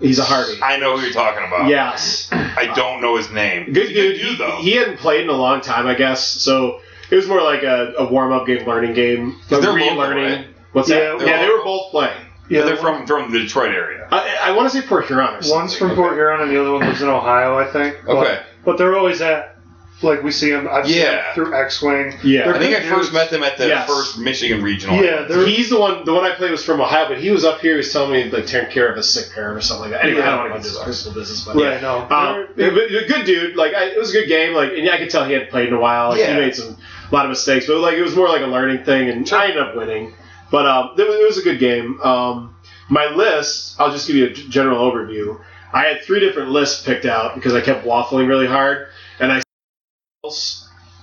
B: He's a Harvey.
C: I know who you're talking about.
B: Yes.
C: I don't know his name.
B: Good dude. He- He, hadn't played in a long time, I guess. So it was more like a, a warm up game, learning game.
C: They're local,
B: relearning.
C: right?
B: What's
C: Yeah,
B: that?
C: they're
B: yeah, they
C: local.
B: were both playing.
C: Yeah, they're from from the Detroit area.
B: I, I want to say Port Huron or something.
D: One's from Port Huron and the other one lives in Ohio, I think. But,
C: Okay.
D: But they're always at, like, we see them, I've seen
C: Yeah.
D: them through X Wing.
C: I think I first met them at the first Michigan regional.
B: he's the one. The one I played was from Ohio, but he was up here. He was telling me like taking care of a sick parent or something like that. Anyway,
D: Yeah.
B: I don't want to get into personal business, but
D: Right, no.
B: Um, but- but good dude. Like I, it was a good game. Like and I could tell he hadn't played in a while. Like,
D: Yeah.
B: He made some a lot of mistakes, but like it was more like a learning thing, and I ended up winning. But um, it, was, it was a good game. Um, my list. I'll just give you a g- general overview. I had three different lists picked out because I kept waffling really hard, and I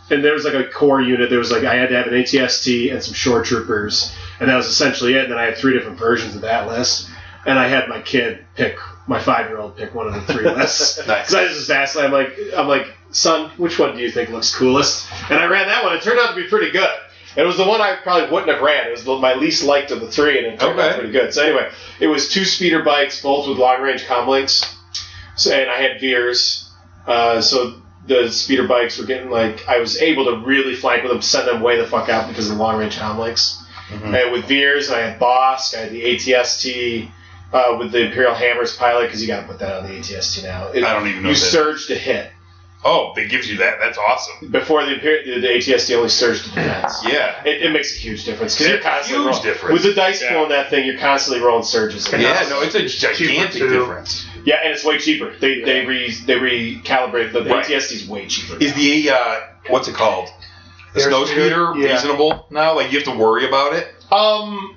B: and there was like a core unit. There was like I had to have an ATST and some shore troopers, and that was essentially it. And then I had three different versions of that list, and I had my kid pick my five year old pick one of the three lists because I just asked. him, I'm like, I'm like, son, which one do you think looks coolest? And I ran that one. It turned out to be pretty good. It was the one I probably wouldn't have ran. It was the, my least liked of the three, and it turned out pretty good. So anyway, it was two speeder bikes, both with long range comlinks. So, and I had Veers. Uh, so the speeder bikes were getting like I was able to really flank with them, send them way the fuck out because of the long range Homlics.
C: Mm-hmm.
B: I had with Veers, I had Bosk, I had the ATST uh, with the Imperial Hammers pilot because you got to put that on the ATST now. It-
C: I don't even know
B: You
C: that.
B: surge to hit.
C: Oh, it gives you that. That's awesome.
B: Before the Imper- the, the ATST only surged to defense.
C: Yeah.
B: It, it makes a huge difference because
C: It's
B: you're
C: a
B: constantly
C: huge
B: rolling-
C: difference.
B: with the dice pool in that thing. You're constantly rolling surges.
C: Yeah, no, it's a gigantic
B: Cheaper, too.
C: difference.
B: Yeah, and it's way cheaper. They they re they recalibrate the, the
C: Right.
B: ATST's way cheaper.
C: Is the uh, what's it called? The
B: Air
C: snow speeder
B: speeder? Yeah.
C: reasonable now? Like you have to worry about it?
B: Um,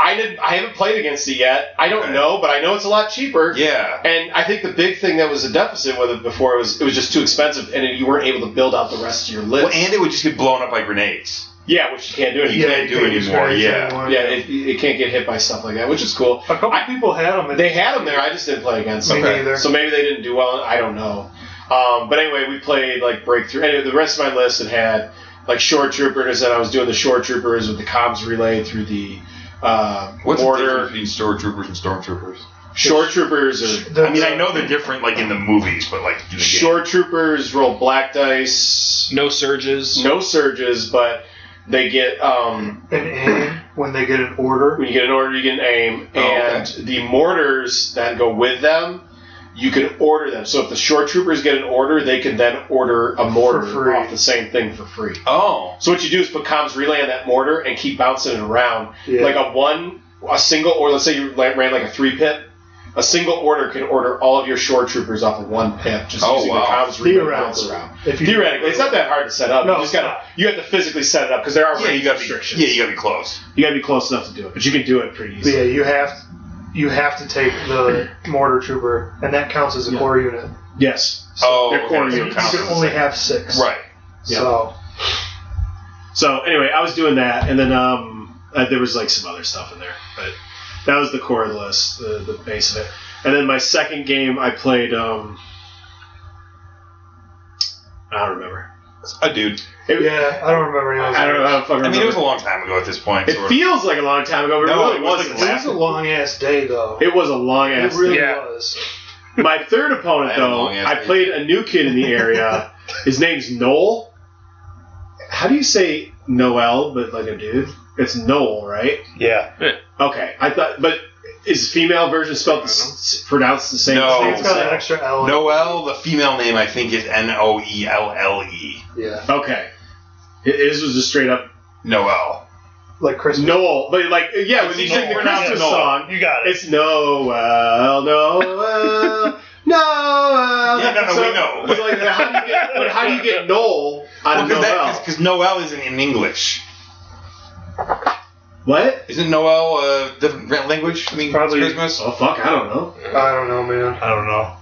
B: I did. I haven't played against it yet. I don't know, but I know it's a lot cheaper.
C: Yeah.
B: And I think the big thing that was a deficit with it before was it was just too expensive, and you weren't able to build out the rest of your list.
C: Well, and it would just get blown up by grenades.
B: yeah, which you can't do anymore.
C: You can't do anymore. Yeah.
B: Yeah, it, it can't get hit by stuff like that, which is cool.
D: A couple people had them.
B: They had them there. I just didn't play against
D: Me
B: them.
D: neither.
B: So maybe they didn't do well. I don't know. Um, but anyway, we played like breakthrough. Anyway, the rest of my list had had like short troopers, and I was doing the short troopers with the comms relay through the uh,
C: What's
B: border.
C: the difference between stormtroopers and stormtroopers?
B: Short troopers are.
C: I mean, I know they're different, like in the movies, but like in the game.
B: Short troopers roll black dice.
E: No surges.
B: No surges, but they get um,
D: an aim when they get an order.
B: When you get an order, you get an aim,
D: Oh,
B: and the mortars that go with them, you can order them. So if the short troopers get an order, they can then order a mortar off the same thing for free.
C: Oh,
B: so what you do is put comms relay on that mortar and keep bouncing it around,
D: Yeah.
B: like a one, a single, or let's say you la- ran like a three pip. A single order can order all of your short troopers off of one pip, just
C: Oh,
B: using
C: wow.
B: the comms relay to bounce
D: Theoretically.
B: around.
D: If you-
B: Theoretically, it's not that hard to set up.
D: No,
B: you just gotta you have to physically set it up because there are
C: Yeah, you gotta be-
B: restrictions.
C: yeah, you gotta be close.
B: You gotta be close enough to do it, but you can do it pretty
D: But yeah, you have you have to take the mortar trooper, and that counts as a core unit.
B: Yes.
C: oh,
B: they're core
D: And
B: unit
D: you
B: counts
D: can
B: as a
D: only
B: second.
D: have six.
C: Right.
D: So
P: So anyway, I was doing that, and then um, uh, there was like some other stuff in there, but that was the core of the list, the, the base of it. And then my second game, I played. Um, I don't remember.
C: A dude.
D: yeah, I don't remember. any of those
P: I don't know. I don't fucking
C: I mean,
P: remember.
C: it was a long time ago at this point.
P: It
C: so-
P: feels like a long time ago, but
C: No,
P: it really
C: it was
P: wasn't.
C: like
D: It was a long ass day though.
P: It was a long ass.
D: It really
P: day.
D: was.
P: My third opponent,
C: I had a
P: though,
C: long-ass
P: I
C: day.
P: played a new kid in the area. His name's Noel. How do you say Noel, but like a dude? It's Noel, right?
I: Yeah.
P: Okay, I thought, but is female version spelled the, s- pronounced the same?
C: No.
P: It's got an extra-
D: Extra L.
C: Noel, the female name, I think, is N O E L L E.
D: Yeah.
P: Okay, Hi- his was just straight up
C: Noel.
D: Like Christmas.
P: Noel, but like yeah, when
C: It's
P: you sing the
C: Noel.
P: Christmas
C: Noel.
P: song,
I: You got it.
P: it's Noel, Noel, Noel.
C: Yeah, no, no,
P: So
C: we know.
P: It's like, how do you get, but how do you get Noel out of Noel?
C: Because Noel isn't in English.
P: What?
C: Isn't Noel a different language? I mean,
D: Probably-
C: Christmas?
P: Oh fuck, I don't know.
D: I don't know, man.
I: I don't know.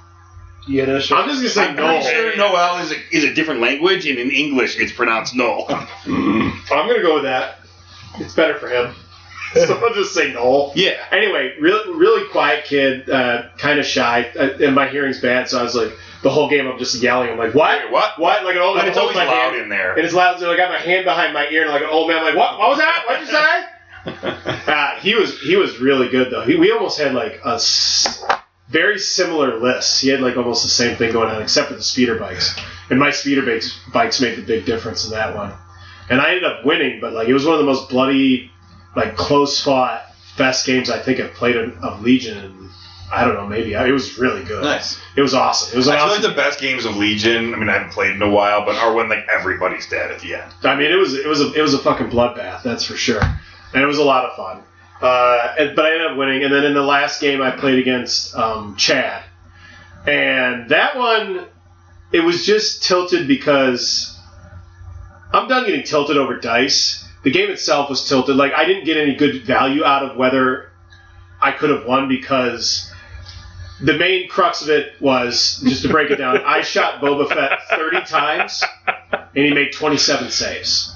D: Yiddish.
P: I'm just gonna say
C: I'm
P: Noel.
C: pretty sure Noel is a, is a different language, and in English, it's pronounced Noel.
P: I'm gonna go with that. It's better for him. so I'll just say Noel.
C: yeah.
P: Anyway, really, really quiet kid, uh, kind of shy, uh, and my hearing's bad, so I was like, the whole game I'm just yelling. I'm like, what?
C: Wait, what?
P: What? Like an old
C: But
P: man
C: it's
P: holds
C: always
P: my
C: loud
P: hand,
C: in there.
P: and it's loud. So I got my hand behind my ear, and like an old man, I'm like, what? What was that? What'd you say? uh, he was he was really good though. He, we almost had like a s- very similar list. He had like almost the same thing going on, except for the speeder bikes. And my speeder bikes bikes made the big difference in that one. And I ended up winning, but like it was one of the most bloody, like close fought, best games I think I've played in, of Legion. in I don't know, maybe it was really good.
C: Nice.
P: It was awesome. It was an
C: I feel
P: awesome
C: like the best games of Legion. I mean, I haven't played in a while, but are when like everybody's dead at the end.
P: I mean, it was it was a it was a fucking bloodbath, that's for sure, and it was a lot of fun. Uh, and- but I ended up winning, and then in the last game I played against um, Chad, and that one, it was just tilted because I'm done getting tilted over dice. The game itself was tilted. Like I didn't get any good value out of whether I could have won because the main crux of it was just to break it down. I shot Boba Fett 30 times and he made 27 saves.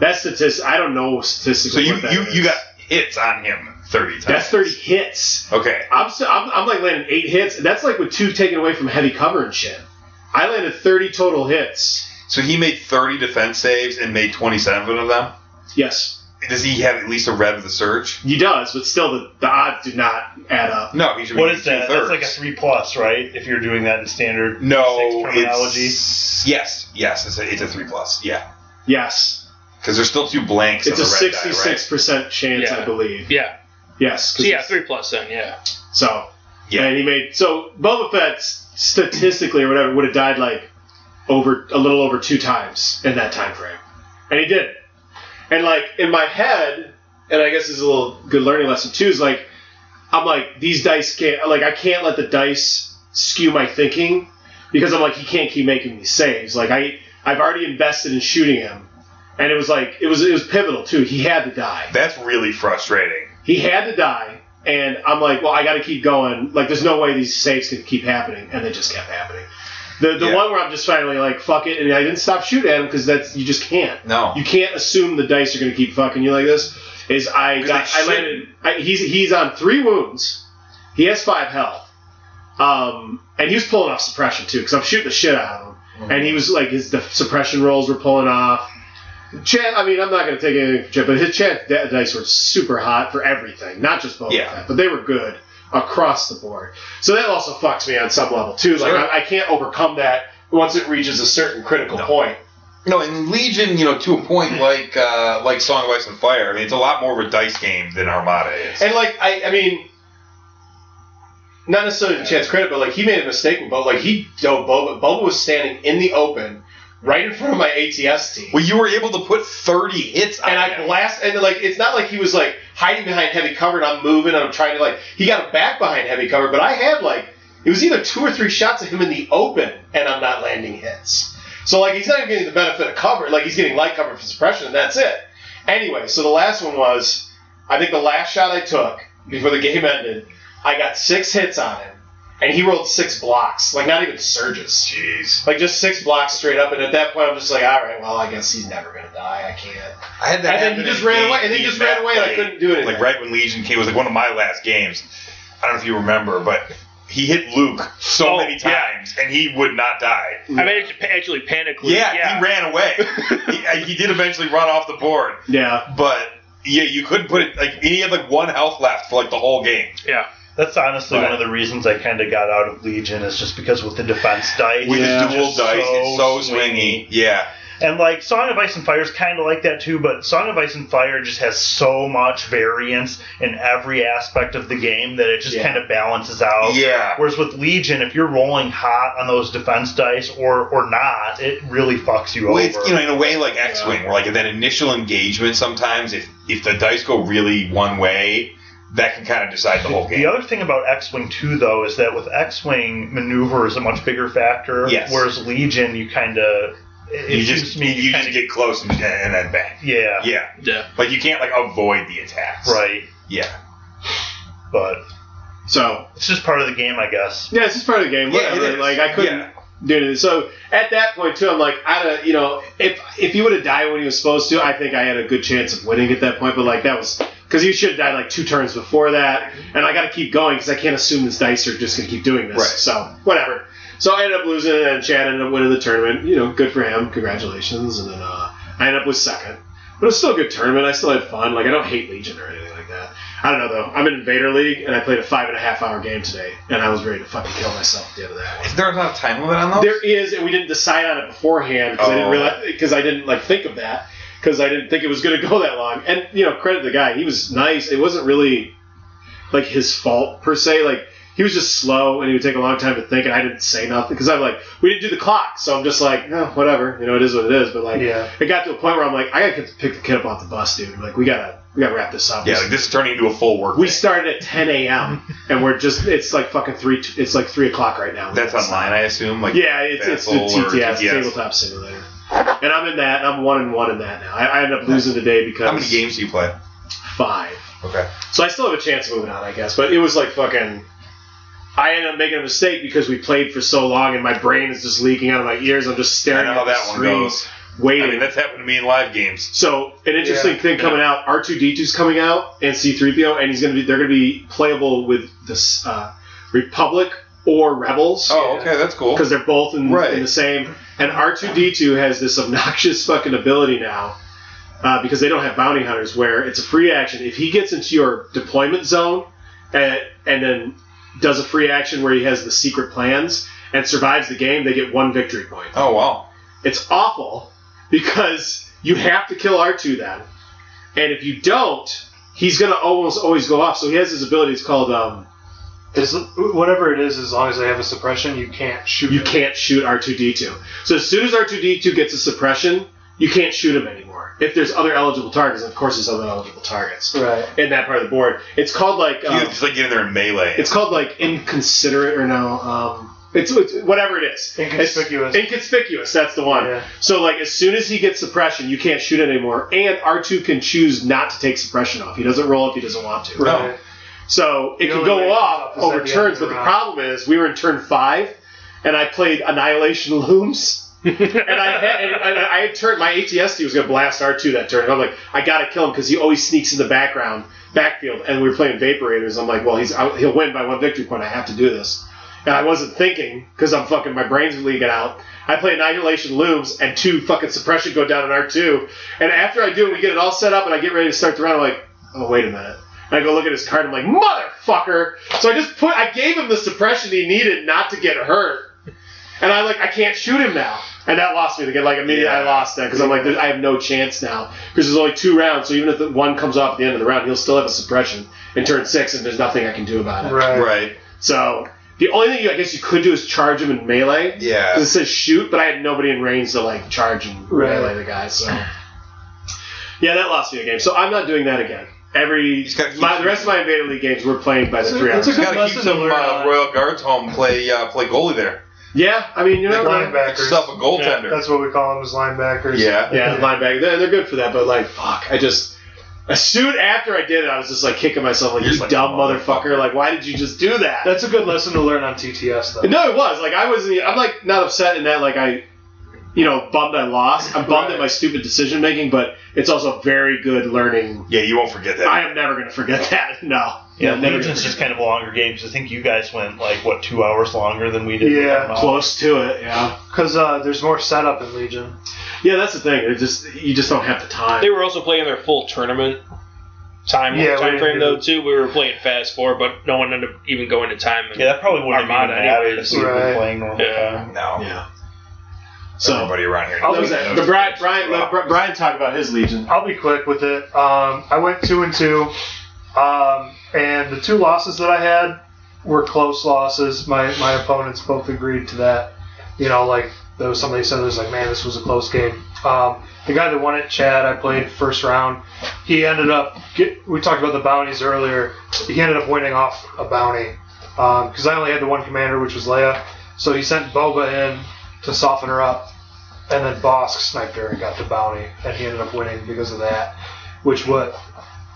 P: That's statistic. I don't know
C: So
P: statistically.
C: you,
P: what that
C: you,
P: is.
C: you got hits on him thirty times.
P: that's 30 hits.
C: Okay.
P: I'm, s I'm I'm like landing eight hits. and That's like with two taken away from heavy cover and shit. I landed 30 total hits.
C: So he made thirty defense saves and made twenty-seven of them.
P: Yes.
C: Does he have at least a rev of the surge?
B: He does, but still the, the odds do not add up.
C: No, he should be
I: What is that? That's
C: two-thirds.
I: like a three plus, right? If you're doing that in standard
C: No,
I: six terminology.
C: it's yes, yes. It's a, it's a three plus. Yeah,
B: Yes.
C: because there's still two blanks.
B: It's
C: on
B: a
C: the red die, right?
B: sixty-six percent chance, I believe.
E: Yeah.
B: Yes. 'cause
E: So yeah,
B: it's-
E: three plus then. Yeah.
B: So yeah, and he made so Boba Fett s- statistically or whatever would have died like over a little over two times in that time frame, and he did. And like in my head, and I guess this is a little good learning lesson too. Is like I'm like these dice can't like I can't let the dice skew my thinking because I'm like he can't keep making these saves. Like I I've already invested in shooting him, and it was like it was it was pivotal too. He had to die
C: That's really frustrating.
B: he had to die and i'm like well i gotta keep going like there's no way these saves can keep happening and they just kept happening the, the one where i'm just finally like fuck it and i didn't stop shooting at him because that's you just can't
C: no
B: you can't assume the dice are gonna keep fucking you like this is i got i landed I, he's he's on three wounds he has five health um, and he was pulling off suppression too because i'm shooting the shit out of him and he was like his the suppression rolls were pulling off Chan, I mean, I'm not going to take anything from Chan, but his Chan d- dice were super hot for everything, not just Boba Fett, but they were good across the board. So that also fucks me on some level too. Like
C: Sure.
B: I, I can't overcome that once it reaches a certain critical point.
C: No, and Legion, you know, to a point like uh, like Song of Ice and Fire. I mean, it's a lot more of a dice game than Armada is.
B: And like I, I mean, not necessarily to Chad's credit, but like he made a mistake with Boba. Like he dove Boba. Boba was standing in the open, right in front of my ATS team.
C: Well, you were able to put thirty hits,
B: and I blast. And like it's not like he was like hiding behind heavy cover, and I'm moving, and I'm trying to like he got back behind heavy cover, but I had like it was either two or three shots of him in the open, and I'm not landing hits. So like he's not even getting the benefit of cover. Like he's getting light cover for suppression, and that's it. Anyway, so the last one was I think the last shot I took before the game ended, I got six hits on him, and he rolled six blocks, like not even surges. Jeez. Like just six blocks straight up, and at that point I'm just like, all right, well I guess he's never gonna die. I can't.
C: I had that.
B: And then
C: happen
B: he just
C: in
B: ran away, and then he
C: D&D
B: just ran
C: that
B: away, and I
C: late.
B: couldn't do anything.
C: Like right when Legion came, it was like one of my last games. I don't know if you remember, but he hit Luke
B: Oh,
C: so many times, and he would not die.
E: I mean, it actually panicked. Luke,
C: yeah, he ran away. he, uh, he did eventually run off the board,
B: Yeah.
C: but yeah, you couldn't put it. Like he had like one health left for like the whole game.
E: Yeah.
I: That's honestly
C: Right.
I: one of the reasons I kind of got out of Legion is just because with the defense dice,
C: With
I: it's
C: his dual
I: just
C: dice, it's so swingy. Yeah.
I: And like Song of Ice and Fire is kind of like that too, but Song of Ice and Fire just has so much variance in every aspect of the game that it just
C: Yeah.
I: kind of balances out.
C: Yeah.
I: Whereas with Legion, if you're rolling hot on those defense dice or or not, it really fucks you
C: Well,
I: over.
C: it's, you know, in a way like X Wing, where like at that initial engagement, sometimes if if the dice go really one way, that can kind of decide the whole game.
I: The other thing about X Wing 2, though, is that with X Wing, maneuver is a much bigger factor.
C: Yes.
I: Whereas Legion, you kind of.
C: You just you, you just get close and, and then bang.
I: Yeah.
C: Yeah. Like you can't like avoid the attacks.
I: Right.
C: Yeah.
I: But.
B: So.
I: It's just part of the game, I guess.
B: Yeah, it's just part of the game.
I: Yeah,
B: Whatever.
I: it is.
B: like I couldn't
I: Yeah.
B: do anything. So at that point too, I'm like, I don't, you know, if if he would have died when he was supposed to, I think I had a good chance of winning at that point. But like that was because he should have died like two turns before that, and I got to keep going because I can't assume this dice are just gonna keep doing this.
C: Right.
B: So whatever. So I ended up losing it, and Chad ended up winning the tournament. You know, good for him. Congratulations. And then uh, I ended up with second. But it was still a good tournament. I still had fun. Like I don't hate Legion or anything like that. I don't know though. I'm in Invader League, and I played a five and a half hour game today, and I was ready to fucking kill myself at the end of that.
C: Is there not a time limit on those?
B: There is, and we didn't decide on it beforehand because I didn't
C: Oh.
B: realize because I didn't like think of that because I didn't think it was going to go that long. And you know, credit the guy; he was nice. It wasn't really like his fault per se. Like he was just slow, and he would take a long time to think. And I didn't say nothing because I'm like, we didn't do the clock, so I'm just like, oh, whatever. You know, it is what it is. But like,
I: Yeah.
B: it got to a point where I'm like, I gotta get- pick the kid up off the bus, dude. Like we gotta we gotta wrap this up.
C: Yeah, like this is turning into a full work.
B: we started at 10 a.m. and we're just it's like fucking three it's like three o'clock right now.
C: That's online, I assume. Like
B: yeah, it's, it's the
C: Vassal or
B: TTS,
C: TTS.
B: tabletop simulator, and I'm in that. And I'm one and one in that now. I, I ended up losing today because
C: How many games do you play?
B: Five.
C: Okay.
B: So I still have a chance of moving on, I guess. But it was like fucking. I ended up making a mistake because we played for so long, and my brain is just leaking out of my ears. I'm just staring
C: I know how
B: at the
C: that one
B: screen,
C: goes.
B: waiting.
C: I mean, that's happened to me in live games.
B: So an interesting
C: Yeah.
B: thing coming out: R two D 2s coming out, and C three PO, and he's gonna be they're gonna be playable with this uh, Republic or Rebels.
C: Oh, okay, that's cool.
B: Because they're both in, in the same. And R two D two has this obnoxious fucking ability now uh, because they don't have bounty hunters. Where it's a free action. If he gets into your deployment zone and, and then does a free action where he has the secret plans and survives the game, they get one victory point.
C: Oh wow!
B: It's awful because you have to kill R two then, and if you don't, he's gonna almost always go off. So he has his ability. It's called um,
D: Is, whatever it is, as long as they have a suppression, you can't shoot.
B: You can't shoot R two D two. So as soon as R two D two gets a suppression, you can't shoot him anymore. If there's other eligible targets, and of course there's other eligible targets.
D: Right.
B: In that part of the board, it's called like um,
C: you just like get in there and melee.
B: it's called like inconsiderate or no. Um, it's, it's whatever it is. It's-
D: Inconspicuous.
B: inconspicuous. That's the one. So like as soon as he gets suppression, you can't shoot it anymore, and R two can choose not to take suppression off. He doesn't roll if he doesn't want to.
D: Right.
B: So it
D: The
B: can
D: only
B: go
D: way it
B: off
D: comes up is
B: over
D: at the end
B: turns,
D: of
B: but
D: the
B: the
D: round.
B: problem is we were in turn five, and I played Annihilation Looms. and I had, and, and I had turned my ATSD was gonna blast R two that turn. And I'm like, I gotta kill him because he always sneaks in the background backfield. And we were playing Vaporators. I'm like, well, he's I, he'll win by one victory point. I have to do this. And I wasn't thinking because I'm fucking my brain's leaking out. I play Annihilation Looms and two fucking suppression go down in R two. And after I do it, we get it all set up and I get ready to start the round. I'm like, oh wait a minute. And I go look at his card. I'm like, motherfucker. So I just put, I gave him the suppression he needed not to get hurt. And I like, I can't shoot him now. And that lost me again. Like immediately, I lost that because I'm like, I have no chance now because there's only two rounds. So even if the one comes off at the end of the round, he'll still have a suppression in turn six, and there's nothing I can do about it.
D: Right.
C: Right.
B: So the only thing you, I guess you could do is charge him in melee.
C: Yeah.
B: 'Cause it says shoot, but I had nobody in range to like charge and
D: Right.
B: melee the guy. So yeah, that lost me a game. So I'm not doing that again. Every my, the rest of my Invader League games were played by the three hours.
C: Gotta keep some uh, Royal Guards home. Play uh, play goalie there.
B: Yeah, I mean you're
D: Like
B: not
D: linebackers.
C: Yourself a goaltender.
D: That's what we call them as linebackers.
B: yeah, linebacker. They're, they're good for that, but like, fuck, I just as soon after I did it, I was just like kicking myself, like you dumb motherfucker, like why did you just do that?
D: That's a good lesson to learn on TTS though.
B: No, it was like I wasn't. I'm like not upset in that like I, you know, bummed I lost. I'm bummed at my stupid decision making, but it's also very good learning.
C: Yeah, you won't forget that.
B: I am never gonna forget that. No.
I: Yeah,
B: I'm never
I: Legion's
B: gonna
I: just
B: forget
I: kind of a longer game. 'cause I think you guys went like what two hours longer than we did.
D: Yeah.
B: Close to it. Yeah.
D: Because uh, there's more setup in Legion.
B: that. Yeah, that's the thing. It just you just don't have the time.
E: They were also playing their full tournament time
D: Yeah, we
E: time
D: didn't
E: frame
D: do-
E: though too. We were playing fast four, but no one ended up even going to time. in
I: Yeah, that probably wouldn't have
E: Armada
I: even mattered
E: anyways.
I: if we were playing normal
E: Yeah.
I: time.
C: No.
B: Yeah. So
C: everybody around here.
B: That was it. The Brian, Brian, let Bri- Brian talk about his Legion.
D: I'll be quick with it. Um, I went two and two, um, and the two losses that I had were close losses. My my opponents both agreed to that. You know, like there was somebody said it was like, man, this was a close game. Um, the guy that won it, Chad, I played first round. He ended up. Get, we talked about the bounties earlier. He ended up winning off a bounty because I only had the one commander, which was Leia. So he sent Boba in to soften her up. And then Bosk sniped her and got the bounty, and he ended up winning because of that, which what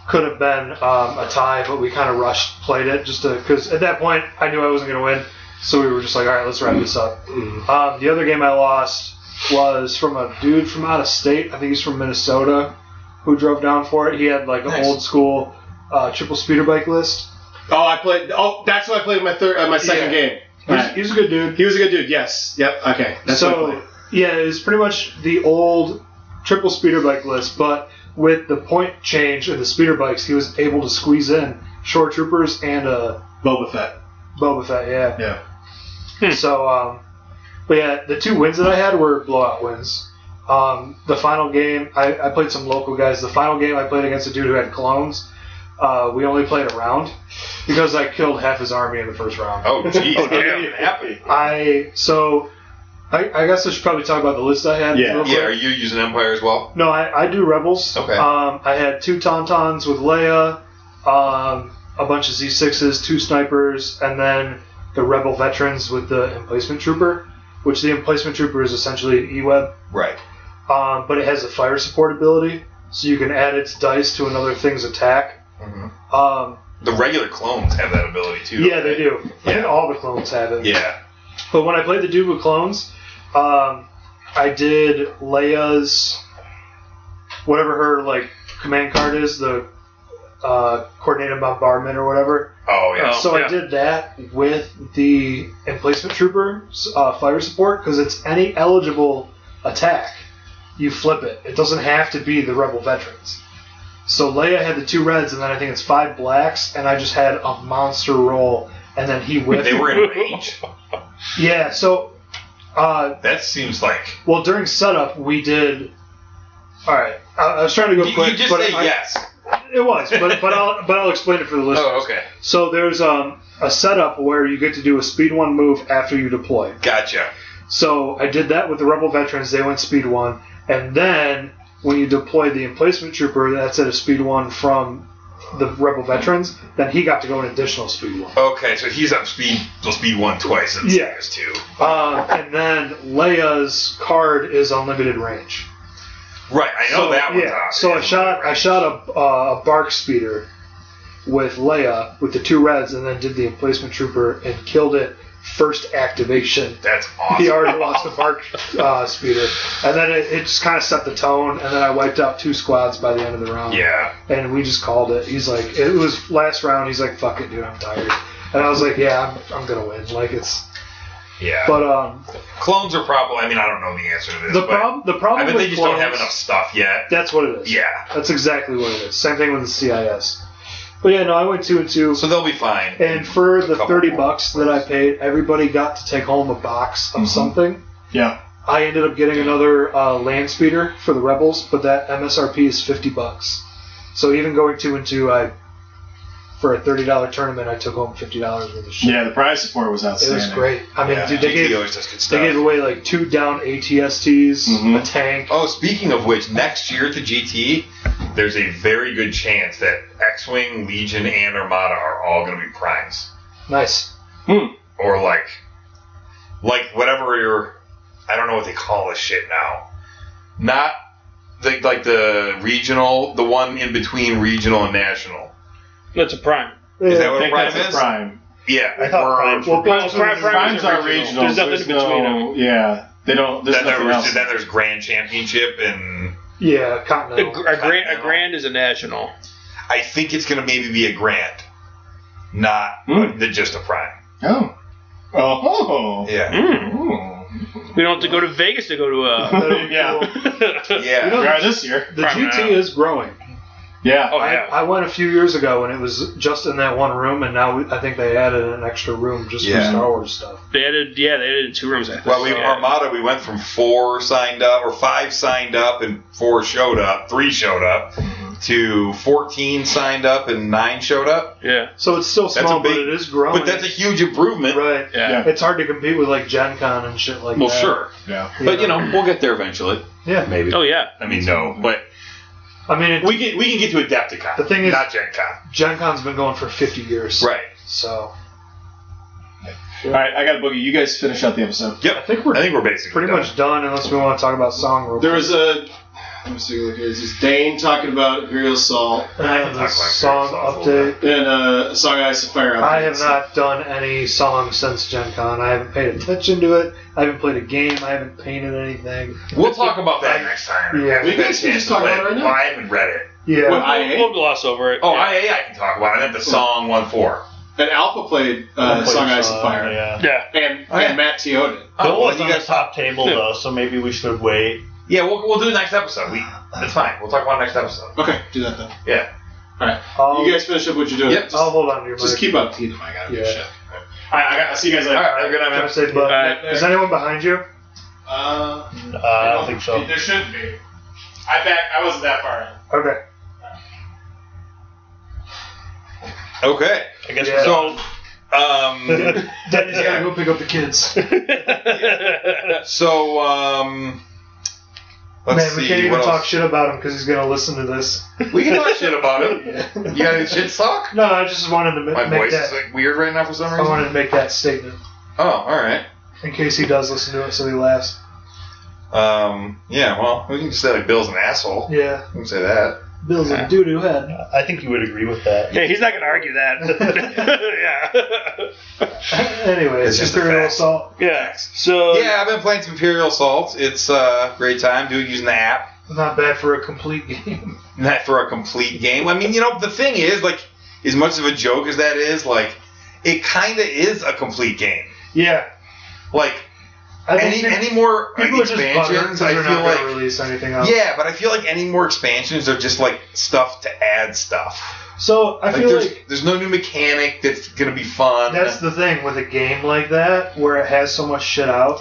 D: could have been um, a tie, but we kind of rushed played it just because at that point I knew I wasn't going to win, so we were just like, all right, let's wrap this up. Um, the other game I lost was from a dude from out of state. I think he's from Minnesota, who drove down for it. He had like an
B: Nice.
D: old school uh, triple speeder bike list.
B: Oh, I played. Oh, that's what I played in my third, uh, my second
D: Yeah.
B: game.
D: He was- he was a good dude.
B: He was a good dude. Yes. Yep. Okay. That's what I played.
D: so yeah, it's pretty much the old triple speeder bike list, but with the point change of the speeder bikes, he was able to squeeze in short troopers and a
B: Boba Fett.
D: Boba Fett, yeah.
B: Yeah.
D: So, um, but yeah, the two wins that I had were blowout wins. Um, the final game, I, I played some local guys. The final game, I played against a dude who had clones. Uh, we only played a round because I killed half his army in the first round.
C: Oh, jeez.
D: Oh,
C: oh,
D: damn.
C: damn. Happy.
D: I so I, I guess I should probably talk about the list I had.
C: Yeah.
D: real
C: Yeah.
D: quick.
C: Are you using Empire as well?
D: No, I, I do Rebels.
C: Okay.
D: Um, I had two Tauntauns with Leia, um, a bunch of Z6s, two snipers, and then the Rebel veterans with the Emplacement Trooper, which the Emplacement Trooper is essentially an E-Web,
C: Right.
D: um, but it has a fire support ability, so you can add its dice to another thing's attack.
C: Mm-hmm.
D: Um,
C: The regular clones have that ability too.
D: yeah, they do. I think all the clones have it.
C: Yeah.
D: But when I played the dude with clones, um, I did Leia's whatever her like command card is, the uh, coordinated bombardment or whatever.
C: Oh yeah.
D: so I did that with the emplacement trooper uh, fire support because it's any eligible attack. you flip it. It doesn't have to be the rebel veterans. So Leia had the two reds, and then I think it's five blacks, and I just had a monster roll, and then he whiffed.
C: They were in range.
D: Yeah, so uh,
C: that seems like
D: well during setup we did. All right, I, I was trying to go
C: You- you
D: quick.
C: just
D: but
C: say
D: I-
C: yes.
D: It was, but but I'll but I'll explain it for the listeners.
C: Oh, okay.
D: So there's um, a setup where you get to do a speed one move after you deploy.
C: Gotcha.
D: So I did that with the Rebel veterans. They went speed one, and then when you deploy the emplacement trooper, that's at a speed one from the Rebel veterans. Then he got to go an additional speed one.
C: Okay, so he's up speed. Well, speed one twice. And
D: Yeah.
C: Sagas two.
D: Uh, and then Leia's card is unlimited range.
C: Right, I know Oh, that one's
D: yeah.
C: up.
D: So I shot, I shot a, uh, a bark speeder with Leia with the two reds, and then did the emplacement trooper and killed it first activation.
C: That's awesome.
D: He already lost the bark uh, speeder, and then it, it just kind of set the tone. And then I wiped out two squads by the end of the round.
C: Yeah.
D: And we just called it. He's like, it was last round. He's like, fuck it, dude, I'm tired. And I was like, yeah, I'm, I'm gonna win. Like it's.
C: Yeah.
D: But um,
C: clones are probably. I mean, I don't know the answer to this.
D: The
C: but
D: prob- the problem
C: I bet
D: with
C: they just don't have
D: clones-
C: enough stuff yet.
D: that's what it is.
C: Yeah.
D: That's exactly what it is. Same thing with the CIS. But yeah, no, I went two and two.
C: So they'll be fine.
D: And for the
C: Couple
D: thirty bucks that I paid, everybody got to take home a box
C: Mm-hmm.
D: of something.
L: Yeah.
D: I ended up getting another uh, land speeder for the rebels, but that MSRP is fifty bucks. So even going two and two, I for a thirty dollar tournament, I took home fifty dollars worth of shit.
L: Yeah, the prize support was
D: It
L: outstanding.
D: was great. I mean,
L: Yeah.
D: dude, they
L: GT
D: gave,
L: always does good
D: they
L: stuff.
D: gave away like two down ATSTs, a tank.
C: Oh, speaking of which, next year at the GT, there's a very good chance that X-wing, Legion, and Armada are all going to be primes,
D: Nice.
C: or like, like whatever your, I don't know what they call this shit now. Not the, like the regional, the one in between regional and national.
E: That's a prime.
C: Is that
L: I
C: what a
L: think
C: Oh, prime
L: that's a
C: is?
L: prime.
C: Yeah,
L: I thought primes
E: Well,
L: were
E: primes- primes- primes
L: primes are
E: are regional.
L: regional.
E: There's nothing
L: There's no-
E: between
L: Yeah, they don't. There's
C: Then there
L: nothing
C: was-
L: else.
C: then there's Grand Championship and
D: Yeah,
E: A,
D: Continental.
E: gr- a grand, a grand is a national.
C: I think it's going to maybe be a grand, not the, just a prime.
L: Hmm, Oh. Oh.
C: Yeah.
E: Mm.
B: Mm.
E: We don't have to go to Vegas to go to uh, a.
L: yeah.
C: yeah.
D: You know,
L: Right this year.
D: The GT is growing.
L: Yeah.
E: Oh,
D: I,
E: yeah.
D: I went a few years ago and it was just in that one room, and now we, I think they added an extra room just
C: Yeah.
D: for Star Wars stuff.
E: They added, yeah, they added two rooms. I think.
C: Well, we
E: Yeah.
C: Armada, we went from four signed up or five signed up and four showed up, three showed up, to fourteen signed up and nine showed up.
E: Yeah.
D: So it's still
C: That's
D: small,
C: a big-
D: but it is growing.
C: But that's a huge improvement.
D: right.
C: Yeah.
D: It's hard to compete with like Gen Con and shit like
C: Well,
D: that.
C: sure.
L: Yeah.
C: But you know, we'll get there eventually.
D: Yeah.
C: Maybe.
E: Oh yeah.
C: I mean, no, but
D: I mean, it,
C: we can we can get to Adepticon.
D: The thing is-
C: not Gen Con.
D: Gen Con's been going for 50 years.
C: Right.
D: So
L: All right, I got a boogie. You guys finish out the episode.
C: Yep.
D: I think we're
C: I think we're basically
D: pretty
C: done.
D: much done unless we want to talk about song real
B: There was a. Let me see. Look, there's this Dane talking about Imperial Salt
D: quick. I have a song update.
B: and uh, a song Ice of Fire.
D: I have not done any song since Gen Con. I haven't paid attention to it. I haven't played a game. I haven't painted anything.
C: We'll talk about that next time.
D: Yeah.
C: We guys
B: can just talk about it right now.
C: Well, I haven't read it.
D: Yeah.
B: Well, I-
E: We'll, we'll gloss over it.
C: Oh,
E: yeah.
C: I I can talk about it. I meant the song one four.
B: And Alpha played
I: I'll
B: uh,
I: play
B: song
I: the
B: Ice of Fire.
I: Yeah.
E: Yeah.
B: And,
C: Oh, yeah.
B: and Matt Teoden.
C: well,
I: Bill was
C: you
I: on the
C: guys-
I: top table though, so maybe we should wait.
C: Yeah, we'll, we'll do the next episode. We that's fine. We'll talk about it next episode.
B: Okay, do that then.
C: Yeah.
D: I'll,
I: Um,
B: You guys finish up what you're doing.
C: Yep.
B: Just,
D: I'll hold on to your
B: just
D: mic.
B: keep up, Tito. I gotta do
D: Yeah.
B: shit. All right, I got, I'll see you guys
C: All
B: later.
C: right. Have a good night,
D: Can I
C: man.
D: say bud?
E: Alright.
D: Is anyone behind you?
B: Uh,
I: Uh, I don't think so.
B: There shouldn't be. I back. I wasn't that far in.
D: Okay.
C: Okay.
I: I guess
D: Yeah.
C: So, um,
D: Denny's gotta go pick up the kids.
C: so um, let's
D: Man,
C: see.
D: we can't even
C: what
D: talk
C: else?
D: shit about him because he's gonna listen to this.
C: We can talk shit about it. You got any shit talk?
D: No, I just wanted to ma-
C: My
D: make
C: voice
D: that.
C: is like weird right now for some
D: I
C: reason.
D: wanted to make that statement
C: Oh, all right.
D: in case he does listen to it, so he laughs.
C: Um, yeah. Well, we can just say like Bill's an asshole.
D: Yeah,
C: We can say that.
D: Bill's a doo doo head.
I: I think you would agree with that.
E: Yeah, he's not gonna argue that. yeah.
D: anyway,
C: It's
D: it's
C: just a
D: Imperial
C: fact.
D: Assault.
E: Yeah.
D: Uh,
E: So
C: Yeah, I've been playing some Imperial Assault. It's a uh, great time doing using the app.
D: Not bad for a complete game.
C: not for a complete game. I mean, you know, the thing is, like, as much of a joke as that is, like, it kind of is a complete game.
D: yeah,
C: Like,
D: I think
C: any
D: they-
C: any more
D: people are just butter
C: expansions?
D: 'cause
C: I
D: they're
C: feel
D: not gonna
C: like
D: release anything else.
C: yeah, but I feel like any more expansions are just like stuff to add stuff.
D: So I feel
C: there's,
D: like
C: there's no new mechanic that's gonna be fun.
D: That's the thing with a game like that where it has so much shit out.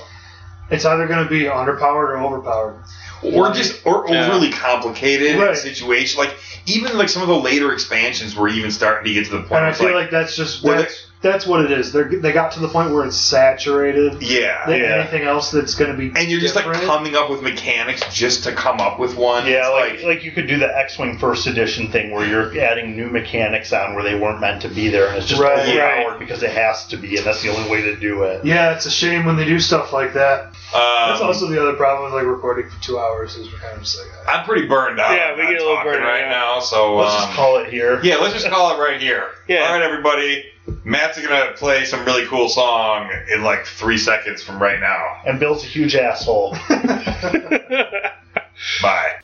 D: It's either going to be underpowered or overpowered.
C: or just or
D: Yeah.
C: overly complicated
D: Right.
C: situation. Like even like some of the later expansions were even starting to get to the point.
D: And I
C: of,
D: feel like, that's just
C: Well,
D: that's, that's what it is. They're, they got to the point where it's saturated.
C: Yeah,
D: Than
C: yeah.
D: Anything else that's going to be
C: and you're just like coming up with mechanics just to come up with one.
I: Yeah, like, like you could do the X-wing first edition thing where you're adding new mechanics on where they weren't meant to be there, and it's just
D: Right,
I: overpowered because it has to be, and that's the only way to do it.
D: Yeah, it's a shame when they do stuff like that. that's
C: Um,
D: also the other problem with like recording for two hours is we're kind of just like
C: I'm pretty burned out.
D: Yeah,
C: I'm
D: we
C: not
D: get a little
C: talking
D: burned
C: right
D: out.
C: now. So
I: Let's
C: um,
I: just call it here.
C: Yeah, let's just call it right here. Yeah. All right, everybody. Matt's gonna play some really cool song in like three seconds from right now.
I: And Bill's a huge asshole.
C: Bye.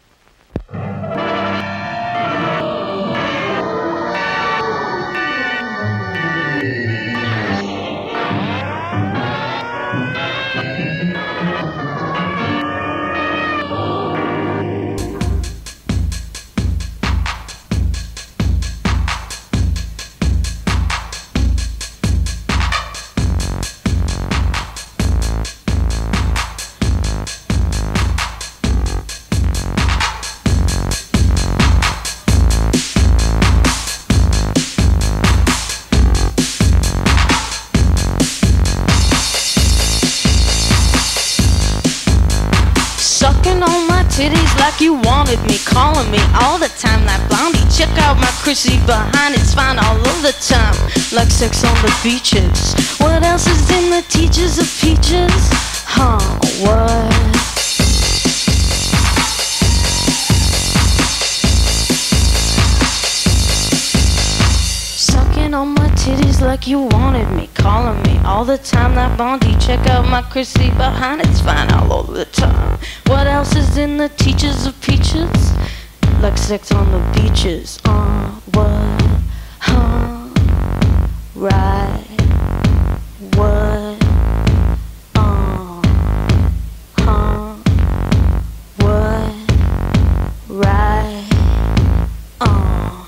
Q: Sucking on my titties like you wanted me. Calling me all the time like Blondie. Check out my Chrissy behind, it's fine all of the time. Like sex on the beaches. What else is in the teachers of peaches? Huh, what? Sucking on my titties like you wanted me. Calling me all the time like Bondi. Check out my Chrissy behind, it's fine all over the time. What else is in the teachers of peaches? Like sex on the beaches. Uh, what? Huh? Right. What? Uh, huh? What? Right. Uh.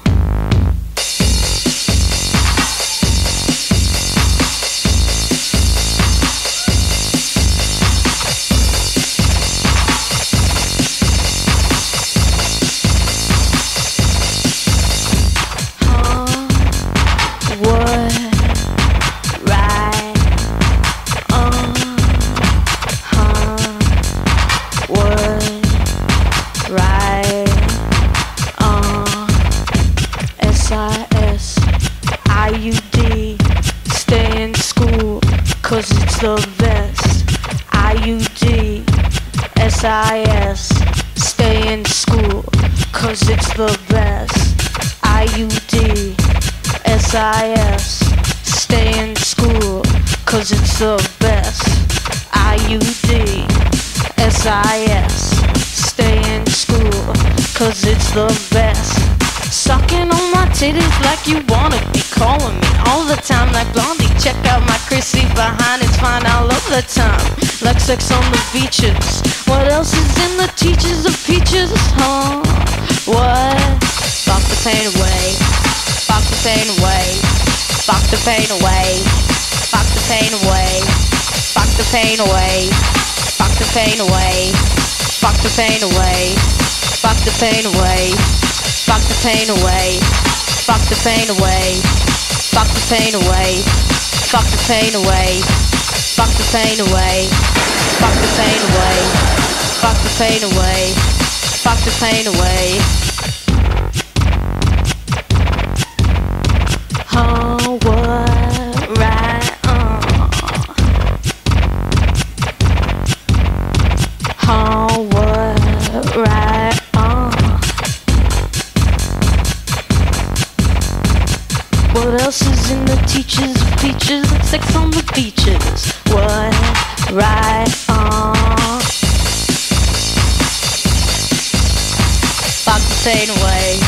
Q: What? Right. Uh. Huh. What? Right. Uh. S-I-S. IUD. Stay in school. Cause it's the best. IUD. SIS. Stay in school. Cause it's the best. IUD. SIS. Stay in school, cause it's the best. IUD. SIS. Stay in school, cause it's the best. Sucking on my titties like you wanna be calling me all the time like Blondie. Check out my Chrissy behind, it's fine all of the time. Like sex on the beaches. What else is in the teachers of peaches? Huh? What? Fuck the pain away. Fuck the pain away. Fuck the pain away. Fuck the pain away. Fuck the pain away. Fuck the pain away. Fuck the pain away. Fuck the pain away. Fuck the pain away. Fuck the pain away. Fuck the pain away. Fuck the pain away. Fuck the pain away. Fuck the pain away. Fuck the pain away. Fuck the pain away. Oh, what right on? Oh, what right on? What else is in the teachers of peaches? Sex on the beaches. What right on? Fuck the pain away.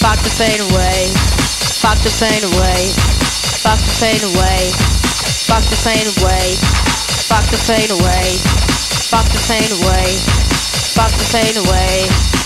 Q: Fuck the pain away. Fuck the pain away. Fuck the pain away. Fuck the pain away. Fuck the pain away. Fuck the pain away. Fuck the pain away.